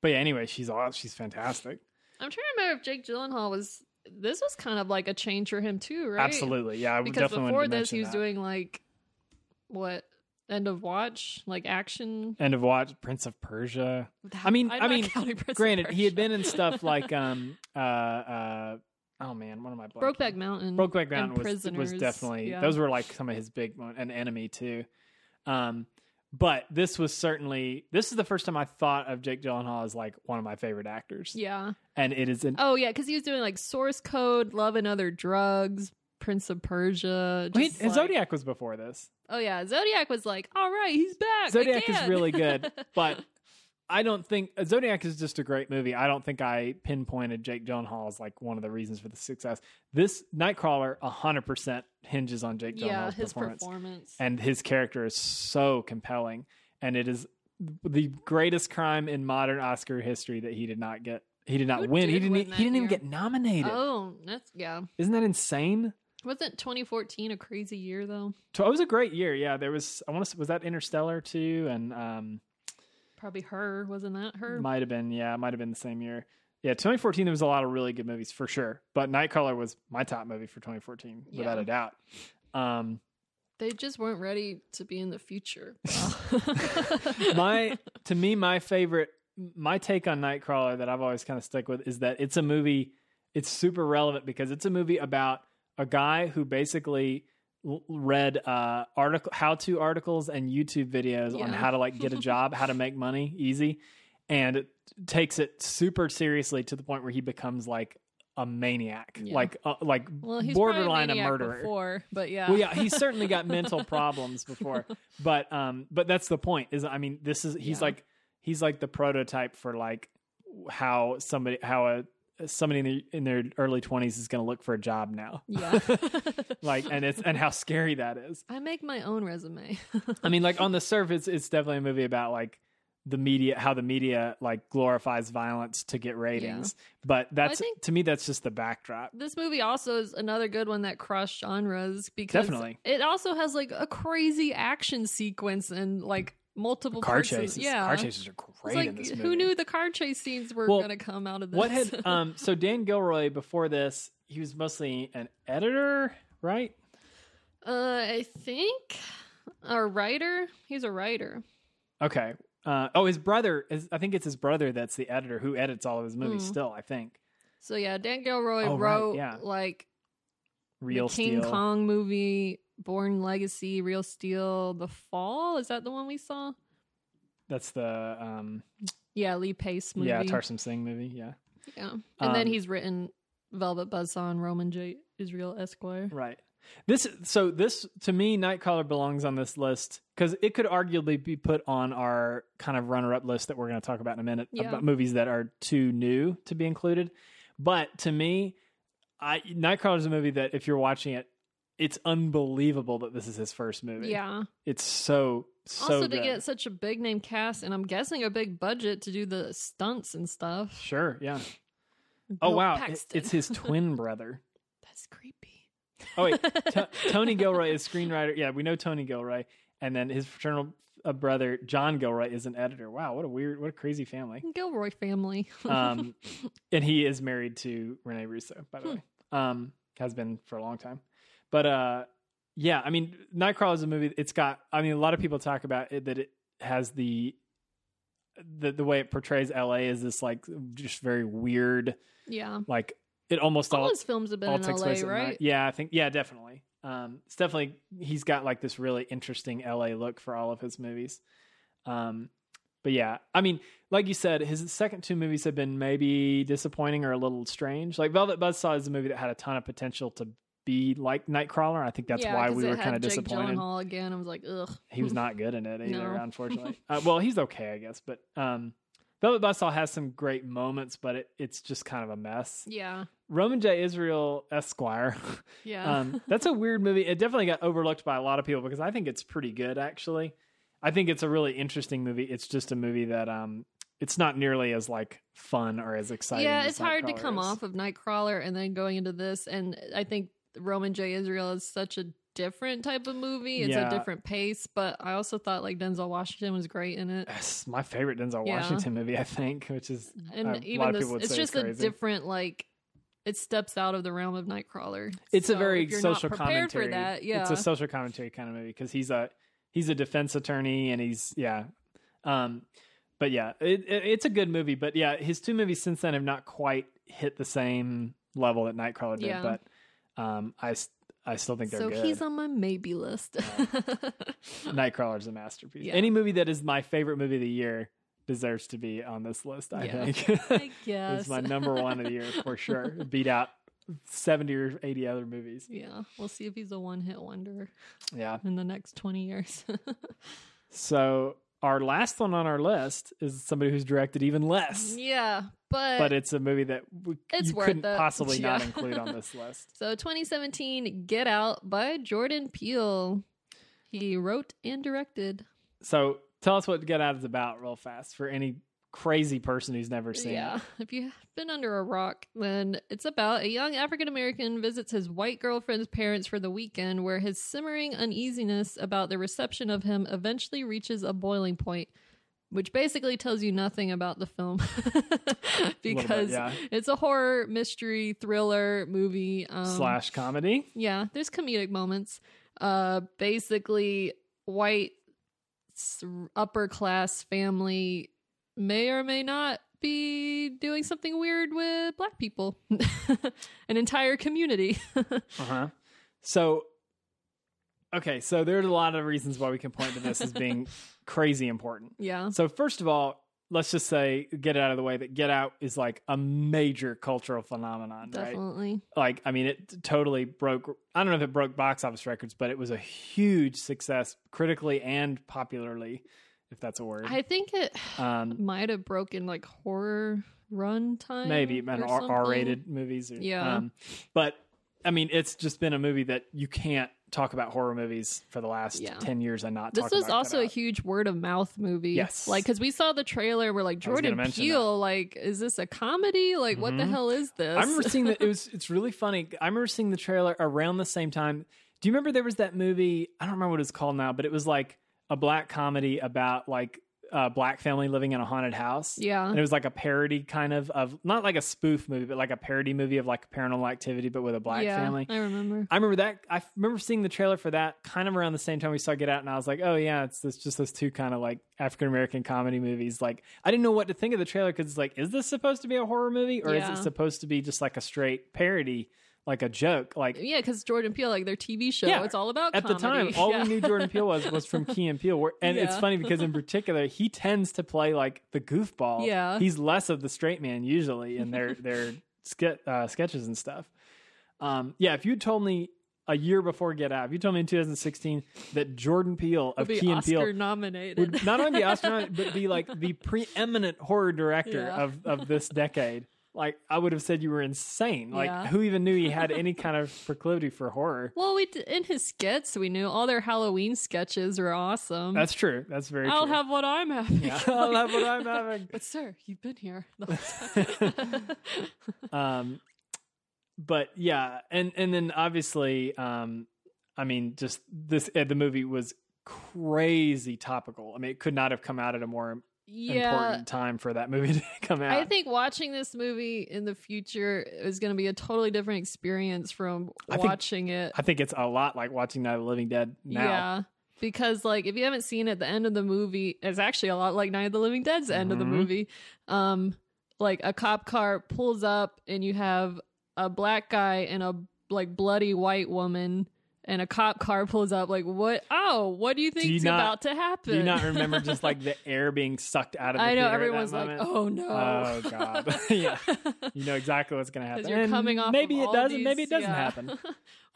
Speaker 1: but yeah, anyway, she's aw- she's fantastic.
Speaker 2: I'm trying to remember if Jake Gyllenhaal was. This was kind of like a change for him too, right?
Speaker 1: Absolutely. Yeah, I would
Speaker 2: Because
Speaker 1: definitely wanted
Speaker 2: before
Speaker 1: to
Speaker 2: this, he was
Speaker 1: mention that.
Speaker 2: doing like what end of watch, like action.
Speaker 1: End of Watch, Prince of Persia. I mean-
Speaker 2: I'm
Speaker 1: I
Speaker 2: not
Speaker 1: mean,
Speaker 2: counting Prince of
Speaker 1: Granted, he had
Speaker 2: Persia.
Speaker 1: been in stuff like um uh uh oh man, one of my
Speaker 2: Brokeback Mountain.
Speaker 1: Brokeback Mountain was,
Speaker 2: Prisoners,
Speaker 1: was definitely
Speaker 2: yeah.
Speaker 1: those were like some of his big mo- an enemy too. Um, but this was certainly this is the first time I thought of Jake Gyllenhaal as like one of my favorite actors,
Speaker 2: yeah.
Speaker 1: and it is an
Speaker 2: Oh yeah, because he was doing like Source Code, Love and Other Drugs, Prince of Persia.
Speaker 1: Wait,
Speaker 2: Oh, just,
Speaker 1: and
Speaker 2: like-
Speaker 1: Zodiac was before this.
Speaker 2: Oh yeah, Zodiac was like, all right, he's back.
Speaker 1: Zodiac is
Speaker 2: Uh, again."
Speaker 1: really good, but I don't think uh, Zodiac is just a great movie. I don't think I pinpointed Jake Gyllenhaal as like one of the reasons for the success. This Nightcrawler 100% hinges on Jake Gyllenhaal's
Speaker 2: yeah, his
Speaker 1: performance.
Speaker 2: performance.
Speaker 1: and his character is so compelling and it is the greatest crime in modern oscar history that he did not get he did not
Speaker 2: Who
Speaker 1: win he
Speaker 2: did
Speaker 1: didn't
Speaker 2: win
Speaker 1: e-
Speaker 2: that
Speaker 1: he didn't even
Speaker 2: year?
Speaker 1: get nominated
Speaker 2: Oh, that's yeah.
Speaker 1: isn't that insane
Speaker 2: Wasn't 2014 a crazy year though?
Speaker 1: So it was a great year yeah there was i want to was that interstellar too and um
Speaker 2: Probably her, wasn't that her?
Speaker 1: might have been yeah it might have been the same year yeah 2014 there was a lot of really good movies for sure but nightcrawler was my top movie for 2014 without
Speaker 2: Yeah.
Speaker 1: a doubt um
Speaker 2: They just weren't ready to be in the future.
Speaker 1: my to me my favorite my take on nightcrawler that i've always kind of stuck with is that it's a movie it's super relevant because it's a movie about a guy who basically l- read uh article how to articles and youtube videos on
Speaker 2: Yeah.
Speaker 1: how to like get a job how to make money easy and it takes it super seriously to the point where he becomes like a maniac
Speaker 2: Yeah.
Speaker 1: like uh, like
Speaker 2: Well, he's probably
Speaker 1: borderline a
Speaker 2: maniac
Speaker 1: murderer
Speaker 2: before, but yeah.
Speaker 1: well, yeah, he's certainly got mental problems before, but um, but that's the point. Is I mean, this is he's
Speaker 2: Yeah.
Speaker 1: like he's like the prototype for like how somebody how a somebody in, the, in their early twenties is going to look for a job now,
Speaker 2: Yeah.
Speaker 1: like and it's and how scary that is.
Speaker 2: I make my own resume.
Speaker 1: I mean, like on the surface, it's definitely a movie about like the media how the media like glorifies violence to get ratings but that's
Speaker 2: think-
Speaker 1: to me that's just the backdrop
Speaker 2: this movie also is another good one that crossed genres because
Speaker 1: Definitely.
Speaker 2: it also has like a crazy action sequence and like multiple
Speaker 1: car
Speaker 2: parts of-
Speaker 1: chases
Speaker 2: Yeah.
Speaker 1: car chases are
Speaker 2: It's
Speaker 1: great in
Speaker 2: like
Speaker 1: this movie
Speaker 2: who knew the car chase scenes were
Speaker 1: Well,
Speaker 2: gonna come out of this?
Speaker 1: What had um so Dan Gilroy before this, he was mostly an editor, right?
Speaker 2: uh, I think a writer. He's a writer.
Speaker 1: Okay. Uh, oh, his brother is. I think it's his brother that's the editor who edits all of his movies.
Speaker 2: Hmm.
Speaker 1: Still, I think
Speaker 2: So yeah, Dan Gilroy
Speaker 1: Oh, right,
Speaker 2: wrote
Speaker 1: yeah.
Speaker 2: like
Speaker 1: Real
Speaker 2: the King
Speaker 1: Steel.
Speaker 2: Kong movie, Born Legacy, Real Steel, The Fall. Is that the one we saw?
Speaker 1: That's the um
Speaker 2: Yeah, Lee Pace movie.
Speaker 1: yeah Tarsim Singh movie. Yeah,
Speaker 2: Yeah. And then
Speaker 1: Um,
Speaker 2: he's written Velvet Buzzsaw and Roman J. Israel Esquire.
Speaker 1: right. This so this to me, Nightcrawler belongs on this list because it could arguably be put on our kind of runner-up list that we're going to talk about in a minute
Speaker 2: Yeah.
Speaker 1: about movies that are too new to be included. But to me, I Nightcrawler is a movie that if you're watching it, it's unbelievable that this is his first movie.
Speaker 2: Yeah.
Speaker 1: it's so so
Speaker 2: also to
Speaker 1: good.
Speaker 2: get such a big name cast and I'm guessing a big budget to do the stunts and stuff.
Speaker 1: sure, yeah. Oh
Speaker 2: Bill
Speaker 1: wow, It-
Speaker 2: Paxton.
Speaker 1: it's his twin brother.
Speaker 2: That's creepy.
Speaker 1: Oh wait, T- Tony Gilroy is screenwriter. Yeah, we know Tony Gilroy, and then his fraternal uh, brother John Gilroy is an editor. Wow, what a weird, what a crazy family.
Speaker 2: Gilroy family.
Speaker 1: Um, and he is married to Renee Russo, by the way. Um, has been for a long time, but uh, yeah, I mean, Nightcrawler is a movie. It's got. I mean, a lot of people talk about it that it has the the the way it portrays L.A. is this like just very weird,
Speaker 2: yeah.
Speaker 1: like it almost
Speaker 2: All
Speaker 1: all
Speaker 2: his films have been in LA,
Speaker 1: at night.
Speaker 2: right?
Speaker 1: Yeah, I think yeah, definitely. Um, it's definitely he's got like this really interesting LA look for all of his movies. Um, but yeah, I mean, like you said, his second two movies have been maybe disappointing or a little strange. Like Velvet Buzzsaw is a movie that had a ton of potential to be like Nightcrawler. I think that's
Speaker 2: Yeah,
Speaker 1: why
Speaker 2: 'cause
Speaker 1: we
Speaker 2: it
Speaker 1: were
Speaker 2: had
Speaker 1: kind of
Speaker 2: Jake
Speaker 1: disappointed.
Speaker 2: Gyllenhaal again. I was like, ugh.
Speaker 1: He was not good in it either,
Speaker 2: No.
Speaker 1: unfortunately. uh, well, he's okay, I guess. But um, Velvet Buzzsaw has some great moments, but it, it's just kind of a mess.
Speaker 2: Yeah.
Speaker 1: Roman J. Israel Esquire.
Speaker 2: Yeah.
Speaker 1: um, that's a weird movie. It definitely got overlooked by a lot of people because I think it's pretty good, actually. I think it's a really interesting movie. It's just a movie that um, it's not nearly as like fun or as exciting.
Speaker 2: yeah,
Speaker 1: as
Speaker 2: it's hard to
Speaker 1: Nightcrawler
Speaker 2: come
Speaker 1: is.
Speaker 2: off of Nightcrawler and then going into this. And I think Roman J. Israel is such a different type of movie. It's
Speaker 1: Yeah.
Speaker 2: a different pace, but I also thought like Denzel Washington was great in it.
Speaker 1: It's my favorite Denzel
Speaker 2: Yeah.
Speaker 1: Washington movie, I think, which is
Speaker 2: And
Speaker 1: a lot
Speaker 2: even
Speaker 1: of
Speaker 2: this,
Speaker 1: people would
Speaker 2: it's
Speaker 1: say it's
Speaker 2: just a
Speaker 1: crazy.
Speaker 2: different like. It steps out of the realm of Nightcrawler.
Speaker 1: it's a
Speaker 2: So
Speaker 1: very
Speaker 2: if you're
Speaker 1: social
Speaker 2: not prepared
Speaker 1: commentary.
Speaker 2: For that, yeah,
Speaker 1: It's a social commentary kind of movie because he's a he's a defense attorney and he's yeah, um, but yeah, it, it, it's a good movie. But yeah, his two movies since then have not quite hit the same level that Nightcrawler did.
Speaker 2: Yeah.
Speaker 1: But um, I s- I still think they're
Speaker 2: so
Speaker 1: good.
Speaker 2: he's on my maybe list.
Speaker 1: Nightcrawler's a masterpiece.
Speaker 2: Yeah.
Speaker 1: Any movie that is my favorite movie of the year deserves to be on this list. I
Speaker 2: Yeah.
Speaker 1: think
Speaker 2: I guess
Speaker 1: it's my number one of the year for sure. Beat out seventy or eighty other movies.
Speaker 2: Yeah, we'll see if he's a one-hit wonder
Speaker 1: Yeah.
Speaker 2: in the next twenty years.
Speaker 1: So our last one on our list is somebody who's directed even less,
Speaker 2: yeah, but,
Speaker 1: but it's a movie that we,
Speaker 2: It's
Speaker 1: you
Speaker 2: worth
Speaker 1: couldn't
Speaker 2: it.
Speaker 1: possibly not
Speaker 2: Yeah.
Speaker 1: include on this list.
Speaker 2: So 2017, Get Out by Jordan Peele. He wrote and directed.
Speaker 1: So tell us what Get Out is about, real fast, for any crazy person who's never seen
Speaker 2: yeah.
Speaker 1: it.
Speaker 2: If you've been under a rock, then it's about a young African American visits his white girlfriend's parents for the weekend, where his simmering uneasiness about the reception of him eventually reaches a boiling point, which basically tells you nothing about the film because
Speaker 1: yeah.
Speaker 2: it's a horror, mystery, thriller movie. Um,
Speaker 1: Slash comedy.
Speaker 2: Yeah, there's comedic moments. uh, basically white s- upper class family may or may not be doing something weird with black people, an entire community.
Speaker 1: Uh huh. So, okay, so there's a lot of reasons why we can point to this as being crazy important.
Speaker 2: yeah.
Speaker 1: So, first of all, let's just say, get it out of the way that Get Out is like a major cultural phenomenon, right?
Speaker 2: Definitely.
Speaker 1: like i mean it totally broke i don't know if it broke box office records but it was a huge success critically and popularly if that's a word
Speaker 2: I think it
Speaker 1: um
Speaker 2: might have broken like horror run time.
Speaker 1: maybe and
Speaker 2: or
Speaker 1: R-
Speaker 2: something.
Speaker 1: r-rated movies or,
Speaker 2: Yeah.
Speaker 1: um, but i mean it's just been a movie that you can't talk about horror movies for the last
Speaker 2: Yeah.
Speaker 1: 10 years and not
Speaker 2: This
Speaker 1: talk
Speaker 2: was
Speaker 1: about
Speaker 2: also a
Speaker 1: Get Out.
Speaker 2: huge word of mouth movie.
Speaker 1: Yes.
Speaker 2: Like, because we saw the trailer, we're like,
Speaker 1: I was gonna
Speaker 2: Jordan
Speaker 1: mention
Speaker 2: Peele, like, is this a comedy? Like, what the
Speaker 1: Mhm.
Speaker 2: hell is this?
Speaker 1: I remember seeing that it was it's really funny. I remember seeing the trailer around the same time. Do you remember there was that movie? I don't remember what it's called now, but it was like a black comedy about like a black family living in a haunted house.
Speaker 2: Yeah.
Speaker 1: And it was like a parody kind of of not like a spoof movie, but like a parody movie of like paranormal activity but with a black
Speaker 2: yeah,
Speaker 1: family.
Speaker 2: I remember.
Speaker 1: I remember that. I remember seeing the trailer for that kind of around the same time we saw Get Out, and I was like, "Oh yeah, it's this, just those two kind of like African American comedy movies." Like, I didn't know what to think of the trailer because it's like, is this supposed to be a horror movie or
Speaker 2: Yeah.
Speaker 1: is it supposed to be just like a straight parody, like a joke? Like
Speaker 2: Yeah, because Jordan Peele, like their TV show,
Speaker 1: Yeah.
Speaker 2: it's all about
Speaker 1: at the time,
Speaker 2: comedy.
Speaker 1: all
Speaker 2: Yeah.
Speaker 1: we knew Jordan Peele was was from Key and Peele, where, and it's
Speaker 2: Yeah.
Speaker 1: funny because in particular he tends to play like the goofball.
Speaker 2: Yeah.
Speaker 1: he's less of the straight man usually in their their ske- uh, sketches and stuff. Um, yeah, if you told me a year before Get Out, if you told me in 2016 that Jordan Peele
Speaker 2: Would
Speaker 1: of
Speaker 2: be
Speaker 1: Key and
Speaker 2: Oscar
Speaker 1: Peele
Speaker 2: nominated.
Speaker 1: would not only be Oscar nominated, but be like the preeminent horror director
Speaker 2: Yeah.
Speaker 1: of of this decade. Like I would have said you were insane. Like
Speaker 2: Yeah.
Speaker 1: who even knew he had any kind of proclivity for horror?
Speaker 2: well, we d- in his skits, we knew all their Halloween sketches were awesome.
Speaker 1: That's true. That's very
Speaker 2: I'll
Speaker 1: true.
Speaker 2: have what I'm having.
Speaker 1: yeah, I'll have what I'm having.
Speaker 2: But sir, you've been here the whole time.
Speaker 1: Um, but yeah, and and then obviously, um, I mean, just this uh, the movie was crazy topical. I mean, it could not have come out at a more
Speaker 2: yeah,
Speaker 1: important time for that movie to come out.
Speaker 2: I think watching this movie in the future is going to be a totally different experience from
Speaker 1: I think-
Speaker 2: watching it.
Speaker 1: I think it's a lot like watching Night of the Living Dead now.
Speaker 2: Yeah. Because like if you haven't seen it, the end of the movie is actually a lot like Night of the Living Dead's end of the
Speaker 1: Mhm.
Speaker 2: movie. Um, like a cop car pulls up and you have a black guy and a like bloody white woman and a cop car pulls up like what oh, what do you think's
Speaker 1: you not-
Speaker 2: about to happen?
Speaker 1: Do you not remember just like the air being sucked out of the
Speaker 2: I
Speaker 1: theater
Speaker 2: know
Speaker 1: at that
Speaker 2: everyone's like,
Speaker 1: moment?
Speaker 2: oh no.
Speaker 1: Oh, God. Yeah. You know exactly what's going to happen.
Speaker 2: Because you're
Speaker 1: And
Speaker 2: coming off.
Speaker 1: Maybe
Speaker 2: of
Speaker 1: it
Speaker 2: all
Speaker 1: doesn't.
Speaker 2: these-
Speaker 1: maybe it doesn't
Speaker 2: yeah.
Speaker 1: happen.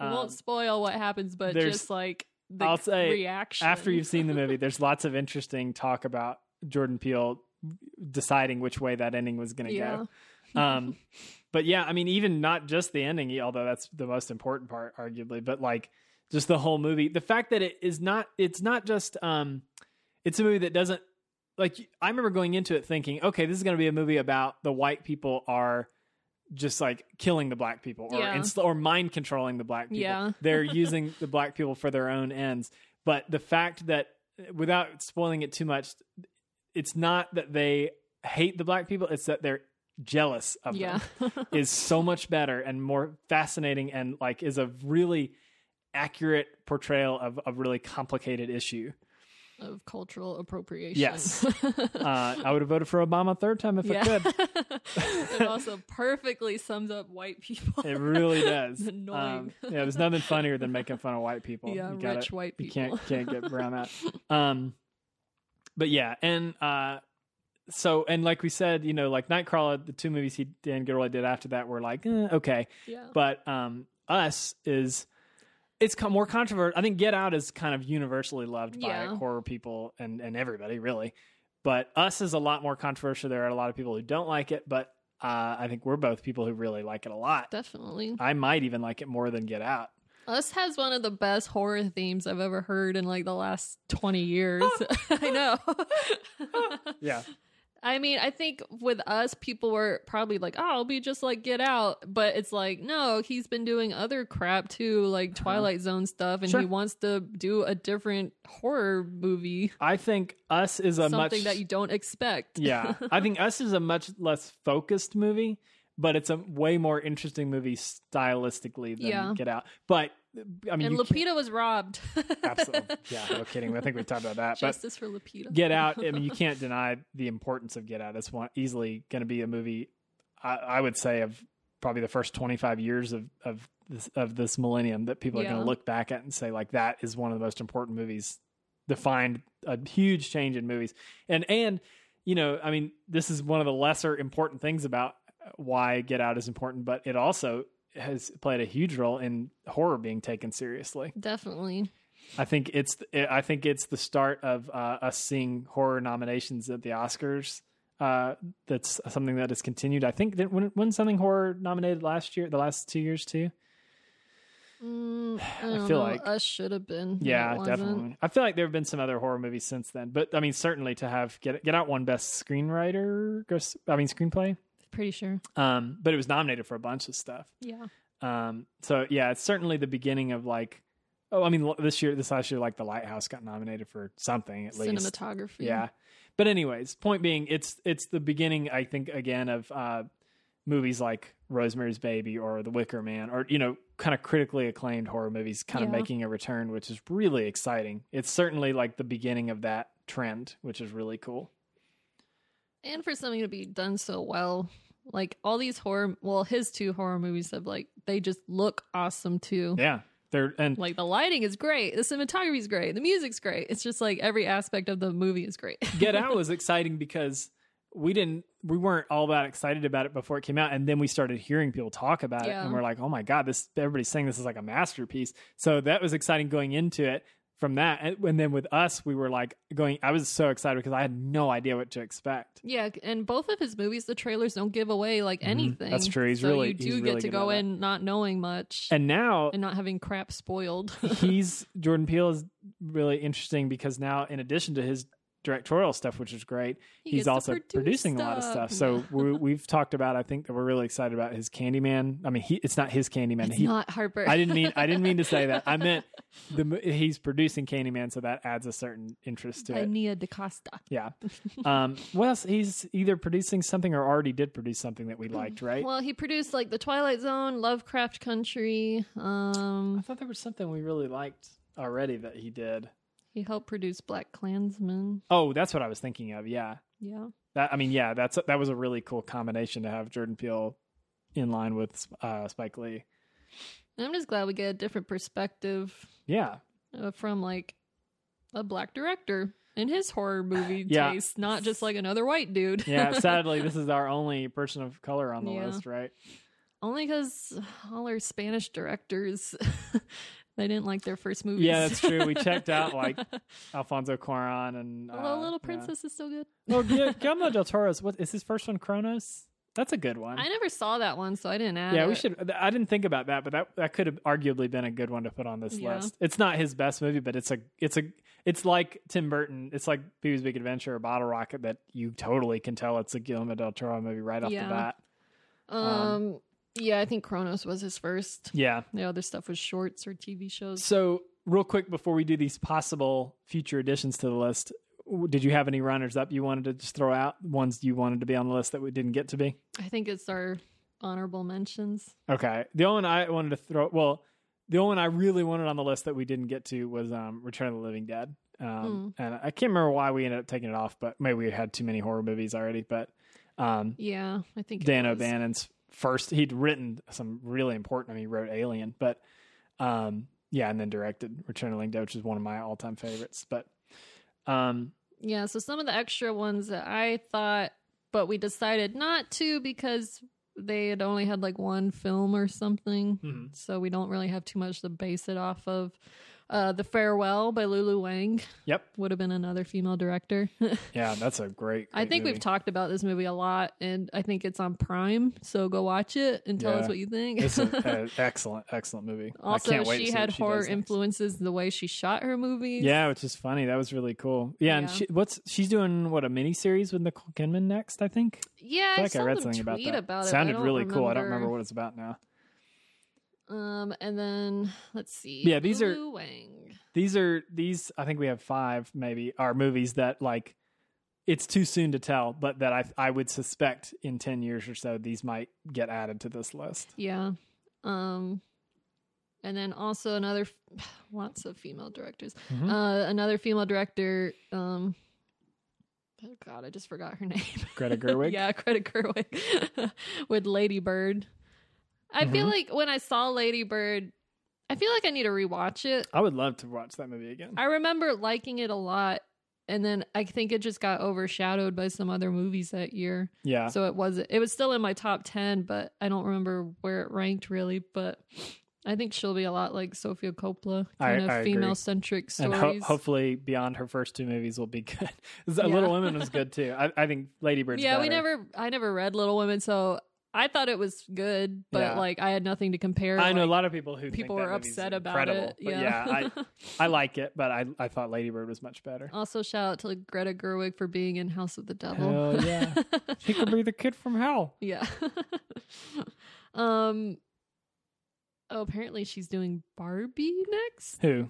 Speaker 2: we
Speaker 1: Um,
Speaker 2: won't spoil what happens, but
Speaker 1: there's-
Speaker 2: just like the
Speaker 1: I'll say,
Speaker 2: reaction
Speaker 1: after you've seen the movie, there's lots of interesting talk about Jordan Peele deciding which way that ending was going to
Speaker 2: Yeah.
Speaker 1: go. Um, but yeah, I mean, even not just the ending, although that's the most important part, arguably, but like just the whole movie. The fact that it is not, it's not just, um, it's a movie that doesn't like I remember going into it thinking, okay, this is going to be a movie about the white people are just like killing the black people or
Speaker 2: Yeah.
Speaker 1: inst- or mind controlling the black people.
Speaker 2: Yeah.
Speaker 1: They're using the black people for their own ends. But the fact that without spoiling it too much, it's not that they hate the black people, it's that they're jealous of
Speaker 2: Yeah.
Speaker 1: them is so much better and more fascinating and like is a really accurate portrayal of a really complicated issue.
Speaker 2: of cultural appropriation.
Speaker 1: Yes. Uh, I would have voted for Obama a third time if I
Speaker 2: yeah.
Speaker 1: could.
Speaker 2: it also perfectly sums up white people.
Speaker 1: It really does. Um,
Speaker 2: Annoying.
Speaker 1: yeah, there's nothing funnier than making fun of white people.
Speaker 2: yeah,
Speaker 1: gotta-
Speaker 2: rich white
Speaker 1: you
Speaker 2: people.
Speaker 1: can't can't get around that. Um, but yeah, and uh, so and like we said, you know, like Nightcrawler, the two movies he Dan Gilroy did after that were like eh, okay,
Speaker 2: yeah.
Speaker 1: but um, Us is it's co- more controversial. I think Get Out is kind of universally loved by
Speaker 2: Yeah.
Speaker 1: horror people and and everybody really, but Us is a lot more controversial. There are a lot of people who don't like it, but uh, I think we're both people who really like it a lot.
Speaker 2: Definitely.
Speaker 1: I might even like it more than Get Out.
Speaker 2: Us has one of the best horror themes I've ever heard in like the last 20 years. I know.
Speaker 1: Yeah,
Speaker 2: I mean, I think with us, people were probably like, "Oh, I'll be just like Get Out," but it's like, no, he's been doing other crap too, like Twilight Zone stuff, and
Speaker 1: Uh-huh. Sure.
Speaker 2: he wants to do a different horror movie,
Speaker 1: I think Us is a
Speaker 2: something
Speaker 1: much
Speaker 2: that you don't expect.
Speaker 1: yeah. I think Us is a much less focused movie, but it's a way more interesting movie stylistically than
Speaker 2: Yeah.
Speaker 1: Get Out. But I mean,
Speaker 2: and
Speaker 1: you can't-
Speaker 2: Lupita was robbed.
Speaker 1: absolutely, yeah, no kidding. I think we talked about that. but
Speaker 2: Justice for Lupita.
Speaker 1: Get Out. I mean, you can't deny the importance of Get Out. It's one, easily going to be a movie. I, I would say of probably the first twenty five years of of this, of this millennium that people are going
Speaker 2: Yeah.
Speaker 1: to look back at and say like that is one of the most important movies. Defined a huge change in movies, and and you know, I mean, this is one of the lesser important things about why Get Out is important, but it also has played a huge role in horror being taken seriously.
Speaker 2: Definitely.
Speaker 1: I think it's I think it's the start of uh, us seeing horror nominations at the Oscars. Uh, that's something that has continued. I think that when when something horror nominated last year, the last two years too.
Speaker 2: Mm, I,
Speaker 1: I
Speaker 2: don't
Speaker 1: feel
Speaker 2: know.
Speaker 1: like-
Speaker 2: us should have been. but it
Speaker 1: Yeah,
Speaker 2: wasn't.
Speaker 1: definitely. I feel like there have been some other horror movies since then, but I mean, certainly to have get get out one best screenwriter, goes- I mean screenplay.
Speaker 2: Pretty sure.
Speaker 1: Um, but it was nominated for a bunch of stuff.
Speaker 2: Yeah.
Speaker 1: Um, so yeah, it's certainly the beginning of like, oh, I mean, l- this year, this last year, like The Lighthouse got nominated for something at least.
Speaker 2: Cinematography.
Speaker 1: Yeah. But anyways, point being, it's it's the beginning, I think, again of uh, movies like Rosemary's Baby or The Wicker Man, or you know, kind of critically acclaimed horror movies, kind of
Speaker 2: Yeah.
Speaker 1: making a return, which is really exciting. It's certainly like the beginning of that trend, which is really cool.
Speaker 2: And for something to be done so well. Like all these horror, well, his two horror movies have like, they just look awesome too.
Speaker 1: Yeah, there and
Speaker 2: Like the lighting is great, the cinematography is great, the music's great. It's just like every aspect of the movie is great.
Speaker 1: Get Out was exciting because we didn't we weren't all that excited about it before it came out and then we started hearing people talk about it
Speaker 2: Yeah.
Speaker 1: and we're like oh my god this everybody's saying this is like a masterpiece so that was exciting going into it from that and, and then with us we were like going i was so excited because i had no idea what to expect
Speaker 2: Yeah, and both of his movies, the trailers don't give away like anything.
Speaker 1: Mm-hmm. That's true. He's
Speaker 2: so
Speaker 1: really-
Speaker 2: you do
Speaker 1: he's
Speaker 2: get
Speaker 1: really
Speaker 2: to
Speaker 1: good
Speaker 2: go
Speaker 1: at that.
Speaker 2: in not knowing much and,
Speaker 1: and now
Speaker 2: not having crap spoiled.
Speaker 1: he's jordan peele is really interesting because now in addition to his directorial stuff which is great
Speaker 2: He gets
Speaker 1: he's
Speaker 2: to
Speaker 1: also
Speaker 2: produce
Speaker 1: producing a lot of stuff. So we we've talked about. I think that we're really excited about his Candyman. I mean, he it's not his Candyman.
Speaker 2: it's
Speaker 1: he,
Speaker 2: not Harper.
Speaker 1: I didn't mean I didn't mean to say that. I meant the mo- he's producing Candyman, so that adds a certain interest to
Speaker 2: By
Speaker 1: it.
Speaker 2: Nia DaCosta.
Speaker 1: Yeah. Um, what else? He's either producing something or already did produce something that we liked, right?
Speaker 2: Well, he produced like The Twilight Zone, Lovecraft Country.
Speaker 1: I
Speaker 2: Um,
Speaker 1: thought there was something we really liked already that he did.
Speaker 2: he helped produce Black Klansman.
Speaker 1: Oh, that's what I was thinking of. Yeah.
Speaker 2: Yeah,
Speaker 1: That I mean, yeah. That's that was a really cool combination to have Jordan Peele in line with uh, Spike Lee.
Speaker 2: and I'm just glad we get a different perspective
Speaker 1: Yeah.
Speaker 2: uh, from like a black director and his horror movie
Speaker 1: Yeah.
Speaker 2: taste, not just like another white dude.
Speaker 1: yeah sadly this is our only person of color on the
Speaker 2: Yeah.
Speaker 1: list right
Speaker 2: Only because all our Spanish directors, they didn't like their first movies.
Speaker 1: Yeah, that's true. We checked out, like, alfonso cuaron and
Speaker 2: Although
Speaker 1: uh,
Speaker 2: Little
Speaker 1: yeah.
Speaker 2: Princess is still good.
Speaker 1: well yeah, guillermo del toro's what is his first one chronos that's a good one
Speaker 2: I never saw that one, so I didn't add
Speaker 1: yeah we
Speaker 2: it.
Speaker 1: should i didn't think about that but that that could have arguably been a good one to put on this
Speaker 2: Yeah.
Speaker 1: list it's not his best movie but it's a it's a it's like tim burton it's like Pee-wee's big adventure or bottle rocket that you totally can tell it's a guillermo del toro movie right off
Speaker 2: Yeah.
Speaker 1: the bat
Speaker 2: Um,
Speaker 1: um,
Speaker 2: yeah, I think Kronos was his first.
Speaker 1: yeah
Speaker 2: The other stuff was shorts or TV shows.
Speaker 1: So, real quick before we do these possible future additions to the list, w- did you have any runners up you wanted to just throw out? Ones you wanted to be on the list that we didn't get to be?
Speaker 2: I think it's our honorable mentions.
Speaker 1: Okay. The only one I wanted to throw, well, the only one I really wanted on the list that we didn't get to was um, Return of the Living Dead. Um, And I can't remember why we ended up taking it off, but maybe we had too many horror movies already. But um,
Speaker 2: Yeah, I think it
Speaker 1: Dan
Speaker 2: was.
Speaker 1: O'Bannon's first, he'd written some really important, I mean, he wrote Alien, but um, yeah, and then directed Return of the Living Dead, which is one of my all time favorites. But um,
Speaker 2: Yeah, so some of the extra ones that I thought, but we decided not to because they had only had like one film or something.
Speaker 1: Mhm.
Speaker 2: So we don't really have too much to base it off of. Uh, the Farewell by Lulu Wang
Speaker 1: yep.
Speaker 2: would have been another female director.
Speaker 1: Yeah, that's a great.
Speaker 2: I
Speaker 1: great
Speaker 2: think
Speaker 1: movie.
Speaker 2: we've talked about this movie a lot, and I think it's on Prime. So go watch it and tell
Speaker 1: Yeah.
Speaker 2: us what you think.
Speaker 1: It's an excellent, excellent movie. I
Speaker 2: also,
Speaker 1: can't wait to
Speaker 2: she
Speaker 1: see what
Speaker 2: had horror
Speaker 1: does next.
Speaker 2: influences the way she shot her movies.
Speaker 1: Yeah, which is funny. That was really cool. Yeah, and
Speaker 2: Yeah.
Speaker 1: she, what's she's doing? What a mini series with Nicole Kidman next? I think.
Speaker 2: yeah. I,
Speaker 1: feel like
Speaker 2: saw
Speaker 1: I read
Speaker 2: them
Speaker 1: something about
Speaker 2: tweet
Speaker 1: that.
Speaker 2: about it. but I
Speaker 1: Sounded
Speaker 2: don't
Speaker 1: really cool. I don't remember
Speaker 2: remember
Speaker 1: what it's about now.
Speaker 2: Um, and then let's see.
Speaker 1: Yeah, these are-
Speaker 2: Lulu Wang.
Speaker 1: these are these i think we have five maybe are movies that like it's too soon to tell, but that I I would suspect in ten years or so these might get added to this list.
Speaker 2: Yeah. Um and then also another f- lots of female directors.
Speaker 1: Mhm.
Speaker 2: Uh another female director um Oh god, I just forgot her name.
Speaker 1: Greta Gerwig.
Speaker 2: yeah, Greta Gerwig with Lady Bird. I feel like when I saw Lady Bird, I feel like I need to rewatch it.
Speaker 1: I would love to watch that movie again.
Speaker 2: I remember liking it a lot and then I think it just got overshadowed by some other movies that year.
Speaker 1: yeah.
Speaker 2: So it was it was still in my top 10, but I don't remember where it ranked really, but I think she'll be a lot like Sophia Coppola,
Speaker 1: I-
Speaker 2: kind
Speaker 1: I
Speaker 2: of
Speaker 1: agree.
Speaker 2: female centric
Speaker 1: and
Speaker 2: stories.
Speaker 1: ho- hopefully, beyond her first two movies, will be good.
Speaker 2: Yeah.
Speaker 1: Little Women was good too. I, I think Lady Bird's
Speaker 2: yeah, we
Speaker 1: better.
Speaker 2: never I never read Little Women, so I thought it was good, but
Speaker 1: Yeah.
Speaker 2: like I had nothing to compare.
Speaker 1: I know a
Speaker 2: like,
Speaker 1: lot of people who
Speaker 2: people
Speaker 1: think that
Speaker 2: were
Speaker 1: movie's
Speaker 2: upset about
Speaker 1: incredible,
Speaker 2: it.
Speaker 1: but
Speaker 2: Yeah.
Speaker 1: I, I like it, but I I thought Lady Bird was much better.
Speaker 2: also shout out to Greta Gerwig for being in House of the Devil.
Speaker 1: Hell yeah. She could be the kid from hell.
Speaker 2: Yeah. um Oh, apparently she's doing Barbie next.
Speaker 1: Who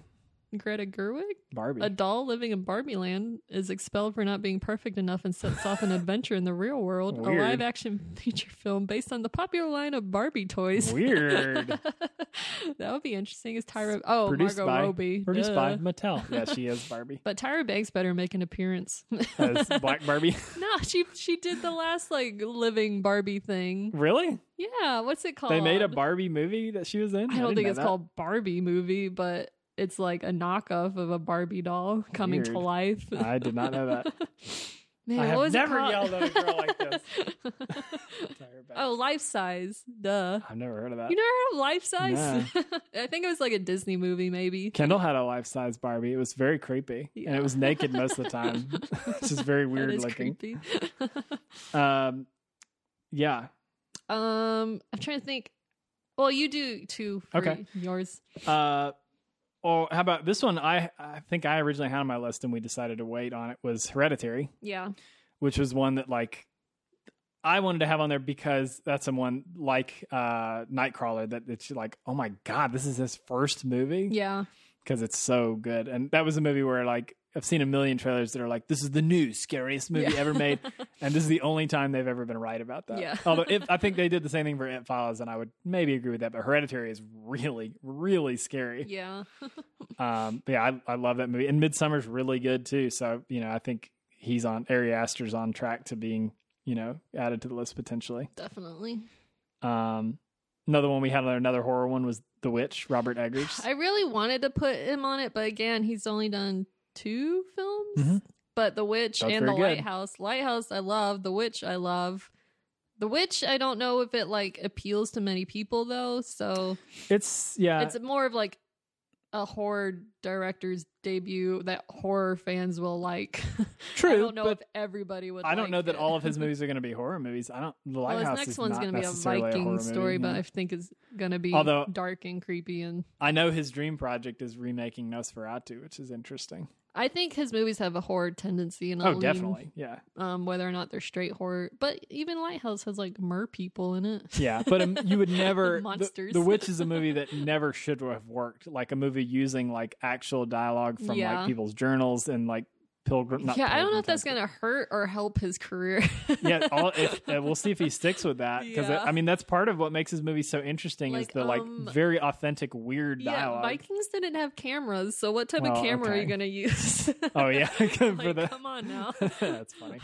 Speaker 2: Greta Gerwig.
Speaker 1: Barbie?
Speaker 2: A doll living in Barbie land is expelled for not being perfect enough and sets off an adventure in the real world,
Speaker 1: Weird.
Speaker 2: a live action feature film based on the popular line of Barbie toys.
Speaker 1: Weird.
Speaker 2: that would be interesting. Is Tyra Oh,
Speaker 1: Produced
Speaker 2: Margot
Speaker 1: by-
Speaker 2: Robbie.
Speaker 1: Produced
Speaker 2: Duh.
Speaker 1: by Mattel. Yeah, she is Barbie.
Speaker 2: But Tyra Banks better make an appearance.
Speaker 1: As Black Barbie.
Speaker 2: no, she she did the last like living Barbie thing.
Speaker 1: really?
Speaker 2: Yeah, what's it called?
Speaker 1: They made a Barbie movie that she was in.
Speaker 2: I don't
Speaker 1: didn't
Speaker 2: think
Speaker 1: know
Speaker 2: it's
Speaker 1: that.
Speaker 2: called Barbie movie, but it's like a knockoff of a Barbie doll coming to
Speaker 1: Weird.
Speaker 2: life.
Speaker 1: I did not know that.
Speaker 2: Man,
Speaker 1: I
Speaker 2: what
Speaker 1: have
Speaker 2: was it
Speaker 1: never
Speaker 2: called?
Speaker 1: yelled at a girl like this. Uh, Sorry, back.
Speaker 2: oh, life size. Duh.
Speaker 1: I've never heard of that.
Speaker 2: You never heard of life size? I think it was like a Disney movie, maybe.
Speaker 1: Kendall had a life size Barbie. It was very creepy, and
Speaker 2: Yeah.
Speaker 1: it was naked most of the time. it's just very weird
Speaker 2: that is
Speaker 1: looking.
Speaker 2: creepy.
Speaker 1: Um, yeah.
Speaker 2: um, I'm trying to think. Well, you do too. For
Speaker 1: Okay.
Speaker 2: Yours.
Speaker 1: Uh, or how about this one? I I think I originally had on my list, and we decided to wait on it. Was Hereditary,
Speaker 2: Yeah.
Speaker 1: which was one that like I wanted to have on there because that's someone like uh, Nightcrawler that it's like, oh my god, this is his first movie
Speaker 2: Yeah.
Speaker 1: because it's so good. And that was a movie where like I've seen a million trailers that are like, this is the new scariest movie
Speaker 2: Yeah.
Speaker 1: ever made, and this is the only time they've ever been right about that.
Speaker 2: Yeah.
Speaker 1: Although if, I think they did the same thing for It Follows, and I would maybe agree with that. But Hereditary is really, really scary.
Speaker 2: Yeah.
Speaker 1: Um, but yeah, I, I love that movie, and Midsummer's really good too. So you know, I think he's on Ari Aster's on track to being you know added to the list potentially.
Speaker 2: Definitely.
Speaker 1: Um, another one we had another horror one was The Witch, Robert Eggers.
Speaker 2: I really wanted to put him on it, but again, he's only done two films.
Speaker 1: Mhm.
Speaker 2: But The Witch
Speaker 1: Both
Speaker 2: and The
Speaker 1: very good.
Speaker 2: Lighthouse. Lighthouse, I love. The Witch, I love. The Witch, I don't know if it like appeals to many people though. So
Speaker 1: It's yeah,
Speaker 2: it's more of like a horror director's debut that horror fans will like.
Speaker 1: true.
Speaker 2: I don't know
Speaker 1: but
Speaker 2: if everybody would.
Speaker 1: I don't
Speaker 2: like
Speaker 1: know that
Speaker 2: it.
Speaker 1: all of his movies are going to be horror movies. I don't. The
Speaker 2: Well,
Speaker 1: Lighthouse
Speaker 2: his next
Speaker 1: is
Speaker 2: one's
Speaker 1: not
Speaker 2: gonna be a
Speaker 1: necessarily a horror
Speaker 2: Viking story,
Speaker 1: movie,
Speaker 2: but
Speaker 1: no.
Speaker 2: I think it's gonna be
Speaker 1: Although-
Speaker 2: dark and creepy and
Speaker 1: I know his dream project is remaking Nosferatu, which is interesting.
Speaker 2: I think his movies have a horror tendency and I'll
Speaker 1: Oh,
Speaker 2: lean
Speaker 1: definitely, yeah,
Speaker 2: um, whether or not they're straight horror. But even Lighthouse has like mer people in it.
Speaker 1: Yeah, but um, you would never. the-
Speaker 2: Monsters.
Speaker 1: The, Witch is a movie that never should have worked. Like a movie using like actual dialogue from
Speaker 2: Yeah.
Speaker 1: like people's journals and like pilgrim. Not
Speaker 2: yeah, I don't know if that's
Speaker 1: pilgrim
Speaker 2: gonna hurt or help his career.
Speaker 1: times, but- Yeah, all, if, uh, we'll see if he sticks with that because
Speaker 2: Yeah.
Speaker 1: I mean that's part of what makes his movie so interesting is
Speaker 2: Like,
Speaker 1: the
Speaker 2: um,
Speaker 1: like very authentic weird
Speaker 2: yeah,
Speaker 1: dialogue.
Speaker 2: Vikings didn't have cameras, so what type
Speaker 1: Well,
Speaker 2: of camera are you
Speaker 1: okay.
Speaker 2: gonna use?
Speaker 1: Oh yeah, for
Speaker 2: Like,
Speaker 1: the-
Speaker 2: come on now.
Speaker 1: that's funny.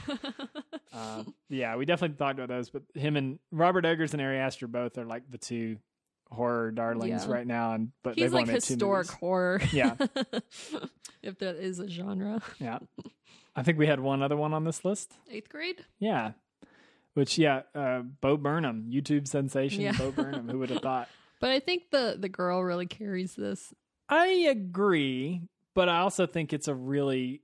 Speaker 1: Um, yeah, we definitely talked about those, but him and Robert Eggers and Ari Aster both are like the two horror darlings
Speaker 2: Yeah.
Speaker 1: right now. And but
Speaker 2: He's
Speaker 1: they've
Speaker 2: like
Speaker 1: only made two
Speaker 2: historic
Speaker 1: movies.
Speaker 2: horror.
Speaker 1: Yeah.
Speaker 2: if that is a genre.
Speaker 1: Yeah. I think we had one other one on this list.
Speaker 2: Eighth grade?
Speaker 1: Yeah. Which, yeah, uh, Bo Burnham, YouTube sensation
Speaker 2: Yeah.
Speaker 1: Bo Burnham. Who would have thought?
Speaker 2: But I think the the girl really carries this.
Speaker 1: I agree, but I also think it's a really,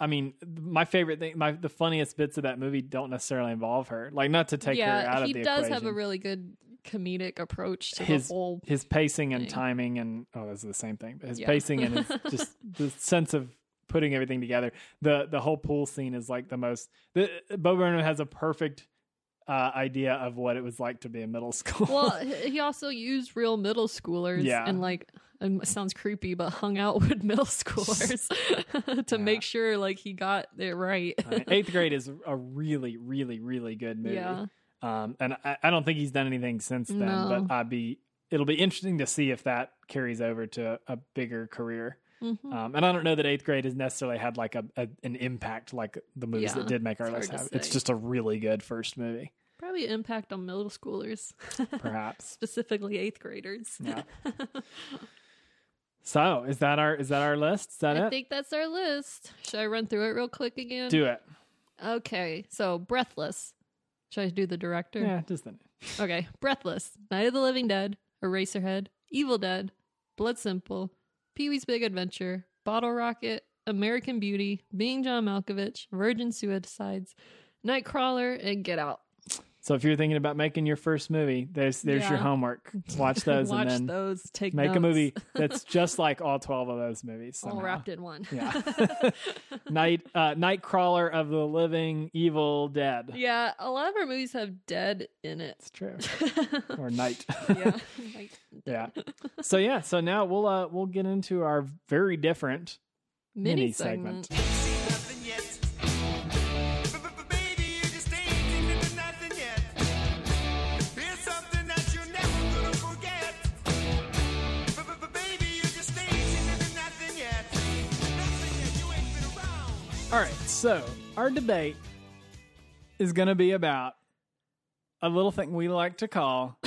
Speaker 1: I mean, my favorite thing, my the funniest bits of that movie don't necessarily involve her. Like, not to take
Speaker 2: yeah,
Speaker 1: her out
Speaker 2: he
Speaker 1: of the
Speaker 2: does
Speaker 1: equation.
Speaker 2: have a really good comedic approach to
Speaker 1: His-
Speaker 2: the whole
Speaker 1: his pacing and
Speaker 2: thing.
Speaker 1: timing and oh, that's the same thing. But his
Speaker 2: Yeah.
Speaker 1: pacing and his just the sense of putting everything together. The the whole pool scene is like the most. The, Bo Burnham has a perfect uh, idea of what it was like to be in middle school.
Speaker 2: well, h- he also used real middle schoolers
Speaker 1: Yeah.
Speaker 2: and like um, it sounds creepy, but hung out with middle schoolers to make sure like he got it right.
Speaker 1: Uh, Eighth grade is a really, really, really good movie.
Speaker 2: yeah,
Speaker 1: Um, and I, I don't think he's done anything since then.
Speaker 2: No.
Speaker 1: But I'd be it'll be interesting to see if that carries over to a, a bigger career.
Speaker 2: Mhm.
Speaker 1: Um, and I don't know that eighth grade has necessarily had like a, a an impact like the movies
Speaker 2: Yeah,
Speaker 1: that did make our
Speaker 2: it's
Speaker 1: list
Speaker 2: hard
Speaker 1: have.
Speaker 2: to
Speaker 1: It's
Speaker 2: say.
Speaker 1: just a really good first movie,
Speaker 2: probably impact on middle schoolers,
Speaker 1: perhaps.
Speaker 2: specifically eighth graders.
Speaker 1: Yeah. so is that our is that our list? Is that
Speaker 2: I
Speaker 1: it?
Speaker 2: think that's our list. Should I run through it real quick again?
Speaker 1: Do it.
Speaker 2: Okay, so Breathless. Should I do the director?
Speaker 1: Yeah, just the
Speaker 2: Okay, Breathless, Night of the Living Dead, Eraserhead, Evil Dead, Blood Simple, Pee Wee's Big Adventure, Bottle Rocket, American Beauty, Being John Malkovich, Virgin Suicides, Nightcrawler, and Get Out.
Speaker 1: So if you're thinking about making your first movie, there's there's your
Speaker 2: Yeah.
Speaker 1: homework. Watch those
Speaker 2: Watch
Speaker 1: and then
Speaker 2: those. Take
Speaker 1: make a
Speaker 2: notes.
Speaker 1: movie that's just like all 12 of those movies.
Speaker 2: all
Speaker 1: somehow.
Speaker 2: wrapped in one.
Speaker 1: Yeah. Night uh Nightcrawler of the Living Evil Dead.
Speaker 2: yeah, a lot of our movies have dead in it.
Speaker 1: It's true. Or night.
Speaker 2: yeah. like
Speaker 1: yeah. So yeah, so now we'll uh we'll get into our very different
Speaker 2: mini,
Speaker 1: Mini
Speaker 2: segment.
Speaker 1: segment.
Speaker 4: seen nothing yet. Baby, you just ain't seen nothing yet. Here's something that you're never gonna forget. Baby, you just ain't seen nothing yet. Nothing yet. You ain't been around.
Speaker 1: All right, so our debate is going to be about a little thing we like to call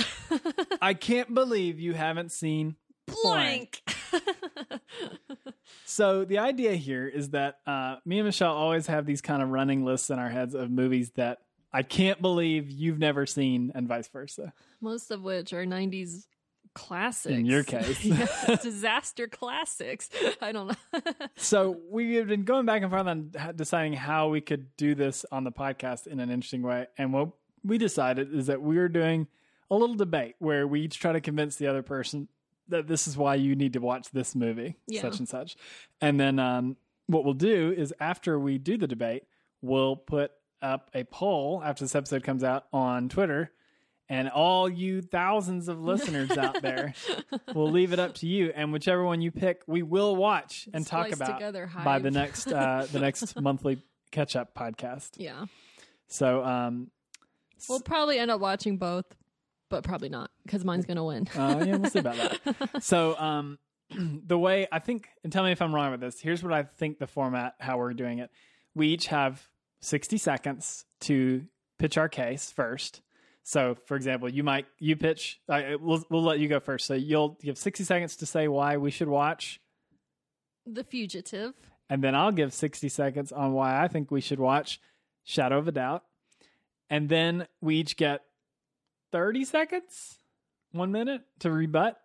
Speaker 1: I can't believe you haven't seen
Speaker 2: Blank.
Speaker 1: So the idea here is that uh, me and Michelle always have these kind of running lists in our heads of movies that I can't believe you've never seen, and vice versa.
Speaker 2: most of which are 90s classics.
Speaker 1: In your case.
Speaker 2: Yeah, disaster classics. I don't know.
Speaker 1: So we've been going back and forth on h- deciding how we could do this on the podcast in an interesting way, and what we decided is that we were doing a little debate where we each try to convince the other person that this is why you need to watch this movie,
Speaker 2: Yeah.
Speaker 1: such and such. And then um, what we'll do is after we do the debate, we'll put up a poll after this episode comes out on Twitter. And all you thousands of listeners out there, we'll leave it up to you. And whichever one you pick, we will watch and talk
Speaker 2: Splice
Speaker 1: about
Speaker 2: together,
Speaker 1: by
Speaker 2: Hive.
Speaker 1: the next uh, the next monthly catch up podcast.
Speaker 2: yeah.
Speaker 1: So um,
Speaker 2: We'll probably end up watching both, but probably not because mine's going to win.
Speaker 1: Uh, yeah, we'll see about that. So, um, the way I think, and tell me if I'm wrong with this. Here's what I think the format, how we're doing it. We each have 60 seconds to pitch our case first. So, for example, you might you pitch. I we'll we'll let you go first. So you'll give 60 seconds to say why we should watch,
Speaker 2: the Fugitive.
Speaker 1: and then I'll give 60 seconds on why I think we should watch Shadow of a Doubt, and then we each get 30 seconds, one minute to rebut.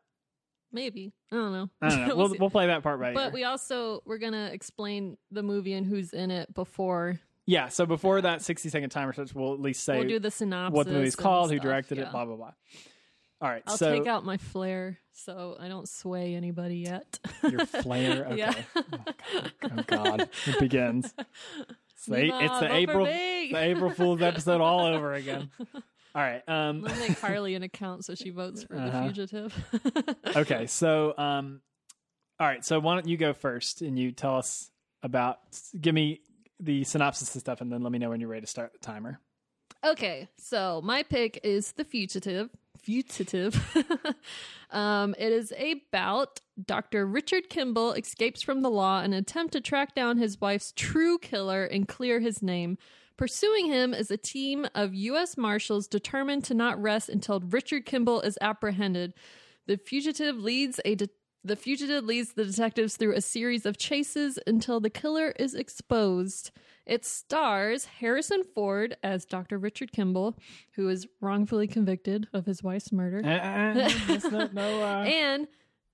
Speaker 2: Maybe. I don't know.
Speaker 1: I don't know.
Speaker 2: We'll
Speaker 1: We'll,
Speaker 2: see.
Speaker 1: we'll play that part by ear.
Speaker 2: but we also, we're going to explain the movie and who's in it before
Speaker 1: yeah. So before that 60 second timer starts, we'll at least say
Speaker 2: we'll do the synopsis.
Speaker 1: what the movie's
Speaker 2: and
Speaker 1: called, who
Speaker 2: stuff,
Speaker 1: directed
Speaker 2: yeah.
Speaker 1: it, blah, blah, blah. All right.
Speaker 2: I'll
Speaker 1: so
Speaker 2: take out my flare so I don't sway anybody yet.
Speaker 1: your flare. Okay.
Speaker 2: Yeah.
Speaker 1: Oh, God. It begins. It's the,
Speaker 2: Leave
Speaker 1: it's
Speaker 2: off
Speaker 1: the
Speaker 2: over
Speaker 1: April,
Speaker 2: me.
Speaker 1: the April Fool's episode all over again. All right. Um,
Speaker 2: Let's make Harley an account so she votes for the
Speaker 1: Uh-huh.
Speaker 2: fugitive.
Speaker 1: okay. So, um, all right. So why don't you go first and you tell us about, give me the synopsis and stuff, and then let me know when you're ready to start the timer.
Speaker 2: okay, so my pick is The Fugitive. Fugitive. um, it is about Dr. Richard Kimball escapes from the law in an attempt to track down his wife's true killer and clear his name. Pursuing him is a team of U.S. Marshals determined to not rest until Richard Kimball is apprehended. The fugitive leads a de- the fugitive leads the detectives through a series of chases until the killer is exposed. It stars Harrison Ford as Dr. Richard Kimball, who is wrongfully convicted of his wife's murder,
Speaker 1: Uh, uh, that's not- no, uh,
Speaker 2: and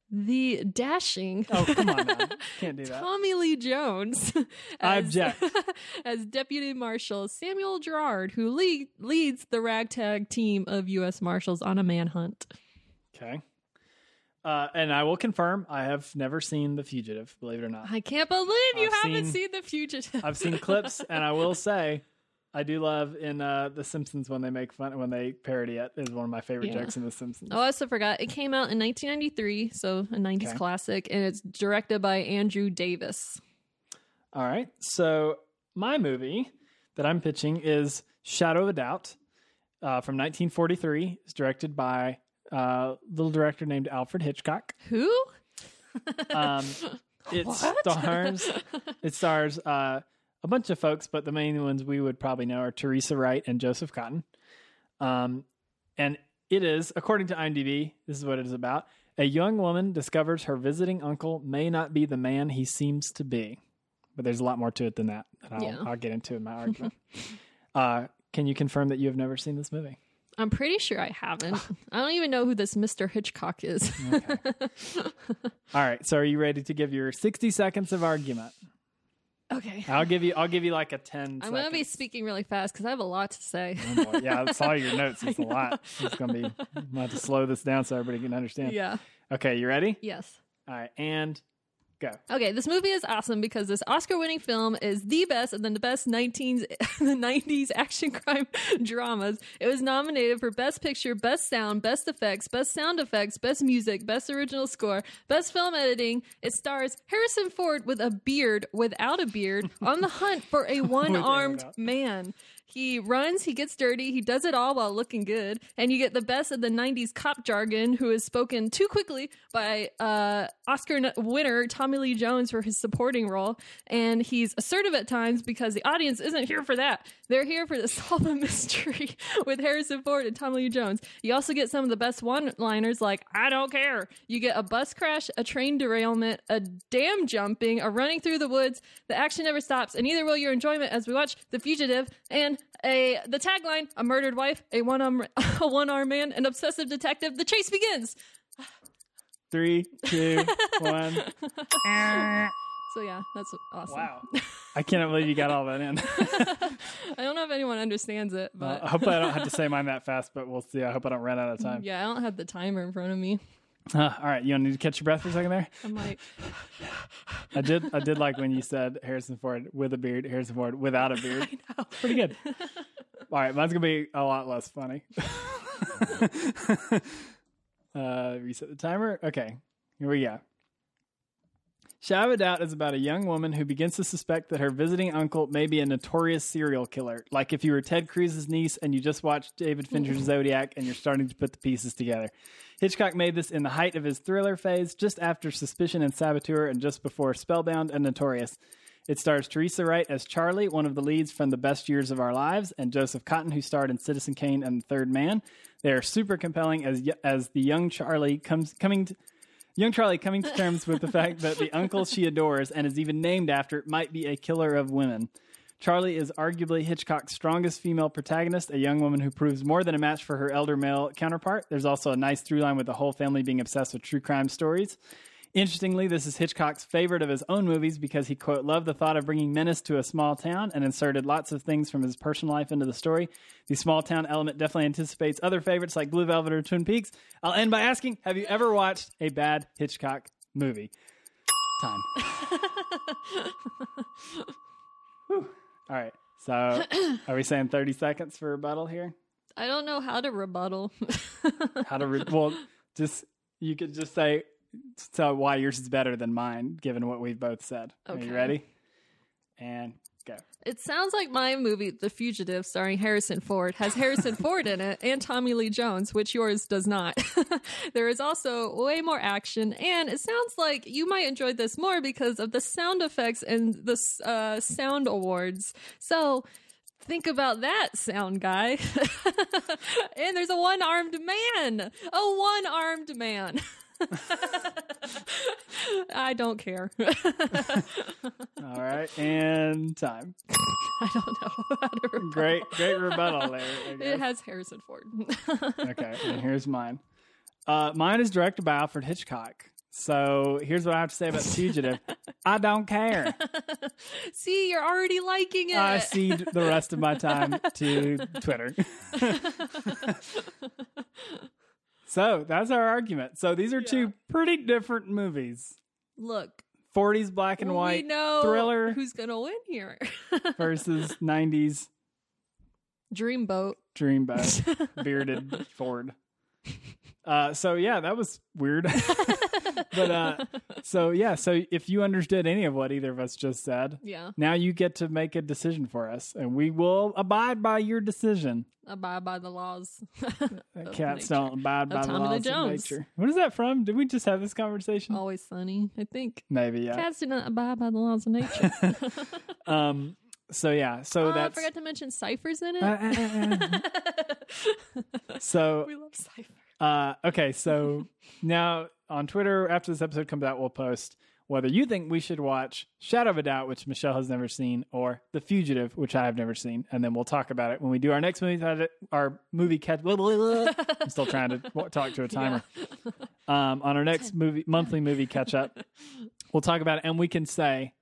Speaker 2: the dashing
Speaker 1: Oh, come on now. Can't do that.
Speaker 2: Tommy Lee Jones.
Speaker 1: I object.
Speaker 2: as Deputy Marshal Samuel Gerard, who lead, leads the ragtag team of U.S. Marshals on a manhunt.
Speaker 1: Okay. Uh, and I will confirm, I have never seen The Fugitive, believe it or not.
Speaker 2: I can't believe you
Speaker 1: I've
Speaker 2: haven't
Speaker 1: seen-
Speaker 2: seen The Fugitive.
Speaker 1: I've seen clips, and I will say I do love in uh, the Simpsons when they make fun when they parody it is one of my favorite
Speaker 2: Yeah.
Speaker 1: jokes in the Simpsons.
Speaker 2: Oh, I also forgot. It came out in 1993, so a 90s
Speaker 1: Okay.
Speaker 2: classic, and it's directed by Andrew Davis.
Speaker 1: All right. So my movie that I'm pitching is Shadow of a Doubt uh, from 1943. It's directed by uh, little director named Alfred Hitchcock.
Speaker 2: Who?
Speaker 1: Um, it stars it stars uh, a bunch of folks, but the main ones we would probably know are Teresa Wright and Joseph Cotton. Um, and it is, according to IMDb, this is what it is about. A young woman discovers her visiting uncle may not be the man he seems to be. But there's a lot more to it than that, and I'll,
Speaker 2: Yeah.
Speaker 1: I'll get into in my argument. uh, can you confirm that you have never seen this movie?
Speaker 2: I'm pretty sure I haven't. I don't even know who this Mr. Hitchcock is. Okay.
Speaker 1: All right, so are you ready to give your 60 seconds of argument? I'll give you. I'll give you like a 10
Speaker 2: I'm going to be
Speaker 1: seconds.
Speaker 2: speaking really fast because I have a lot to say.
Speaker 1: Oh, boy. yeah, I saw your notes. It's a lot. It's gonna be. I'm gonna have to slow this down so everybody can understand.
Speaker 2: yeah.
Speaker 1: Okay, you ready?
Speaker 2: Yes.
Speaker 1: All right, and go.
Speaker 2: Okay, this movie is awesome because this Oscar-winning film is the best and then the best 19s, the 90s action crime dramas. It was nominated for Best Picture, Best Sound, Best Effects, Best Sound Effects, Best Music, Best Original Score, Best Film Editing. It stars Harrison Ford with a beard, without a beard, on the hunt for a one-armed
Speaker 1: without.
Speaker 2: man. He runs, he gets dirty, he does it all while looking good, and you get the best of the 90s cop jargon who is spoken too quickly by uh, Oscar n- winner Tommy Lee Jones for his supporting role. And he's assertive at times because the audience isn't here for that. They're here for the solve a mystery with Harrison Ford and Tommy Lee Jones. You also get some of the best one liners like, I don't care. You get a bus crash, a train derailment, a dam jumping, a running through the woods. The action never stops, and neither will your enjoyment as we watch The Fugitive and a the tagline: a murdered wife, a one arm a one arm man, an obsessive detective. The chase begins.
Speaker 1: Three, two, one.
Speaker 2: So yeah, that's awesome.
Speaker 1: Wow, I cannot believe you got all that in.
Speaker 2: I don't know if anyone understands it,
Speaker 1: Well,
Speaker 2: but
Speaker 1: I hope I don't have to say mine that fast, but we'll see. I hope I don't run out of time.
Speaker 2: yeah, I don't have the timer in front of me.
Speaker 1: Uh, all right, you want to catch your breath for a second there?
Speaker 2: I'm like,
Speaker 1: I did. I did like when you said Harrison Ford with a beard, Harrison Ford without a beard. Pretty good. All right, mine's gonna be a lot less funny. uh, reset the timer. Okay, here we go. Shadow of a Doubt is about a young woman who begins to suspect that her visiting uncle may be a notorious serial killer. Like if you were Ted Cruz's niece and you just watched David Fincher's Zodiac and you're starting to put the pieces together. Hitchcock made this in the height of his thriller phase, just after Suspicion and Saboteur and just before Spellbound and Notorious. It stars Teresa Wright as Charlie, one of the leads from The Best Years of Our Lives, and Joseph Cotton, who starred in Citizen Kane and The Third Man. They are super compelling as y- as the young Charlie comes coming to, young Charlie coming to terms with the fact that the uncle she adores and is even named after might be a killer of women. Charlie is arguably Hitchcock's strongest female protagonist, a young woman who proves more than a match for her elder male counterpart. There's also a nice through line with the whole family being obsessed with true crime stories. Interestingly, this is Hitchcock's favorite of his own movies because he, quote, loved the thought of bringing menace to a small town and inserted lots of things from his personal life into the story. The small town element definitely anticipates other favorites like Blue Velvet or Twin Peaks. I'll end by asking Have you ever watched a bad Hitchcock movie? Time. Whew. All right. So, are we saying 30 seconds for rebuttal here?
Speaker 2: I don't know how to rebuttal.
Speaker 1: How to, re- well, just, you could just say, tell why yours is better than mine, given what we've both said. Are
Speaker 2: Okay.
Speaker 1: you ready? And go.
Speaker 2: It sounds like my movie, The Fugitive, starring Harrison Ford, has Harrison Ford in it and Tommy Lee Jones, which yours does not. there is also way more action, and it sounds like you might enjoy this more because of the sound effects and the uh, sound awards. So think about that, sound guy. and there's a one armed man, a one armed man. I don't care.
Speaker 1: All right. And time.
Speaker 2: I don't know how to rebut.
Speaker 1: Great, great rebuttal there. I guess.
Speaker 2: It has Harrison Ford.
Speaker 1: okay, and here's mine. Uh, mine is directed by Alfred Hitchcock. So here's what I have to say about The Fugitive. I don't care.
Speaker 2: See, you're already liking it.
Speaker 1: I cede the rest of my time to Twitter. so that's our argument. So these are two pretty different movies.
Speaker 2: Look,
Speaker 1: 40s black and
Speaker 2: we
Speaker 1: white
Speaker 2: know
Speaker 1: thriller
Speaker 2: who's gonna win here.
Speaker 1: versus 90s
Speaker 2: Dreamboat.
Speaker 1: Dreamboat, bearded Ford. Uh, so yeah, that was weird. but uh, so yeah, so if you understood any of what either of us just said,
Speaker 2: Yeah.
Speaker 1: now you get to make a decision for us, and we will abide by your decision.
Speaker 2: Abide by the laws.
Speaker 1: That
Speaker 2: Of
Speaker 1: Cats
Speaker 2: nature.
Speaker 1: don't abide by
Speaker 2: Of
Speaker 1: the
Speaker 2: Tommy Lee
Speaker 1: laws of
Speaker 2: Jones. Oh.
Speaker 1: nature. What is that from? Did we just have this conversation?
Speaker 2: Always sunny, I think.
Speaker 1: Maybe yeah.
Speaker 2: Cats do not abide by the laws of nature.
Speaker 1: Um. So yeah. So
Speaker 2: oh, I
Speaker 1: Oh, that's.
Speaker 2: forgot to mention ciphers in it.
Speaker 1: Uh, uh, uh, uh. so
Speaker 2: we love ciphers.
Speaker 1: Uh, okay, so now on Twitter, after this episode comes out, we'll post whether you think we should watch Shadow of a Doubt, which Michelle has never seen, or The Fugitive, which I have never seen, and then we'll talk about it when we do our next movie. cat- Our movie catch. Blah, blah, blah. I'm still trying to wa- talk to a timer. Um, on our next movie monthly movie catch up, we'll talk about it, and we can say,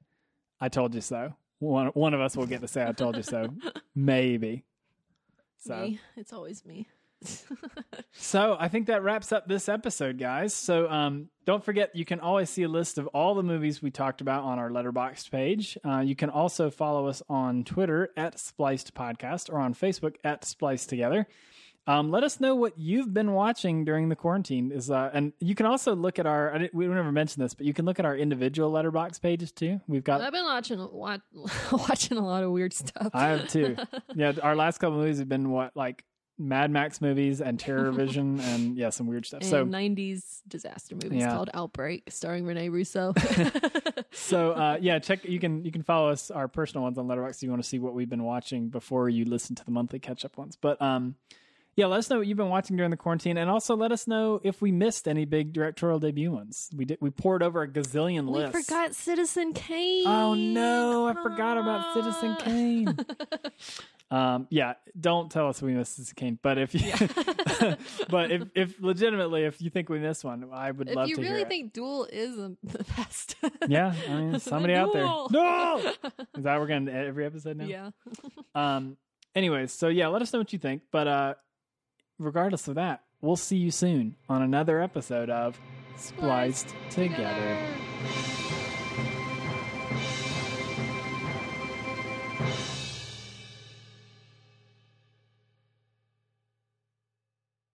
Speaker 1: "I told you so." One one of us will get to say, "I told you so," maybe. So.
Speaker 2: Me. It's always me.
Speaker 1: So I think that wraps up this episode, guys. So um, don't forget, you can always see a list of all the movies we talked about on our Letterboxd page. Uh, you can also follow us on Twitter at Spliced Podcast or on Facebook at Spliced Together. Um, let us know what you've been watching during the quarantine. Is uh, and you can also look at our. I didn't, we never mentioned this, but you can look at our individual letterbox pages too. We've got.
Speaker 2: I've been watching wat- watching a lot of weird stuff.
Speaker 1: I have too. yeah, our last couple movies have been what like Mad Max movies and Terror Vision and yeah, some weird stuff.
Speaker 2: And
Speaker 1: so
Speaker 2: 90s disaster movies
Speaker 1: Yeah.
Speaker 2: called Outbreak, starring Rene Russo.
Speaker 1: so uh, yeah, check. You can you can follow us our personal ones on Letterboxd if you want to see what we've been watching before you listen to the monthly catch up ones. But um, yeah, let us know what you've been watching during the quarantine, and also let us know if we missed any big directorial debut ones. We did. We poured over a gazillion
Speaker 2: we
Speaker 1: lists.
Speaker 2: forgot Citizen Kane.
Speaker 1: Oh no, I
Speaker 2: Come
Speaker 1: forgot about Citizen
Speaker 2: on.
Speaker 1: Kane. um, yeah, don't tell us we missed Citizen Kane, but if you, but if if legitimately if you think we missed one, I would love
Speaker 2: If you
Speaker 1: to
Speaker 2: really
Speaker 1: hear it.
Speaker 2: think Duel is the the best.
Speaker 1: Yeah, I mean, somebody out there.
Speaker 2: Duel.
Speaker 1: No, is that we're gonna end every episode now?
Speaker 2: yeah.
Speaker 1: Um. Anyways, so yeah, let us know what you think. But uh, regardless of that, we'll see you soon on another episode of Spliced Together.
Speaker 2: Together.